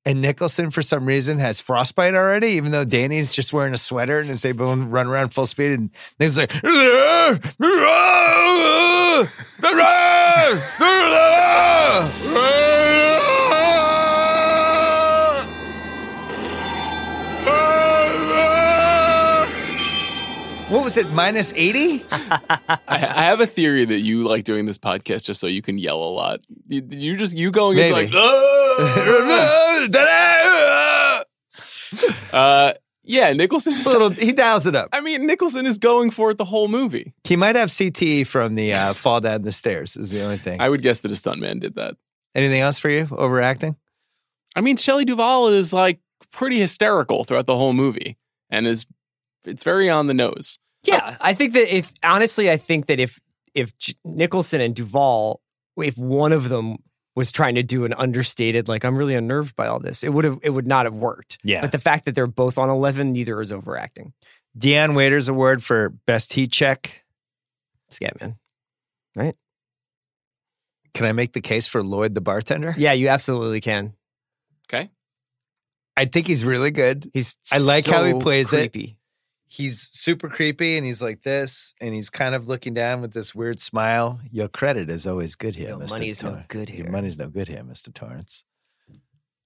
[SPEAKER 1] and Nicholson for some reason has frostbite already, even though Danny's just wearing a sweater and is able to run around full speed. And Nick's like, what was it, minus 80?
[SPEAKER 5] I, I have a theory that you like doing this podcast just so you can yell a lot. You, you just you going into
[SPEAKER 1] Maybe.
[SPEAKER 5] like uh yeah, Nicholson. is-
[SPEAKER 1] little, he dials it up.
[SPEAKER 5] I mean, Nicholson is going for it the whole movie.
[SPEAKER 1] He might have CTE from the uh, fall down the stairs, is the only thing.
[SPEAKER 5] I would guess that a stuntman did that.
[SPEAKER 1] Anything else for you? Overacting?
[SPEAKER 5] I mean, Shelley Duvall is like pretty hysterical throughout the whole movie, and is it's very on the nose.
[SPEAKER 4] Yeah, I think that if honestly, I think that if if J- Nicholson and Duvall, if one of them was trying to do an understated like I'm really unnerved by all this, it would have it would not have worked.
[SPEAKER 1] Yeah.
[SPEAKER 4] But the fact that they're both on eleven, neither is overacting.
[SPEAKER 1] Deion Waiters Award for Best Heat Check.
[SPEAKER 4] Scatman.
[SPEAKER 1] Can I make the case for Lloyd the bartender?
[SPEAKER 4] Yeah, you absolutely can.
[SPEAKER 5] Okay,
[SPEAKER 1] I think he's really good.
[SPEAKER 4] He's
[SPEAKER 1] I like how he
[SPEAKER 4] so
[SPEAKER 1] plays it.
[SPEAKER 4] creepy.
[SPEAKER 1] He's super creepy and he's like this, and he's kind of looking down with this weird smile. Your credit is always good here,
[SPEAKER 4] Your
[SPEAKER 1] Mr.
[SPEAKER 4] money's no
[SPEAKER 1] Torrance.
[SPEAKER 4] good
[SPEAKER 1] Your
[SPEAKER 4] here.
[SPEAKER 1] money's no good here, Mr. Torrance.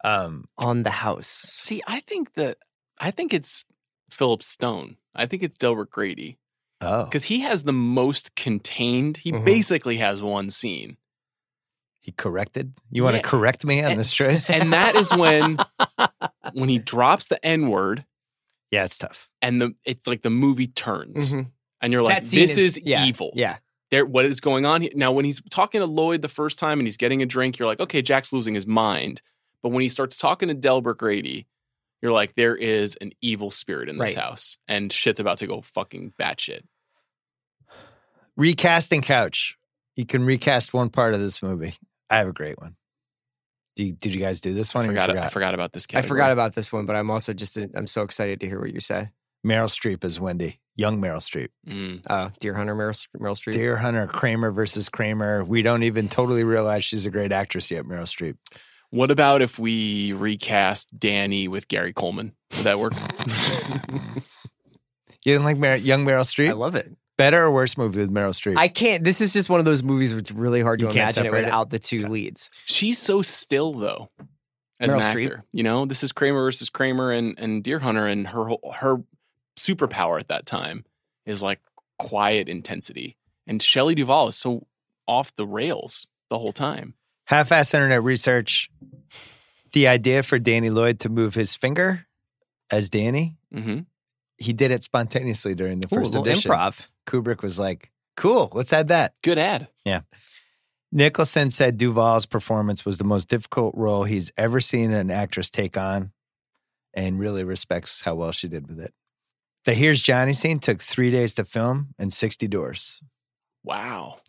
[SPEAKER 1] Um,
[SPEAKER 4] on the house.
[SPEAKER 5] see, I think that I think it's Philip Stone. I think it's Delbert Grady.
[SPEAKER 1] Oh,
[SPEAKER 5] because he has the most contained. He
[SPEAKER 4] Mhm.
[SPEAKER 5] basically has one scene,
[SPEAKER 1] he corrected. You want
[SPEAKER 5] Yeah.
[SPEAKER 1] to correct me on this choice?
[SPEAKER 5] and that is when when he drops the N word,
[SPEAKER 1] yeah, it's tough.
[SPEAKER 5] and the it's like the movie turns,
[SPEAKER 4] Mhm.
[SPEAKER 5] and you're like,
[SPEAKER 4] That scene
[SPEAKER 5] "This is,
[SPEAKER 4] yeah,
[SPEAKER 5] evil."
[SPEAKER 4] Yeah.
[SPEAKER 5] there what is going on here? Now, when he's talking to Lloyd the first time and he's getting a drink, you're like, okay, Jack's losing his mind. But when he starts talking to Delbert Grady, you're like, there is an evil spirit in this
[SPEAKER 4] Right.
[SPEAKER 5] house, and shit's about to go fucking batshit.
[SPEAKER 1] Recasting couch. You can recast one part of this movie. I have a great one. Do you, did you guys do this one?
[SPEAKER 5] I
[SPEAKER 1] or you
[SPEAKER 5] forgot, I forgot about this.
[SPEAKER 4] I
[SPEAKER 5] Category.
[SPEAKER 4] forgot about this one, but I'm also just I'm so excited to hear what you said.
[SPEAKER 1] Meryl Streep as Wendy, young Meryl Streep.
[SPEAKER 5] Mm.
[SPEAKER 4] Uh, Deer Hunter, Meryl, Meryl Streep.
[SPEAKER 1] Deer Hunter, Kramer versus Kramer. We don't even totally realize she's a great actress yet, Meryl Streep.
[SPEAKER 5] What about if we recast Danny with Gary Coleman? Would that work?
[SPEAKER 1] You didn't like Mer- young Meryl
[SPEAKER 4] I
[SPEAKER 1] Streep?
[SPEAKER 4] love it.
[SPEAKER 1] Better or worse movie with Meryl Streep?
[SPEAKER 4] I can't. This is just one of those movies where it's really hard
[SPEAKER 1] You
[SPEAKER 4] to
[SPEAKER 1] can't
[SPEAKER 4] imagine it
[SPEAKER 1] separate it.
[SPEAKER 4] without the two leads.
[SPEAKER 5] She's so still though, as an
[SPEAKER 4] Meryl Streep.
[SPEAKER 5] actor. You know, this is Kramer versus Kramer and and Deer Hunter, and her whole- her superpower at that time is like quiet intensity. And Shelley Duvall is so off the rails the whole time.
[SPEAKER 1] Half-ass internet research. The idea for Danny Lloyd to move his finger as Danny,
[SPEAKER 5] hmm
[SPEAKER 1] he did it spontaneously during the
[SPEAKER 4] Ooh, a
[SPEAKER 1] first
[SPEAKER 4] little
[SPEAKER 1] edition.
[SPEAKER 4] improv.
[SPEAKER 1] Kubrick was like, "Cool, let's add that."
[SPEAKER 5] Good ad.
[SPEAKER 1] Nicholson said Duvall's performance was the most difficult role he's ever seen an actress take on and really respects how well she did with it. The Here's Johnny scene took three days to film and 60 doors.
[SPEAKER 5] Wow.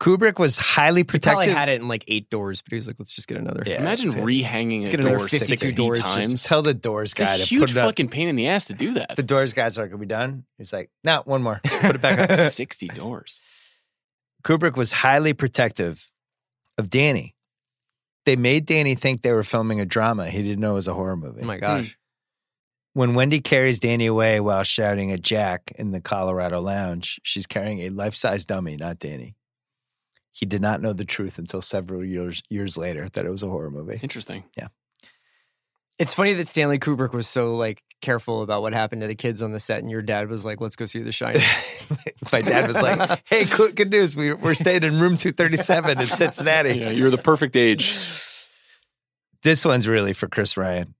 [SPEAKER 1] Kubrick was highly
[SPEAKER 4] He probably
[SPEAKER 1] protective.
[SPEAKER 4] had it in like eight doors, but he was like, let's just get another.
[SPEAKER 1] Yeah,
[SPEAKER 5] Imagine
[SPEAKER 1] that's it.
[SPEAKER 5] rehanging
[SPEAKER 4] Let's
[SPEAKER 5] a
[SPEAKER 4] get another
[SPEAKER 5] door
[SPEAKER 4] 52
[SPEAKER 5] sixty
[SPEAKER 4] doors just-
[SPEAKER 5] times.
[SPEAKER 1] Tell the doors
[SPEAKER 5] It's
[SPEAKER 1] guy
[SPEAKER 5] a
[SPEAKER 1] to
[SPEAKER 5] huge
[SPEAKER 1] put it up.
[SPEAKER 5] fucking pain in the ass to do that.
[SPEAKER 1] The doors guys are like, are we done? He's like, no, one more. Put it back on.
[SPEAKER 5] sixty doors.
[SPEAKER 1] Kubrick was highly protective of Danny. They made Danny think they were filming a drama. He didn't know it was a horror movie.
[SPEAKER 4] Oh my gosh.
[SPEAKER 1] When Wendy carries Danny away while shouting at Jack in the Colorado Lounge, she's carrying a life size dummy, not Danny. He did not know the truth until several years years later that it was a horror movie.
[SPEAKER 5] Interesting.
[SPEAKER 4] It's funny that Stanley Kubrick was so like careful about what happened to the kids on the set, and your dad was like, let's go see The Shining.
[SPEAKER 1] My dad was like, "Hey, cool, good news! We, we're staying in room 237 in Cincinnati."
[SPEAKER 5] Yeah, you're the perfect age.
[SPEAKER 1] This one's really for Chris Ryan.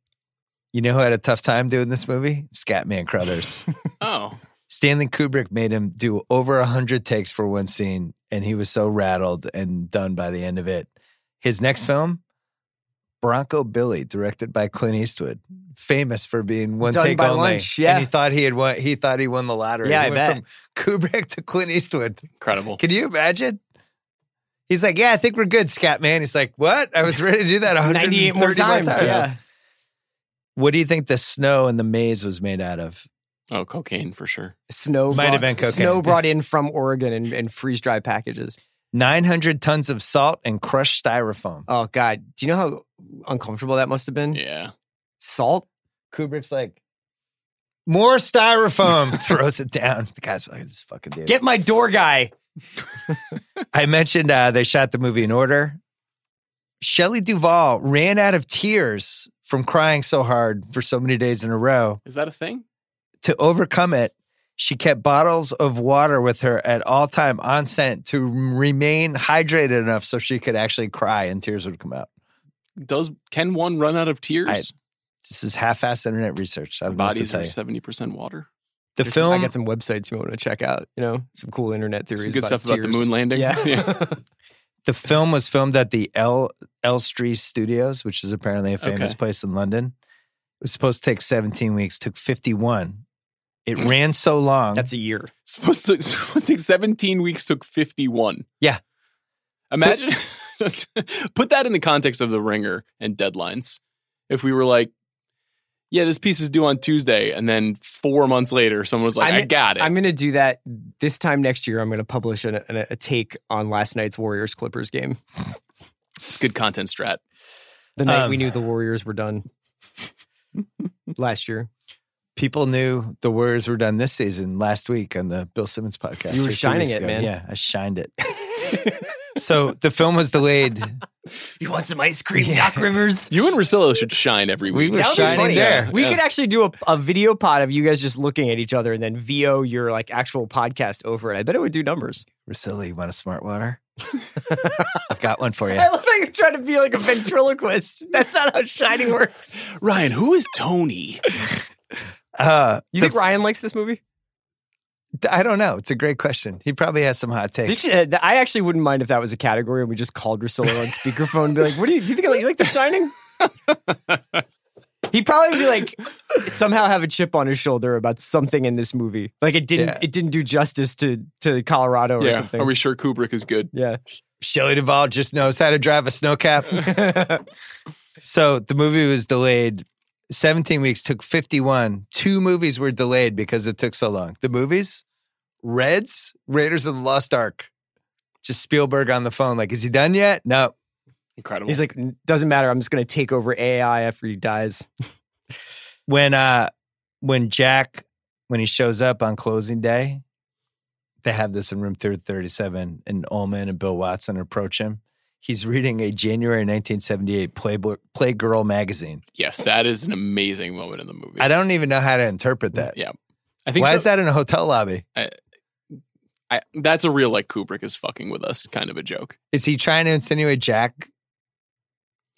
[SPEAKER 1] You know who had a tough time doing this movie? Scatman Crothers.
[SPEAKER 5] Oh,
[SPEAKER 1] Stanley Kubrick made him do over a hundred takes for one scene, and he was so rattled and done by the end of it. His next
[SPEAKER 4] Mm-hmm.
[SPEAKER 1] film, Bronco Billy, directed by Clint Eastwood, famous for being one
[SPEAKER 4] Done
[SPEAKER 1] take
[SPEAKER 4] by
[SPEAKER 1] only.
[SPEAKER 4] lunch, yeah.
[SPEAKER 1] and he thought he had won. He thought he won the lottery.
[SPEAKER 4] Yeah,
[SPEAKER 1] he
[SPEAKER 4] I
[SPEAKER 1] went from Kubrick to Clint Eastwood.
[SPEAKER 5] incredible.
[SPEAKER 1] Can you imagine? He's like, yeah, I think we're good, Scat Man. He's like, what? I was ready to do that 138
[SPEAKER 4] 98 more times.
[SPEAKER 1] More times.
[SPEAKER 4] Yeah.
[SPEAKER 1] What do you think the snow and the maze was made out of?
[SPEAKER 5] Oh, cocaine for sure.
[SPEAKER 4] Snow
[SPEAKER 1] Might have
[SPEAKER 4] brought,
[SPEAKER 1] been cocaine.
[SPEAKER 4] Snow brought in from Oregon in, in freeze dry packages.
[SPEAKER 1] 900 tons of salt and crushed styrofoam.
[SPEAKER 4] Oh God. Do you know how uncomfortable that must have
[SPEAKER 1] Mm.
[SPEAKER 4] been?
[SPEAKER 5] Yeah.
[SPEAKER 4] Salt?
[SPEAKER 1] Kubrick's like, more styrofoam, throws it down. The guy's like, this fucking dude.
[SPEAKER 4] Get my door guy.
[SPEAKER 1] I mentioned uh, they shot the movie in order. Shelley Duvall ran out of tears from crying so hard for so many days in a row.
[SPEAKER 5] Is that a thing?
[SPEAKER 1] To overcome it, she kept bottles of water with her at all time on scent to remain hydrated enough so she could actually cry and tears would come out.
[SPEAKER 5] Does can one run out of tears?
[SPEAKER 1] I- This is half-assed internet research. I
[SPEAKER 5] Our
[SPEAKER 1] don't know what to
[SPEAKER 5] bodies
[SPEAKER 1] tell
[SPEAKER 5] are
[SPEAKER 1] you.
[SPEAKER 5] seventy percent water.
[SPEAKER 1] The
[SPEAKER 4] There's some-
[SPEAKER 1] film
[SPEAKER 4] I got some websites you might want to check out. You know, some cool internet
[SPEAKER 5] Some
[SPEAKER 4] theories.
[SPEAKER 5] good stuff about the
[SPEAKER 4] tears.
[SPEAKER 5] moon landing.
[SPEAKER 4] Yeah.
[SPEAKER 1] The film was filmed at the El Elstree Studios, which is apparently a famous
[SPEAKER 5] Okay.
[SPEAKER 1] place in London. It was supposed to take 17 weeks, took 51. It ran so long.
[SPEAKER 4] That's e a year.
[SPEAKER 5] supposed to supposed to take seventeen weeks took fifty one.
[SPEAKER 1] Yeah.
[SPEAKER 5] Imagine put that in the context of the ringer and deadlines. If we were like, yeah, this piece is due on Tuesday, and then four months later, someone was like, i
[SPEAKER 4] I'm-
[SPEAKER 5] got it.
[SPEAKER 4] I'm going to do that this time next year. I'm going to publish an, an, a take on last night's Warriors Clippers game.
[SPEAKER 5] it's good content strat.
[SPEAKER 4] The night
[SPEAKER 1] Um,
[SPEAKER 4] we knew the Warriors were done last year.
[SPEAKER 1] People knew the Warriors were done this season last week on the Bill Simmons podcast.
[SPEAKER 4] You were
[SPEAKER 1] or two
[SPEAKER 4] shining
[SPEAKER 1] weeks
[SPEAKER 4] it,
[SPEAKER 1] ago.
[SPEAKER 4] man.
[SPEAKER 1] Yeah, I shined it. so the film was delayed
[SPEAKER 4] You want some ice cream, Doc Rivers?
[SPEAKER 5] You and Rosillo should shine every
[SPEAKER 1] We
[SPEAKER 5] week.
[SPEAKER 1] were
[SPEAKER 4] That would be
[SPEAKER 1] shining
[SPEAKER 4] funny.
[SPEAKER 1] there.
[SPEAKER 4] We
[SPEAKER 5] Yeah.
[SPEAKER 4] could actually do a, a video pod of you guys just looking at each other and then VO your like actual podcast over it. I bet it would do numbers.
[SPEAKER 1] Rosillo, you want a smart water? I've got one for you.
[SPEAKER 4] I love how you're trying to be like a ventriloquist. That's not how shining works.
[SPEAKER 5] Ryan, who is Tony?
[SPEAKER 1] Uh,
[SPEAKER 4] You
[SPEAKER 1] the-
[SPEAKER 4] think Ryan likes this movie?
[SPEAKER 1] I don't know. It's a great question. He probably has some hot takes.
[SPEAKER 4] This should, I actually wouldn't mind if that was a category and we just called Rosillo on speakerphone and be like, "What do you do? You think I like, you like The Shining?" He'd probably be like, somehow have a chip on his shoulder about something in this movie. Like it didn't,
[SPEAKER 1] Yeah.
[SPEAKER 4] it didn't do justice to to Colorado or
[SPEAKER 5] yeah.
[SPEAKER 4] something.
[SPEAKER 5] Are we sure Kubrick is good?
[SPEAKER 4] yeah,
[SPEAKER 1] Shelley Duvall just knows how to drive a snowcap. so the movie was delayed 17 weeks, took 51. Two movies were delayed because it took so long. The movies, Reds, Raiders of the Lost Ark. Just Spielberg on the phone, like, is he done yet? No.
[SPEAKER 5] Incredible.
[SPEAKER 4] he's like, doesn't matter. I'm just gonna take over AI after he dies.
[SPEAKER 1] When uh when Jack, when he shows up on closing day, they have this in room 337, and Ullman and Bill Watson approach him. He's reading a January 1978 Playboy Playgirl magazine.
[SPEAKER 5] yes, that is an amazing moment in the movie.
[SPEAKER 1] I don't even know how to interpret that.
[SPEAKER 5] Mm, Yeah. I think
[SPEAKER 1] Why
[SPEAKER 5] so-
[SPEAKER 1] is that in a hotel lobby?
[SPEAKER 5] I, that's a real like Kubrick is fucking with us kind of a joke.
[SPEAKER 1] Is he trying to insinuate Jack?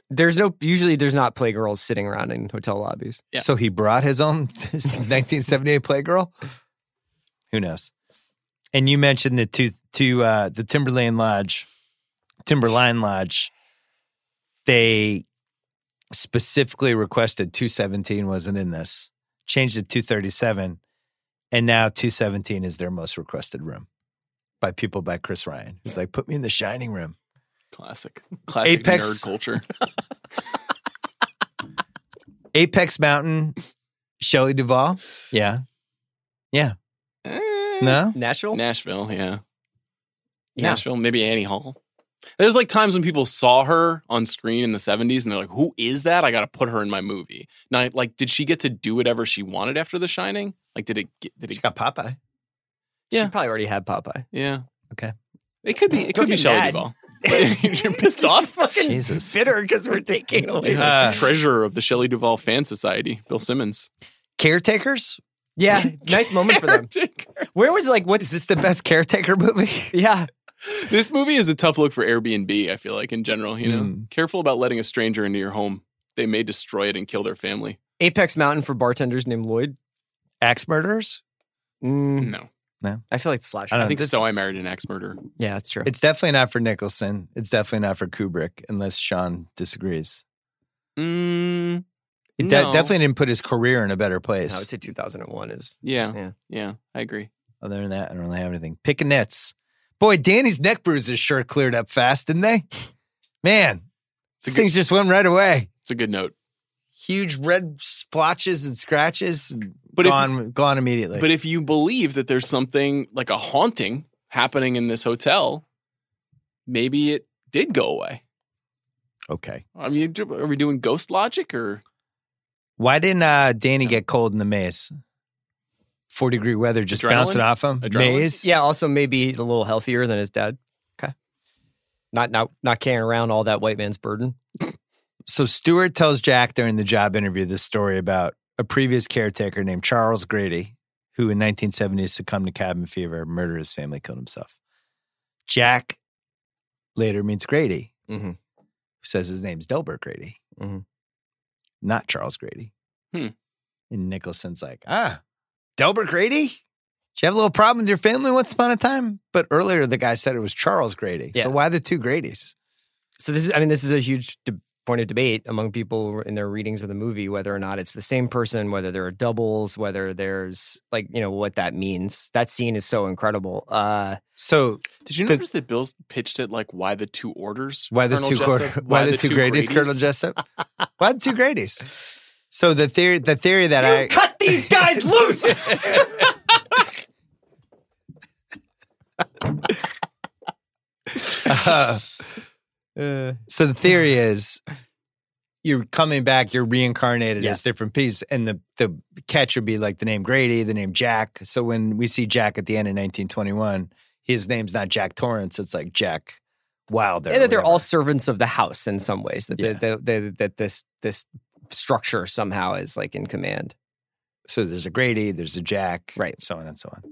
[SPEAKER 4] There's no usually there's not playgirls sitting around in hotel lobbies.
[SPEAKER 5] Yeah.
[SPEAKER 1] So he brought his own 1978 Playgirl. Who knows? And you mentioned the two, two, uh, the Timberlane Lodge, Timberline Lodge. They specifically requested 217 wasn't in this, changed it to 237, and now 217 is their most requested room by people by Chris Ryan. He's like, put me in the shining room.
[SPEAKER 5] Classic. Classic
[SPEAKER 1] Apex.
[SPEAKER 5] nerd culture.
[SPEAKER 1] Apex Mountain, Shelley Duvall. Yeah. No?
[SPEAKER 4] Nashville.
[SPEAKER 5] Nashville, yeah.
[SPEAKER 4] Yeah.
[SPEAKER 5] Nashville, maybe Annie Hall. There's like times when people saw her on screen in the 70s and they're like, who is that? I got to put her in my movie. Now, like, did she get to do whatever she wanted after The Shining? Like, did it get, did it,
[SPEAKER 1] got Popeye.
[SPEAKER 5] Yeah.
[SPEAKER 4] She probably already had Popeye.
[SPEAKER 5] yeah.
[SPEAKER 1] Okay.
[SPEAKER 5] It could be, it
[SPEAKER 4] Don't
[SPEAKER 5] could be
[SPEAKER 4] get
[SPEAKER 5] Shelley
[SPEAKER 4] mad.
[SPEAKER 5] Duvall. You're pissed off?
[SPEAKER 1] Jesus.
[SPEAKER 4] Bitter because we're taking away.
[SPEAKER 1] Uh,
[SPEAKER 5] Treasurer of the Shelley Duvall Fan Society, Bill Simmons.
[SPEAKER 1] Caretakers?
[SPEAKER 4] Yeah, nice moment for them. Where was like what's
[SPEAKER 1] Is this the best caretaker movie?
[SPEAKER 4] yeah?
[SPEAKER 5] this movie is a tough look for Airbnb, I feel like, in general. You know,
[SPEAKER 1] Mm.
[SPEAKER 5] careful about letting a stranger into your home. They may destroy it and kill their family.
[SPEAKER 4] Apex Mountain for bartenders named Lloyd.
[SPEAKER 1] Axe murderers?
[SPEAKER 4] Mm,
[SPEAKER 5] No.
[SPEAKER 4] I feel like slash.
[SPEAKER 1] I don't
[SPEAKER 5] Hmm. I think
[SPEAKER 1] this-
[SPEAKER 5] So I Married an Axe Murderer.
[SPEAKER 4] Yeah, that's true.
[SPEAKER 1] It's definitely not for Nicholson. It's definitely not for Kubrick, unless Sean disagrees.
[SPEAKER 5] Mm,
[SPEAKER 1] It de-
[SPEAKER 5] No.
[SPEAKER 1] definitely didn't put his career in a better
[SPEAKER 4] I would
[SPEAKER 1] place.
[SPEAKER 4] say 2001 is.
[SPEAKER 5] yeah,
[SPEAKER 4] Yeah.
[SPEAKER 5] yeah. I agree.
[SPEAKER 1] Other than that, I don't really have anything. Pickanettes. Boy, Danny's neck bruises sure cleared up fast, didn't they? Man,
[SPEAKER 5] It's a,
[SPEAKER 1] these
[SPEAKER 5] good,
[SPEAKER 1] things just went right away.
[SPEAKER 5] it's a good note.
[SPEAKER 1] Huge red splotches and scratches,
[SPEAKER 5] But if,
[SPEAKER 1] gone, gone immediately.
[SPEAKER 5] but if you believe that there's something like a haunting happening in this hotel, maybe it did go away.
[SPEAKER 1] okay.
[SPEAKER 5] I mean, do- are we doing ghost logic or
[SPEAKER 1] Why didn't uh, Danny get cold in the maze? Four degree weather just
[SPEAKER 5] Adrenaline?
[SPEAKER 1] bouncing off him.
[SPEAKER 5] Adrenaline?
[SPEAKER 1] Maze.
[SPEAKER 4] Yeah, also maybe a little healthier than his dad.
[SPEAKER 1] Okay.
[SPEAKER 4] Not not not carrying around all that white man's burden.
[SPEAKER 1] So Stewart tells Jack during the job interview this story about a previous caretaker named Charles Grady, who in 1970 succumbed to cabin fever, murdered his family, killed himself. Jack later meets Grady,
[SPEAKER 4] Mm-hmm.
[SPEAKER 1] who says his name's Delbert Grady,
[SPEAKER 4] Mhm.
[SPEAKER 1] not Charles Grady.
[SPEAKER 5] Hmm.
[SPEAKER 1] And Nicholson's like, ah, Delbert Grady? Did you have a little problem with your family once upon a time? But earlier, the guy said it was Charles Grady.
[SPEAKER 4] Yeah.
[SPEAKER 1] So why the two Grady's?
[SPEAKER 4] So this is, I mean, this is a huge de- point of debate among people in their readings of the movie, whether or not it's the same person, whether there are doubles, whether there's like you know what that means. That scene is so incredible. Uh,
[SPEAKER 1] So
[SPEAKER 5] did you
[SPEAKER 1] The-
[SPEAKER 5] notice that Bill's pitched it like why the two orders?
[SPEAKER 1] why the
[SPEAKER 5] Colonel
[SPEAKER 1] two
[SPEAKER 5] Jessup?
[SPEAKER 1] Gor- why, the two Grady's, Colonel Jessup? why the two Grady's? So the theory, the theory that I
[SPEAKER 4] cut these guys loose.
[SPEAKER 1] Uh, so the theory is you're coming back, you're reincarnated
[SPEAKER 4] Yes.
[SPEAKER 1] as different pieces, and the the catch would be like the name Grady, the name Jack. So when we see Jack at the end in 1921, his name's not Jack Torrance, it's like Jack Wilder.
[SPEAKER 4] and
[SPEAKER 1] or
[SPEAKER 4] that they're
[SPEAKER 1] whatever.
[SPEAKER 4] all servants of the house in some ways. That
[SPEAKER 1] Yeah.
[SPEAKER 4] the, the, the, that this this structure somehow is like in command.
[SPEAKER 1] so there's a Grady, there's a Jack,
[SPEAKER 4] Right.
[SPEAKER 1] So on and so on.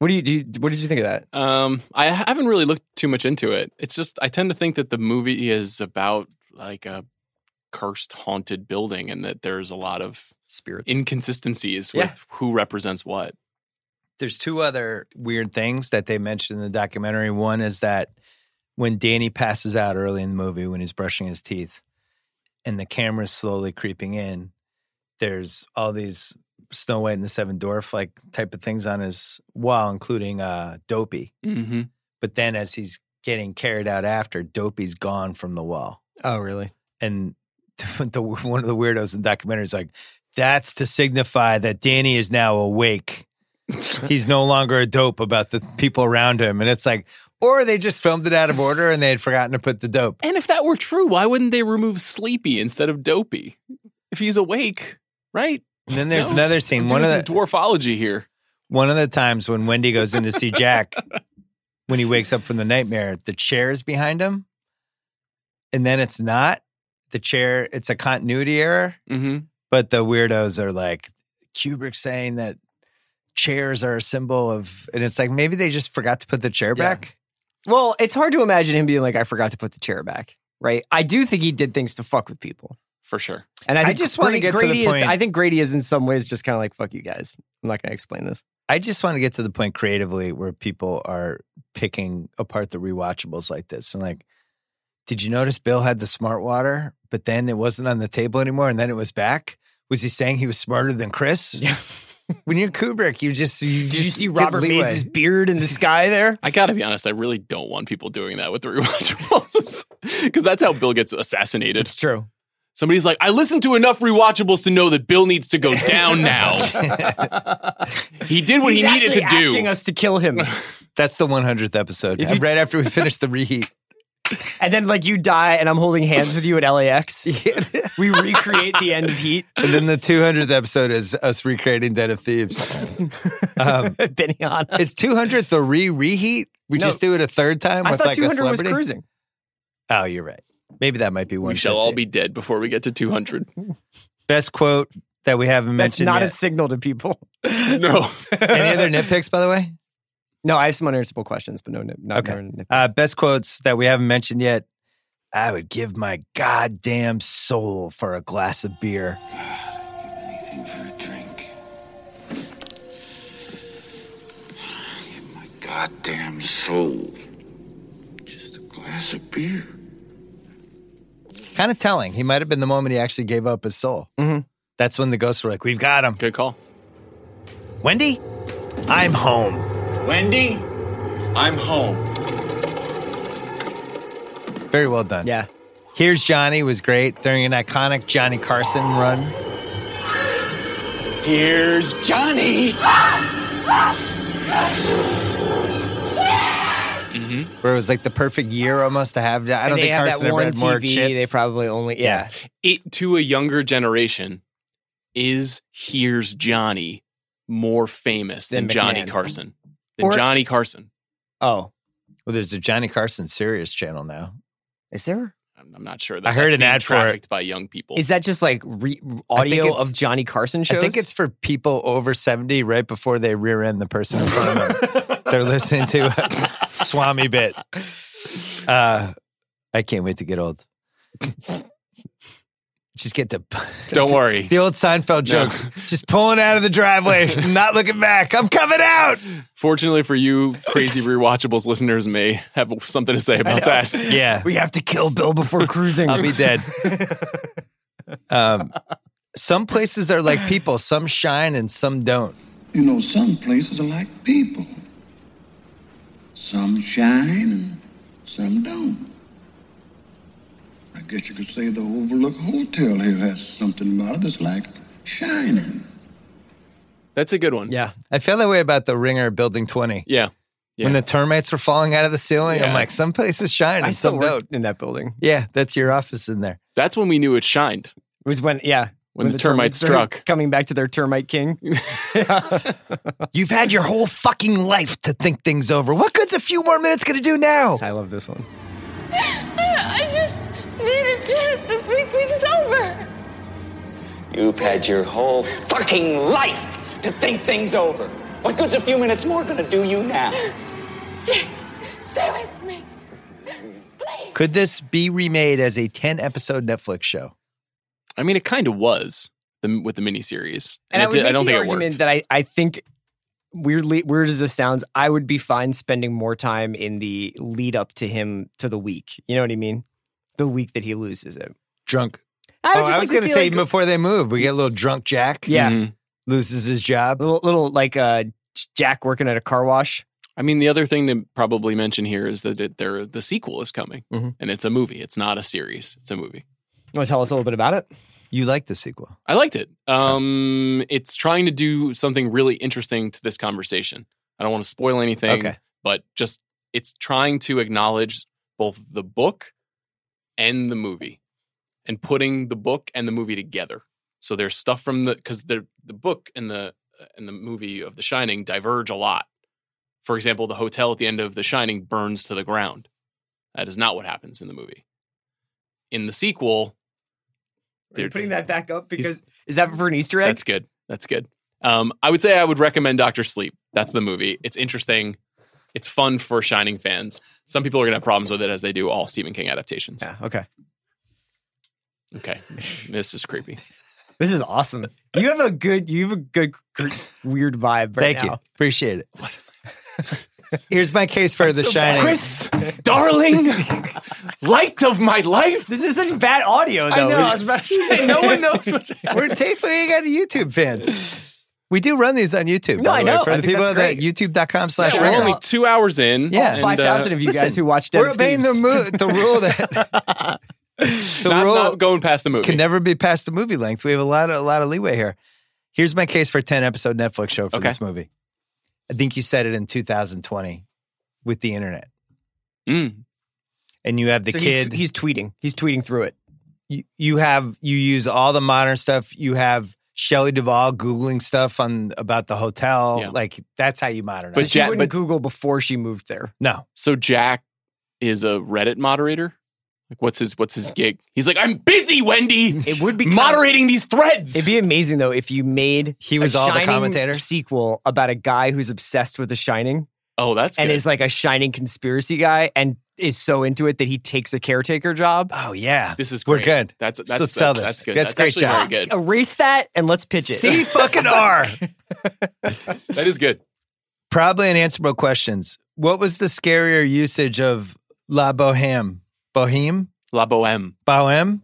[SPEAKER 4] What do you, do you what did you think of that?
[SPEAKER 5] Um, I haven't really looked too much into it. It's just I tend to think that the movie is about like a cursed, haunted building, and that there's a lot of
[SPEAKER 4] Spirits.
[SPEAKER 5] inconsistencies
[SPEAKER 4] Yeah.
[SPEAKER 5] with who represents what.
[SPEAKER 1] There's two other weird things that they mentioned in the documentary. One is that when Danny passes out early in the movie when he's brushing his teeth and the camera's slowly creeping in, there's all these Snow White and the Seven Dwarf like type of things on his wall, including uh Dopey.
[SPEAKER 5] Mm-hmm.
[SPEAKER 1] But then as he's getting carried out after, Dopey's gone from the wall.
[SPEAKER 4] oh, really?
[SPEAKER 1] And the, one of the weirdos in the documentary is like, that's to signify that Danny is now awake. He's no longer a dope about the people around him. And it's like, or they just filmed it out of order and they had forgotten to put the dope.
[SPEAKER 5] And if that were true, why wouldn't they remove Sleepy instead of Dopey? If he's awake, right?
[SPEAKER 1] And then there's
[SPEAKER 5] No,
[SPEAKER 1] another
[SPEAKER 5] We're
[SPEAKER 1] scene.
[SPEAKER 5] doing
[SPEAKER 1] One of
[SPEAKER 5] some
[SPEAKER 1] the
[SPEAKER 5] dwarfology here.
[SPEAKER 1] one of the times when Wendy goes in to see Jack, when he wakes up from the nightmare, the chair is behind him. And then it's not the chair, it's a continuity error.
[SPEAKER 5] hmm
[SPEAKER 1] But the weirdos are like Kubrick saying that chairs are a symbol of, and it's like maybe they just forgot to put the chair
[SPEAKER 4] Yeah.
[SPEAKER 1] back.
[SPEAKER 4] Well, it's hard to imagine him being like, I forgot to put the chair back. Right? I do think he did things to fuck with people,
[SPEAKER 5] For sure.
[SPEAKER 4] and I,
[SPEAKER 1] I
[SPEAKER 4] think
[SPEAKER 1] just wanna
[SPEAKER 4] Grady-
[SPEAKER 1] get to the
[SPEAKER 4] Grady is,
[SPEAKER 1] point-
[SPEAKER 4] I think Grady is in some ways just kind of like fuck you guys. I'm not going to explain this.
[SPEAKER 1] I just want to get to the point creatively where people are picking apart the rewatchables like this and like, did you notice Bill had the smart water, but then it wasn't on the table anymore, and then it was back? Was he saying he was smarter than Chris?
[SPEAKER 4] Yeah.
[SPEAKER 1] when you're Kubrick, you just you
[SPEAKER 4] Did
[SPEAKER 1] just
[SPEAKER 4] you see
[SPEAKER 1] get
[SPEAKER 4] Robert
[SPEAKER 1] leeway.
[SPEAKER 4] Mays' beard in the sky there?
[SPEAKER 5] I gotta be honest, I really don't want people doing that with the rewatchables because that's how Bill gets assassinated.
[SPEAKER 4] It's true.
[SPEAKER 5] Somebody's like, I listened to enough rewatchables to know that Bill needs to go down now. he did what
[SPEAKER 4] He's
[SPEAKER 5] he needed
[SPEAKER 4] actually
[SPEAKER 5] to do.
[SPEAKER 4] asking us to kill him.
[SPEAKER 1] That's the 100th episode.
[SPEAKER 4] If you-
[SPEAKER 1] right after we finish the reheat.
[SPEAKER 4] And then like you die, and I'm holding hands with you at LAX. We recreate the end of Heat.
[SPEAKER 1] And then the 200th episode is us recreating Dead of Thieves. Um,
[SPEAKER 4] Benihana.
[SPEAKER 1] is 200th the re reheat? We
[SPEAKER 4] No.
[SPEAKER 1] just do it a third time
[SPEAKER 4] I
[SPEAKER 1] with
[SPEAKER 4] thought
[SPEAKER 1] like a
[SPEAKER 4] 200 was
[SPEAKER 1] celebrity.
[SPEAKER 4] cruising.
[SPEAKER 1] oh, you're right. Maybe that might be one.
[SPEAKER 5] we shall all be dead before we get to 200.
[SPEAKER 1] best quote that we haven't
[SPEAKER 4] That's
[SPEAKER 1] mentioned
[SPEAKER 4] not a
[SPEAKER 1] yet.
[SPEAKER 4] signal to people.
[SPEAKER 5] No.
[SPEAKER 1] Any other nitpicks, by the way?
[SPEAKER 4] No, I have some unanswerable questions, but no, no, not
[SPEAKER 1] Okay.
[SPEAKER 4] no, no.
[SPEAKER 1] Uh, best quotes that we haven't mentioned yet. I would give my goddamn soul for a glass of beer.
[SPEAKER 8] Anything for a drink. Give my goddamn soul. Just a glass of beer.
[SPEAKER 1] Kind of telling. He might have been the moment he actually gave up his soul.
[SPEAKER 4] Mhm.
[SPEAKER 1] That's when the ghosts were like, "We've got him,
[SPEAKER 5] Good call.
[SPEAKER 1] Wendy. I'm home."
[SPEAKER 8] Wendy, I'm home.
[SPEAKER 1] Very well done.
[SPEAKER 4] Yeah.
[SPEAKER 1] Here's Johnny was great during an iconic Johnny Carson run.
[SPEAKER 8] Here's Johnny.
[SPEAKER 1] Mm-hmm. Where it was like the perfect year almost to have. I don't
[SPEAKER 4] they
[SPEAKER 1] think
[SPEAKER 4] have
[SPEAKER 1] Carson
[SPEAKER 4] that
[SPEAKER 1] ever
[SPEAKER 4] one
[SPEAKER 1] had more
[SPEAKER 4] TV.
[SPEAKER 1] shits.
[SPEAKER 4] They probably only yeah.
[SPEAKER 5] It to a younger generation is Here's Johnny more famous than,
[SPEAKER 4] Than
[SPEAKER 5] Johnny
[SPEAKER 4] McMahon.
[SPEAKER 5] Carson. Than
[SPEAKER 4] Or-
[SPEAKER 5] Johnny Carson.
[SPEAKER 4] Oh,
[SPEAKER 1] well, there's a Johnny Carson serious channel now.
[SPEAKER 4] is there?
[SPEAKER 5] I'm, I'm not sure that
[SPEAKER 1] I heard
[SPEAKER 5] that's
[SPEAKER 1] an
[SPEAKER 5] being
[SPEAKER 1] ad for it.
[SPEAKER 5] trafficked by young people.
[SPEAKER 4] Is that just like re- audio
[SPEAKER 1] it's-
[SPEAKER 4] of Johnny Carson shows?
[SPEAKER 1] I think it's for people over 70 right before they rear end the person in front of them. They're listening to a Swami bit. Uh, I can't wait to get old. Just get the
[SPEAKER 5] Don't worry.
[SPEAKER 1] the old Seinfeld
[SPEAKER 5] No.
[SPEAKER 1] joke. Just pulling out of the driveway, not looking back. I'm coming out.
[SPEAKER 5] Fortunately for you, crazy rewatchables listeners may have something to say about that.
[SPEAKER 1] Yeah.
[SPEAKER 4] we have to kill Bill before cruising.
[SPEAKER 1] I'll be dead. um, some places are like people, some shine and some don't.
[SPEAKER 8] You know, some places are like people. Some shine and some don't. I guess you could say the Overlook Hotel here has something about it that's like shining.
[SPEAKER 5] That's a good one.
[SPEAKER 4] Yeah,
[SPEAKER 1] I feel that way about the Ringer Building 20.
[SPEAKER 5] Yeah. Yeah.
[SPEAKER 1] When the termites were falling out of the ceiling, I'm
[SPEAKER 5] Yeah.
[SPEAKER 1] like, some places shine and
[SPEAKER 4] I still
[SPEAKER 1] some
[SPEAKER 4] work
[SPEAKER 1] don't.
[SPEAKER 4] in that building.
[SPEAKER 1] Yeah, that's your office in there.
[SPEAKER 5] That's when we knew it shined.
[SPEAKER 4] It was when yeah
[SPEAKER 5] When the termites
[SPEAKER 4] started
[SPEAKER 5] struck.
[SPEAKER 4] coming back to their termite king.
[SPEAKER 1] You've had your whole fucking life to think things over. What good's a few more minutes going to do now?
[SPEAKER 4] I love this one.
[SPEAKER 7] Need a chance to think things over.
[SPEAKER 6] You've had your whole fucking life to think things over. What good's a few minutes more gonna do you now?
[SPEAKER 7] Stay away from me. Please.
[SPEAKER 1] Could this be remade as a 10 episode Netflix show?
[SPEAKER 5] I mean, it kind of was the, with the miniseries,
[SPEAKER 4] And, I,
[SPEAKER 5] it
[SPEAKER 4] would
[SPEAKER 5] did-
[SPEAKER 4] make
[SPEAKER 5] I don't
[SPEAKER 4] the
[SPEAKER 5] think it
[SPEAKER 4] argument
[SPEAKER 5] worked.
[SPEAKER 4] that I, I think weirdly weird as this sounds, I would be fine spending more time in the lead up to him to the week. You know what I mean? The week that he loses it.
[SPEAKER 1] Drunk.
[SPEAKER 4] I
[SPEAKER 1] oh,
[SPEAKER 4] would just
[SPEAKER 1] I
[SPEAKER 4] like
[SPEAKER 1] was
[SPEAKER 4] to
[SPEAKER 1] going to
[SPEAKER 4] see,
[SPEAKER 1] say
[SPEAKER 4] like,
[SPEAKER 1] before they move, we get a little drunk Jack.
[SPEAKER 4] Yeah.
[SPEAKER 5] Mhm.
[SPEAKER 1] Loses his job.
[SPEAKER 4] little little like uh Jack working at a car wash.
[SPEAKER 5] I mean, the other thing to probably mention here is that it, there the sequel is coming,
[SPEAKER 4] Mhm.
[SPEAKER 5] and it's a movie. It's not a series. It's a movie.
[SPEAKER 4] You want to tell us a little bit about it?
[SPEAKER 1] You like the sequel.
[SPEAKER 5] I liked it. Um, It's trying to do something really interesting to this conversation. I don't want to spoil anything,
[SPEAKER 1] Okay.
[SPEAKER 5] but just it's trying to acknowledge both the book and the movie, and putting the book and the movie together. So there's stuff from the because the the book and the and the movie of The Shining diverge a lot. For example, the hotel at the end of The Shining burns to the ground. That is not what happens in the movie. In the sequel, they're-
[SPEAKER 4] that back up
[SPEAKER 5] because-
[SPEAKER 4] is that for an Easter egg?
[SPEAKER 5] that's good. That's good. Um, I would say I would recommend Doctor Sleep. That's the movie. It's interesting. It's fun for Shining fans. Some people are gonna have problems with it, as they do all Stephen King adaptations.
[SPEAKER 4] Yeah, okay.
[SPEAKER 5] Okay, this is creepy.
[SPEAKER 4] This is awesome. You have a good you have a good cr- weird vibe right
[SPEAKER 1] Thank
[SPEAKER 4] now.
[SPEAKER 1] you. Appreciate it. Here's my case for The Shining.
[SPEAKER 5] Chris, darling, light of my life.
[SPEAKER 4] This is such bad audio though.
[SPEAKER 5] about to say no one knows what's
[SPEAKER 1] We're taping at YouTube fans. We do run these on YouTube.
[SPEAKER 4] No,
[SPEAKER 1] by
[SPEAKER 4] I
[SPEAKER 1] the way,
[SPEAKER 4] know.
[SPEAKER 1] For
[SPEAKER 4] I
[SPEAKER 1] the
[SPEAKER 4] think
[SPEAKER 1] people
[SPEAKER 4] that's
[SPEAKER 1] that
[SPEAKER 4] great.
[SPEAKER 1] YouTube.com slash
[SPEAKER 4] Yeah,
[SPEAKER 5] We're
[SPEAKER 4] Right.
[SPEAKER 5] only two hours in.
[SPEAKER 1] Yeah.
[SPEAKER 5] and,
[SPEAKER 4] Five thousand
[SPEAKER 5] uh,
[SPEAKER 4] of you guys
[SPEAKER 1] Listen,
[SPEAKER 4] who watched.
[SPEAKER 1] We're obeying the, mo- the rule that the
[SPEAKER 5] not,
[SPEAKER 1] rule
[SPEAKER 5] not going past the movie.
[SPEAKER 1] can never be past the movie length. We have a lot of a lot of leeway here. Here's my case for a 10 episode Netflix show for
[SPEAKER 5] Okay.
[SPEAKER 1] this movie. I think you said it in 2020 with the internet,
[SPEAKER 5] Mm.
[SPEAKER 1] and you have the
[SPEAKER 4] so he's,
[SPEAKER 1] kid.
[SPEAKER 4] he's tweeting. He's tweeting through it.
[SPEAKER 1] you, you have you use all the modern stuff. You have Shelley Duvall googling stuff on about the hotel.
[SPEAKER 5] Yeah.
[SPEAKER 1] Like that's how you modernize.
[SPEAKER 5] But
[SPEAKER 4] But she
[SPEAKER 5] Jack-
[SPEAKER 4] wouldn't
[SPEAKER 5] but-
[SPEAKER 4] Google before she moved there.
[SPEAKER 1] no,
[SPEAKER 5] So Jack is a Reddit moderator. Like, what's his what's his gig? He's like, I'm busy, Wendy.
[SPEAKER 4] It would be
[SPEAKER 5] moderating these threads.
[SPEAKER 4] It'd be amazing though if you made
[SPEAKER 1] He was
[SPEAKER 4] a
[SPEAKER 1] all the
[SPEAKER 4] Shining
[SPEAKER 1] commentator?
[SPEAKER 4] sequel about a guy who's obsessed with The Shining
[SPEAKER 5] oh, that's
[SPEAKER 4] and
[SPEAKER 5] good.
[SPEAKER 4] is like a Shining conspiracy guy and is so into it that he takes a caretaker job.
[SPEAKER 1] oh yeah,
[SPEAKER 5] This is
[SPEAKER 1] we're
[SPEAKER 5] great.
[SPEAKER 1] good.
[SPEAKER 5] That's that's
[SPEAKER 1] Let's sell this.
[SPEAKER 5] that's- That's good.
[SPEAKER 1] That's
[SPEAKER 5] That's,
[SPEAKER 1] great
[SPEAKER 5] actually
[SPEAKER 1] job.
[SPEAKER 5] Very good.
[SPEAKER 4] Ah, Erase that and let's pitch it.
[SPEAKER 1] C fucking R.
[SPEAKER 5] That is good.
[SPEAKER 1] Probably unanswerable questions. What was the scarier usage of La Boheme? Boheme?
[SPEAKER 5] La Boheme.
[SPEAKER 1] Boheme?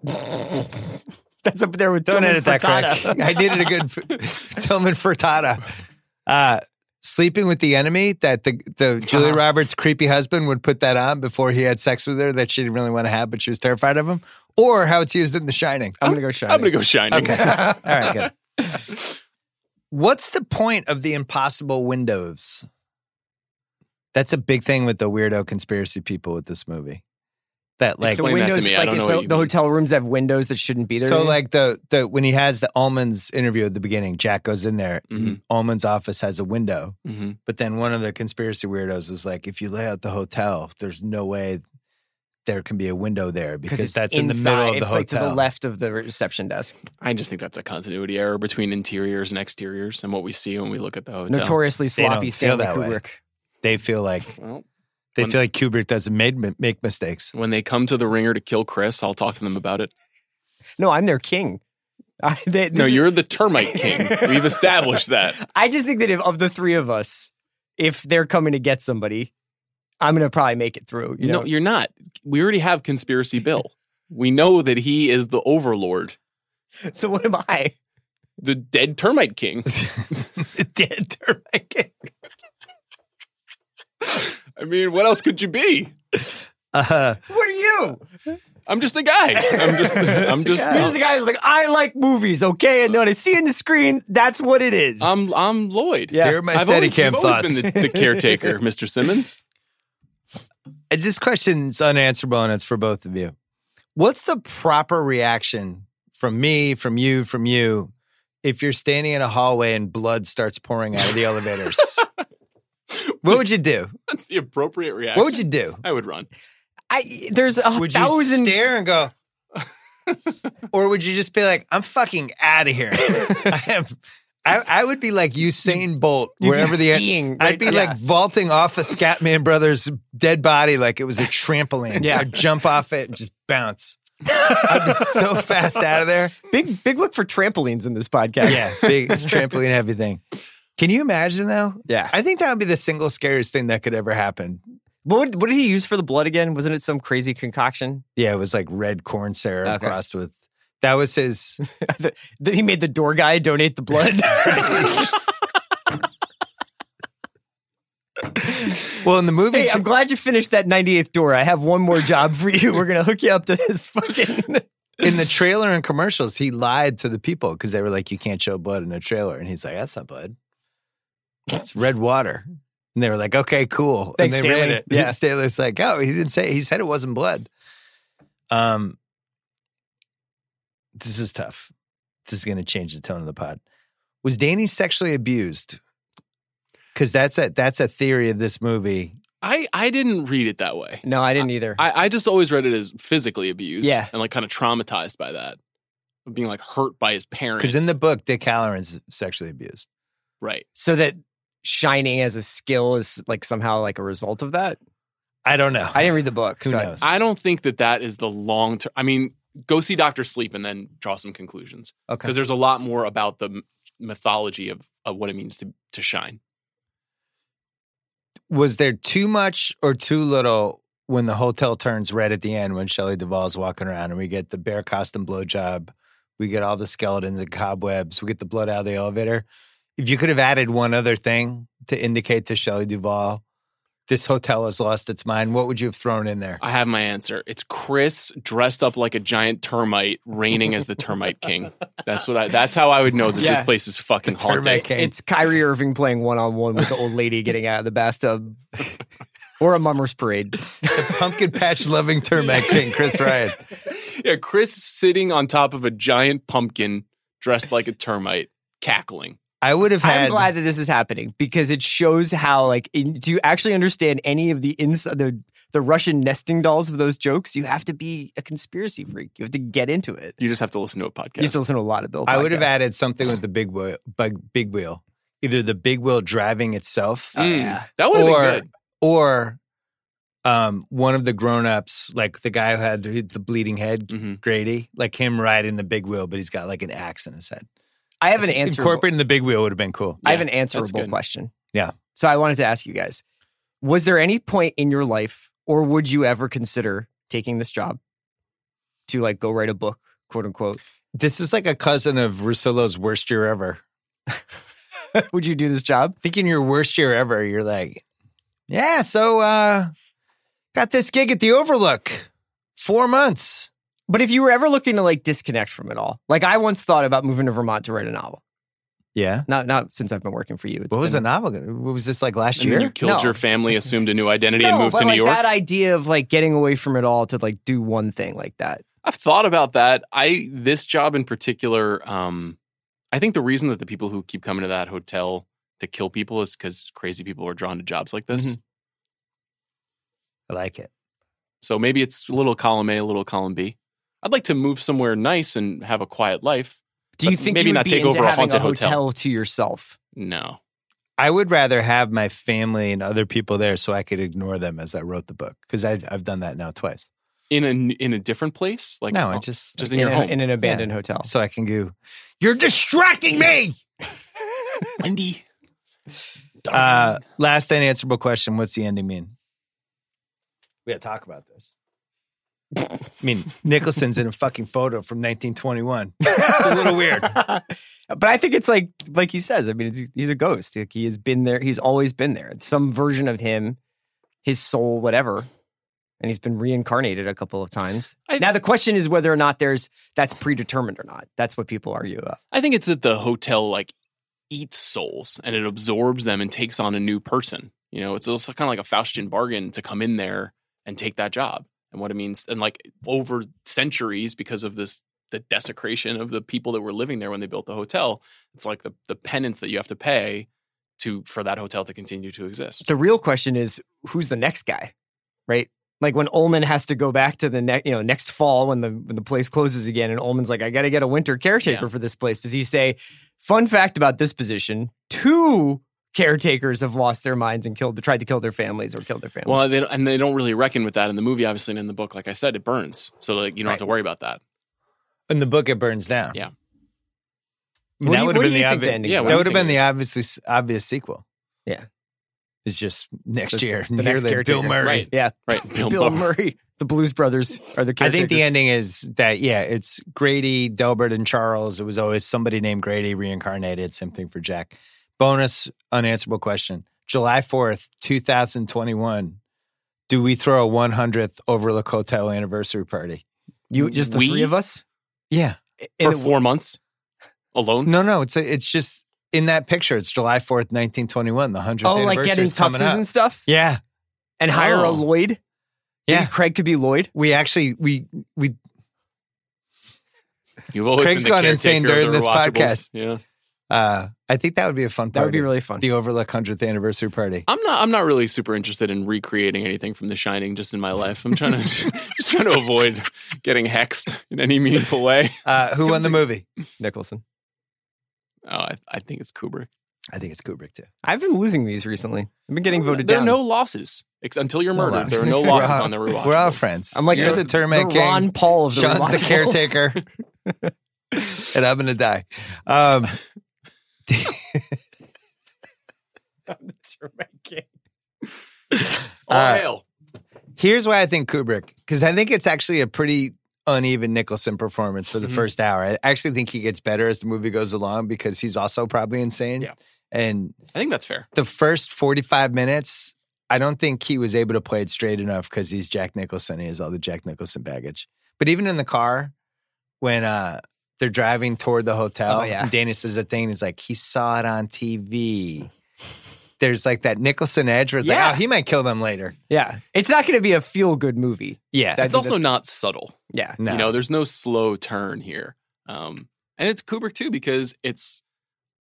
[SPEAKER 4] That's up there with
[SPEAKER 1] Don't
[SPEAKER 4] Tillman
[SPEAKER 1] edit that,
[SPEAKER 4] Fertitta.
[SPEAKER 1] Craig. I needed a good Tillman Furtada. Uh, sleeping with the enemy. That the the Julia Roberts' creepy husband would put that on before he had sex with her that she didn't really want to have, but she was terrified of him. Or how it's used in The Shining.
[SPEAKER 4] I'm gonna go Shining.
[SPEAKER 5] I'm gonna go shining.
[SPEAKER 1] Okay. Oh, All right. Good. What's the point of the impossible windows? That's a big thing with the weirdo conspiracy people with this movie. That like
[SPEAKER 4] so
[SPEAKER 5] Explain that to
[SPEAKER 4] windows,
[SPEAKER 5] me. I
[SPEAKER 4] like
[SPEAKER 5] don't
[SPEAKER 4] so
[SPEAKER 5] know what you
[SPEAKER 4] the
[SPEAKER 5] mean.
[SPEAKER 4] hotel rooms have windows that shouldn't be there.
[SPEAKER 1] so like the the when he has the Ullman's interview at the beginning, Jack goes in there.
[SPEAKER 4] Mm-hmm.
[SPEAKER 5] Mhm.
[SPEAKER 1] Ullman's office has a window,
[SPEAKER 5] Mhm.
[SPEAKER 1] but then one of the conspiracy weirdos was like, if you lay out the hotel, there's no way there can be a window there because
[SPEAKER 4] it's
[SPEAKER 1] that's
[SPEAKER 4] inside,
[SPEAKER 1] in the middle of the
[SPEAKER 4] it's
[SPEAKER 1] hotel.
[SPEAKER 4] like to the left of the reception desk.
[SPEAKER 5] I just think that's a continuity error between interiors and exteriors and what we see when we look at the hotel.
[SPEAKER 4] Notoriously
[SPEAKER 1] They don't
[SPEAKER 4] sloppy
[SPEAKER 1] feel
[SPEAKER 4] Stanley
[SPEAKER 1] that way.
[SPEAKER 4] Kubrick.
[SPEAKER 1] They feel like
[SPEAKER 5] Well,
[SPEAKER 1] they
[SPEAKER 5] When-
[SPEAKER 1] feel like Kubrick doesn't make make mistakes.
[SPEAKER 5] when they come to the ringer to kill Chris, I'll talk to them about it.
[SPEAKER 4] No, I'm their king. I, they,
[SPEAKER 5] No,
[SPEAKER 4] this is-
[SPEAKER 5] you're the termite king. We've established that.
[SPEAKER 4] I just think that if of the three of us, if they're coming to get somebody, I'm gonna probably make it through. You
[SPEAKER 5] no,
[SPEAKER 4] know,
[SPEAKER 5] you're not. We already have conspiracy Bill. we know that he is the overlord,
[SPEAKER 4] so what am I?
[SPEAKER 5] the dead termite king.
[SPEAKER 1] Dead termite.
[SPEAKER 5] I mean, what else could you be?
[SPEAKER 1] Uh,
[SPEAKER 4] What are you?
[SPEAKER 5] I'm just a guy. I'm just. I'm just.
[SPEAKER 4] You're just a guy who's like, I like movies, okay, and when I see in the screen, that's what it is.
[SPEAKER 1] Um,
[SPEAKER 5] I'm. I'm Lloyd.
[SPEAKER 4] Yeah.
[SPEAKER 1] Here are my
[SPEAKER 5] I've always,
[SPEAKER 1] Steadicam
[SPEAKER 5] I've always
[SPEAKER 1] thoughts.
[SPEAKER 5] been the, the caretaker, Mr. Simmons.
[SPEAKER 1] Uh, this question's unanswerable, and it's for both of you. What's the proper reaction from me, from you, from you, if you're standing in a hallway and blood starts pouring out of the elevators? what would you do?
[SPEAKER 5] That's the appropriate reaction.
[SPEAKER 1] What would you do?
[SPEAKER 5] I would run.
[SPEAKER 4] I there's a
[SPEAKER 1] Would you
[SPEAKER 4] thousand.
[SPEAKER 1] stare and go, or would you just be like, I'm fucking out of here? I am. I, I would be like Usain Bolt
[SPEAKER 4] You'd be
[SPEAKER 1] wherever the e-,
[SPEAKER 4] skiing,
[SPEAKER 1] I'd
[SPEAKER 4] right?
[SPEAKER 1] be
[SPEAKER 4] Yeah.
[SPEAKER 1] like vaulting off a Scatman Brothers dead body like it was a trampoline.
[SPEAKER 4] Yeah.
[SPEAKER 1] I'd jump off it and just bounce. I'd be so fast out of there.
[SPEAKER 4] Big big look for trampolines in this podcast.
[SPEAKER 1] Yeah, big it's trampoline heavy thing. Can you imagine though?
[SPEAKER 4] Yeah.
[SPEAKER 1] I think that would be the single scariest thing that could ever happen.
[SPEAKER 4] What would, what did he use for the blood again? Wasn't it some crazy concoction?
[SPEAKER 1] Yeah, it was like red corn syrup
[SPEAKER 4] Okay.
[SPEAKER 1] crossed with. That was his.
[SPEAKER 4] That he made the door guy donate the blood.
[SPEAKER 1] Well, in the movie,
[SPEAKER 4] hey, I'm
[SPEAKER 1] Ch-
[SPEAKER 4] glad you finished that 98th door. I have one more job for you. We're gonna hook you up to this fucking.
[SPEAKER 1] in the trailer and commercials, he lied to the people because they were like, "You can't show blood in a trailer," and he's like, "That's not blood. It's red water." And they were like, "Okay, cool."
[SPEAKER 4] Thanks,
[SPEAKER 1] and they ran
[SPEAKER 4] Stanley.
[SPEAKER 1] it.
[SPEAKER 4] Yeah.
[SPEAKER 1] Yeah. Stanley's like, "Oh, he didn't say. He said it wasn't blood." Um, this is tough. This is going to change the tone of the pod. Was Danny sexually abused? Because that's a that's a theory of this movie.
[SPEAKER 5] I, I didn't read it that way.
[SPEAKER 4] No, I didn't either.
[SPEAKER 5] I, I just always read it as physically abused
[SPEAKER 4] Yeah.
[SPEAKER 5] and like kind of traumatized by that. Being like hurt by his parents.
[SPEAKER 1] Because in the book, Dick Halloran's sexually abused.
[SPEAKER 5] right.
[SPEAKER 4] so that shining as a skill is like somehow like a result of that.
[SPEAKER 1] I don't know.
[SPEAKER 4] I didn't read the book.
[SPEAKER 1] Oh, Who
[SPEAKER 4] so I-
[SPEAKER 1] knows?
[SPEAKER 5] I don't think that that is the long term. I mean, go see Doctor Sleep and then draw some conclusions
[SPEAKER 4] Okay.
[SPEAKER 5] because there's a lot more about the m- mythology of, of what it means to to shine.
[SPEAKER 1] was there too much or too little when the hotel turns red at the end when Shelley Duvall's walking around and we get the bear costume blowjob, we get all the skeletons and cobwebs, we get the blood out of the elevator. If you could have added one other thing to indicate to Shelley Duvall, this hotel has lost its mind, what would you have thrown in there?
[SPEAKER 5] I have my answer. It's Chris dressed up like a giant termite, reigning as the termite king. That's what I. That's how I would know that this
[SPEAKER 4] Yeah.
[SPEAKER 5] place is fucking
[SPEAKER 1] Termite
[SPEAKER 5] haunted.
[SPEAKER 1] King.
[SPEAKER 4] It's Kyrie Irving playing one on one with the old lady getting out of the bathtub or a mummer's parade.
[SPEAKER 1] pumpkin patch loving termite king, Chris Ryan.
[SPEAKER 5] Yeah, Chris sitting on top of a giant pumpkin, dressed like a termite, cackling.
[SPEAKER 1] I would have had
[SPEAKER 4] I'm glad that this is happening because it shows how like in, do you actually understand any of the ins the the Russian nesting dolls of those jokes? You have to be a conspiracy freak. You have to get into it.
[SPEAKER 5] You just have to listen to a podcast.
[SPEAKER 4] You have to listen to a lot of Bill.
[SPEAKER 1] I would have
[SPEAKER 4] podcasts.
[SPEAKER 1] added something with the big wheel, big, big wheel. Either the big wheel driving itself.
[SPEAKER 4] Oh,
[SPEAKER 5] Mm, That would have
[SPEAKER 1] or
[SPEAKER 5] been good.
[SPEAKER 1] or um one of the grown-ups like the guy who had the bleeding head
[SPEAKER 4] Mm.
[SPEAKER 5] Mhm.
[SPEAKER 1] grady like him riding the big wheel but he's got like an axe in his head
[SPEAKER 4] I have an answer.
[SPEAKER 1] incorporating the big wheel would have been cool
[SPEAKER 4] I have an
[SPEAKER 5] that's
[SPEAKER 4] answerable
[SPEAKER 5] good.
[SPEAKER 4] question.
[SPEAKER 1] Yeah.
[SPEAKER 4] So I wanted to ask you guys: Was there any point in your life, or would you ever consider taking this job to like go write a book, quote unquote?
[SPEAKER 1] this is like a cousin of russillo's worst year ever
[SPEAKER 4] would you do this job?
[SPEAKER 1] I think in your worst year ever you're like yeah so uh got this gig at the overlook four months
[SPEAKER 4] But if you were ever looking to like disconnect from it all, like I once thought about moving to Vermont to write a novel.
[SPEAKER 1] yeah
[SPEAKER 4] Not not since I've been working for you. It's
[SPEAKER 1] what was the
[SPEAKER 4] been,
[SPEAKER 1] novel gonna- what was this like last
[SPEAKER 5] And then you
[SPEAKER 1] year
[SPEAKER 5] killed
[SPEAKER 4] No.
[SPEAKER 5] your family, assumed a new identity,
[SPEAKER 4] No,
[SPEAKER 5] and moved
[SPEAKER 4] but
[SPEAKER 5] to
[SPEAKER 4] like
[SPEAKER 5] New York.
[SPEAKER 4] that idea of like getting away from it all to like do one thing like that.
[SPEAKER 5] I've thought about that. I this job in particular, um, I think the reason that the people who keep coming to that hotel to kill people is because crazy people are drawn to jobs like this.
[SPEAKER 1] i like it
[SPEAKER 5] So maybe it's a little column A, a little column B. I'd like to move somewhere nice and have a quiet life.
[SPEAKER 4] Do you
[SPEAKER 5] But
[SPEAKER 4] think
[SPEAKER 5] maybe
[SPEAKER 4] you would
[SPEAKER 5] not
[SPEAKER 4] be
[SPEAKER 5] take
[SPEAKER 4] into
[SPEAKER 5] over a
[SPEAKER 4] having
[SPEAKER 5] haunted hotel.
[SPEAKER 4] hotel. to yourself?
[SPEAKER 5] No.
[SPEAKER 1] I would rather have my family and other people there so I could ignore them as I wrote the book because I've, I've done that now twice.
[SPEAKER 5] In a in a different place? Like
[SPEAKER 1] no,
[SPEAKER 5] oh,
[SPEAKER 1] I just,
[SPEAKER 5] just
[SPEAKER 1] like,
[SPEAKER 5] in your
[SPEAKER 4] a-
[SPEAKER 5] home.
[SPEAKER 4] in an abandoned hotel.
[SPEAKER 1] so I can go. You're distracting me.
[SPEAKER 5] Wendy.
[SPEAKER 1] Uh, last unanswerable question: What's the ending mean? We had to talk about this. I mean, Nicholson's in a fucking photo from 1921. It's a little weird.
[SPEAKER 4] but I think it's like like he says. I mean, it's, he's a ghost. Like he has been there. He's always been there. It's some version of him, his soul, whatever. And he's been reincarnated a couple of times.
[SPEAKER 5] I-
[SPEAKER 4] now the question is whether or not there's that's predetermined or not. That's what people argue about.
[SPEAKER 5] I think it's that the hotel like eats souls and it absorbs them and takes on a new person. You know, it's also kind of like a Faustian bargain to come in there and take that job and what it means. And like over centuries, because of this, the desecration of the people that were living there when they built the hotel, it's like the the penance that you have to pay to for that hotel to continue to exist.
[SPEAKER 4] The real question is who's the next guy, right? Like when Ullman has to go back to the next, you know, next fall when the when the place closes again, and Ullman's like, "I got to get a winter caretaker for this place." Does he say, "Fun fact about this position: two caretakers have lost their minds and killed, tried to kill their families or killed their families."
[SPEAKER 5] Well, they, and they don't really reckon with that in the movie, obviously, and in the book, like I said, it burns. So like you don't have to worry about that.
[SPEAKER 1] In the book, it burns down.
[SPEAKER 5] Yeah.
[SPEAKER 4] What do
[SPEAKER 1] that
[SPEAKER 4] you-
[SPEAKER 1] would
[SPEAKER 4] what
[SPEAKER 1] have
[SPEAKER 4] do
[SPEAKER 1] been the
[SPEAKER 4] you think the
[SPEAKER 1] obvious.
[SPEAKER 4] ending's
[SPEAKER 5] Yeah,
[SPEAKER 4] gonna
[SPEAKER 5] what
[SPEAKER 1] that
[SPEAKER 5] do you
[SPEAKER 1] would have been
[SPEAKER 5] think
[SPEAKER 1] the
[SPEAKER 5] it
[SPEAKER 1] obvious obvious sequel.
[SPEAKER 4] Yeah.
[SPEAKER 1] it's just next
[SPEAKER 4] The-
[SPEAKER 1] year.
[SPEAKER 4] the
[SPEAKER 1] near
[SPEAKER 4] next
[SPEAKER 1] there,
[SPEAKER 4] caretaker.
[SPEAKER 1] Bill Murray.
[SPEAKER 5] Right.
[SPEAKER 4] yeah,
[SPEAKER 5] Right.
[SPEAKER 4] Bill, Murray, the Blues Brothers are the
[SPEAKER 1] I
[SPEAKER 4] caretakers.
[SPEAKER 1] think the ending is that yeah, it's Grady, Delbert, and Charles. It was always somebody named Grady reincarnated. Same thing for Jack. Bonus unanswerable question: July fourth, two thousand twenty-one. Do we throw a one hundredth Overlook Hotel anniversary party?
[SPEAKER 4] you just the
[SPEAKER 5] We-
[SPEAKER 4] three of us
[SPEAKER 1] Yeah.
[SPEAKER 5] For
[SPEAKER 4] And it-
[SPEAKER 5] four months alone.
[SPEAKER 1] No, no. It's a, it's just in that picture. It's July fourth, nineteen twenty-one. The hundredth.
[SPEAKER 4] Oh, like getting
[SPEAKER 1] coming
[SPEAKER 4] tuxes
[SPEAKER 1] up.
[SPEAKER 4] and stuff,
[SPEAKER 1] yeah,
[SPEAKER 4] and hire a
[SPEAKER 5] Oh.
[SPEAKER 4] Lloyd. Maybe
[SPEAKER 1] yeah.
[SPEAKER 4] Craig could be Lloyd.
[SPEAKER 1] We actually we we
[SPEAKER 5] You've always
[SPEAKER 1] Craig's
[SPEAKER 5] been the
[SPEAKER 1] gone insane
[SPEAKER 5] caretaker of
[SPEAKER 1] during this
[SPEAKER 5] the rewatchables.
[SPEAKER 1] podcast.
[SPEAKER 5] Yeah.
[SPEAKER 1] uh I think that would be a fun. Party.
[SPEAKER 4] That would be really fun.
[SPEAKER 1] the Overlook hundredth anniversary party.
[SPEAKER 5] I'm not. I'm not really super interested in recreating anything from The Shining just in my life. I'm trying to just trying to avoid getting hexed in any meaningful way.
[SPEAKER 1] Uh, who won the movie?
[SPEAKER 4] Nicholson.
[SPEAKER 5] Oh, I, I think it's Kubrick.
[SPEAKER 1] I think it's Kubrick too.
[SPEAKER 4] I've been losing these recently. I've been getting voted
[SPEAKER 5] there
[SPEAKER 4] down.
[SPEAKER 5] are no losses ex- until you're
[SPEAKER 1] No
[SPEAKER 5] murdered.
[SPEAKER 1] losses.
[SPEAKER 5] There are no
[SPEAKER 1] We're
[SPEAKER 5] losses
[SPEAKER 1] all-
[SPEAKER 5] on the rewatch.
[SPEAKER 1] We're all friends.
[SPEAKER 4] I'm like
[SPEAKER 1] you're
[SPEAKER 4] the,
[SPEAKER 1] the Tournament
[SPEAKER 4] the
[SPEAKER 1] King.
[SPEAKER 4] Ron Paul of the
[SPEAKER 1] Sean's the
[SPEAKER 4] Rewatchables.
[SPEAKER 1] caretaker, and I'm gonna die. Um,
[SPEAKER 4] I'm the Tournament King.
[SPEAKER 5] All
[SPEAKER 1] Uh,
[SPEAKER 5] hail.
[SPEAKER 1] here's why I think Kubrick, because I think it's actually a pretty uneven Nicholson performance for the
[SPEAKER 5] Mhm.
[SPEAKER 1] first hour. I actually think he gets better as the movie goes along because he's also probably insane.
[SPEAKER 5] Yeah.
[SPEAKER 1] And
[SPEAKER 5] I think that's fair.
[SPEAKER 1] the first 45 minutes, I don't think he was able to play it straight enough because he's Jack Nicholson. He has all the Jack Nicholson baggage. But even in the car, when uh, they're driving toward the hotel,
[SPEAKER 4] Oh, yeah.
[SPEAKER 1] and Dana says the thing, he's like, he saw it on TV. There's like that Nicholson edge where it's
[SPEAKER 4] Yeah.
[SPEAKER 1] like, oh, he might kill them later.
[SPEAKER 4] Yeah, it's not going to be a feel good movie.
[SPEAKER 1] Yeah.
[SPEAKER 4] That- I
[SPEAKER 5] It's
[SPEAKER 4] think
[SPEAKER 5] also
[SPEAKER 4] that's-
[SPEAKER 5] not subtle.
[SPEAKER 4] Yeah,
[SPEAKER 1] no.
[SPEAKER 5] You know, there's no slow turn here. Um, and it's Kubrick too because it's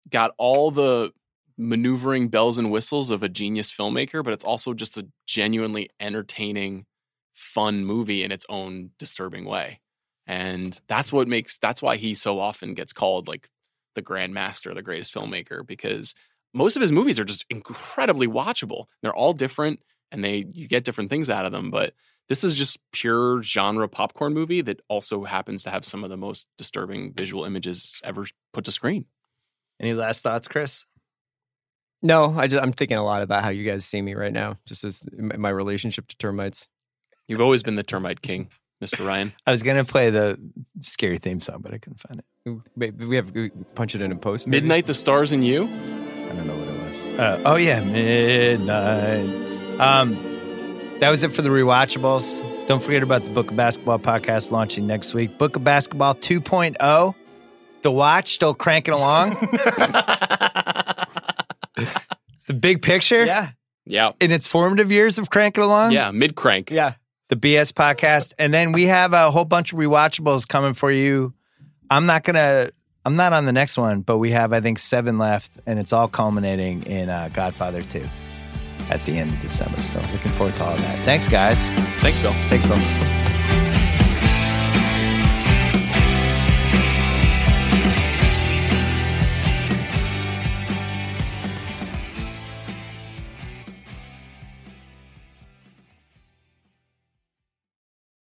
[SPEAKER 5] got all the maneuvering bells and whistles of a genius filmmaker, but it's also just a genuinely entertaining, fun movie in its own disturbing way. And that's what makes that's why he so often gets called like the grand master, the greatest filmmaker because most of his movies are just incredibly watchable. They're all different and they you get different things out of them, but this is just pure genre popcorn movie that also happens to have some of the most disturbing visual images ever put to screen.
[SPEAKER 1] Any last thoughts, Chris?
[SPEAKER 4] no, I just, I'm thinking a lot about how you guys see me right now, just as m- my relationship to termites.
[SPEAKER 5] You've always been the termite king, Mr. Ryan.
[SPEAKER 1] I was going to play the scary theme song, but I couldn't find it.
[SPEAKER 4] Maybe we have we punch it in and post. maybe?
[SPEAKER 5] Midnight, the stars, and you.
[SPEAKER 1] I don't know what it was. Uh, oh, yeah. Midnight. Um, that was it for the rewatchables. Don't forget about the Book of Basketball podcast launching next week. Book of Basketball 2.0. The watch still cranking along. the big picture
[SPEAKER 4] Yeah,
[SPEAKER 5] Yeah.
[SPEAKER 1] in its formative years of cranking along.
[SPEAKER 5] Yeah. Mid crank.
[SPEAKER 4] yeah.
[SPEAKER 1] the BS podcast. And then we have a whole bunch of rewatchables coming for you. I'm not going to, I'm not on the next one, but we have, I think, seven left, and it's all culminating in uh, Godfather 2 at the end of December. So looking forward to all of that. Thanks, guys.
[SPEAKER 5] Thanks, Bill.
[SPEAKER 1] Thanks, Bill.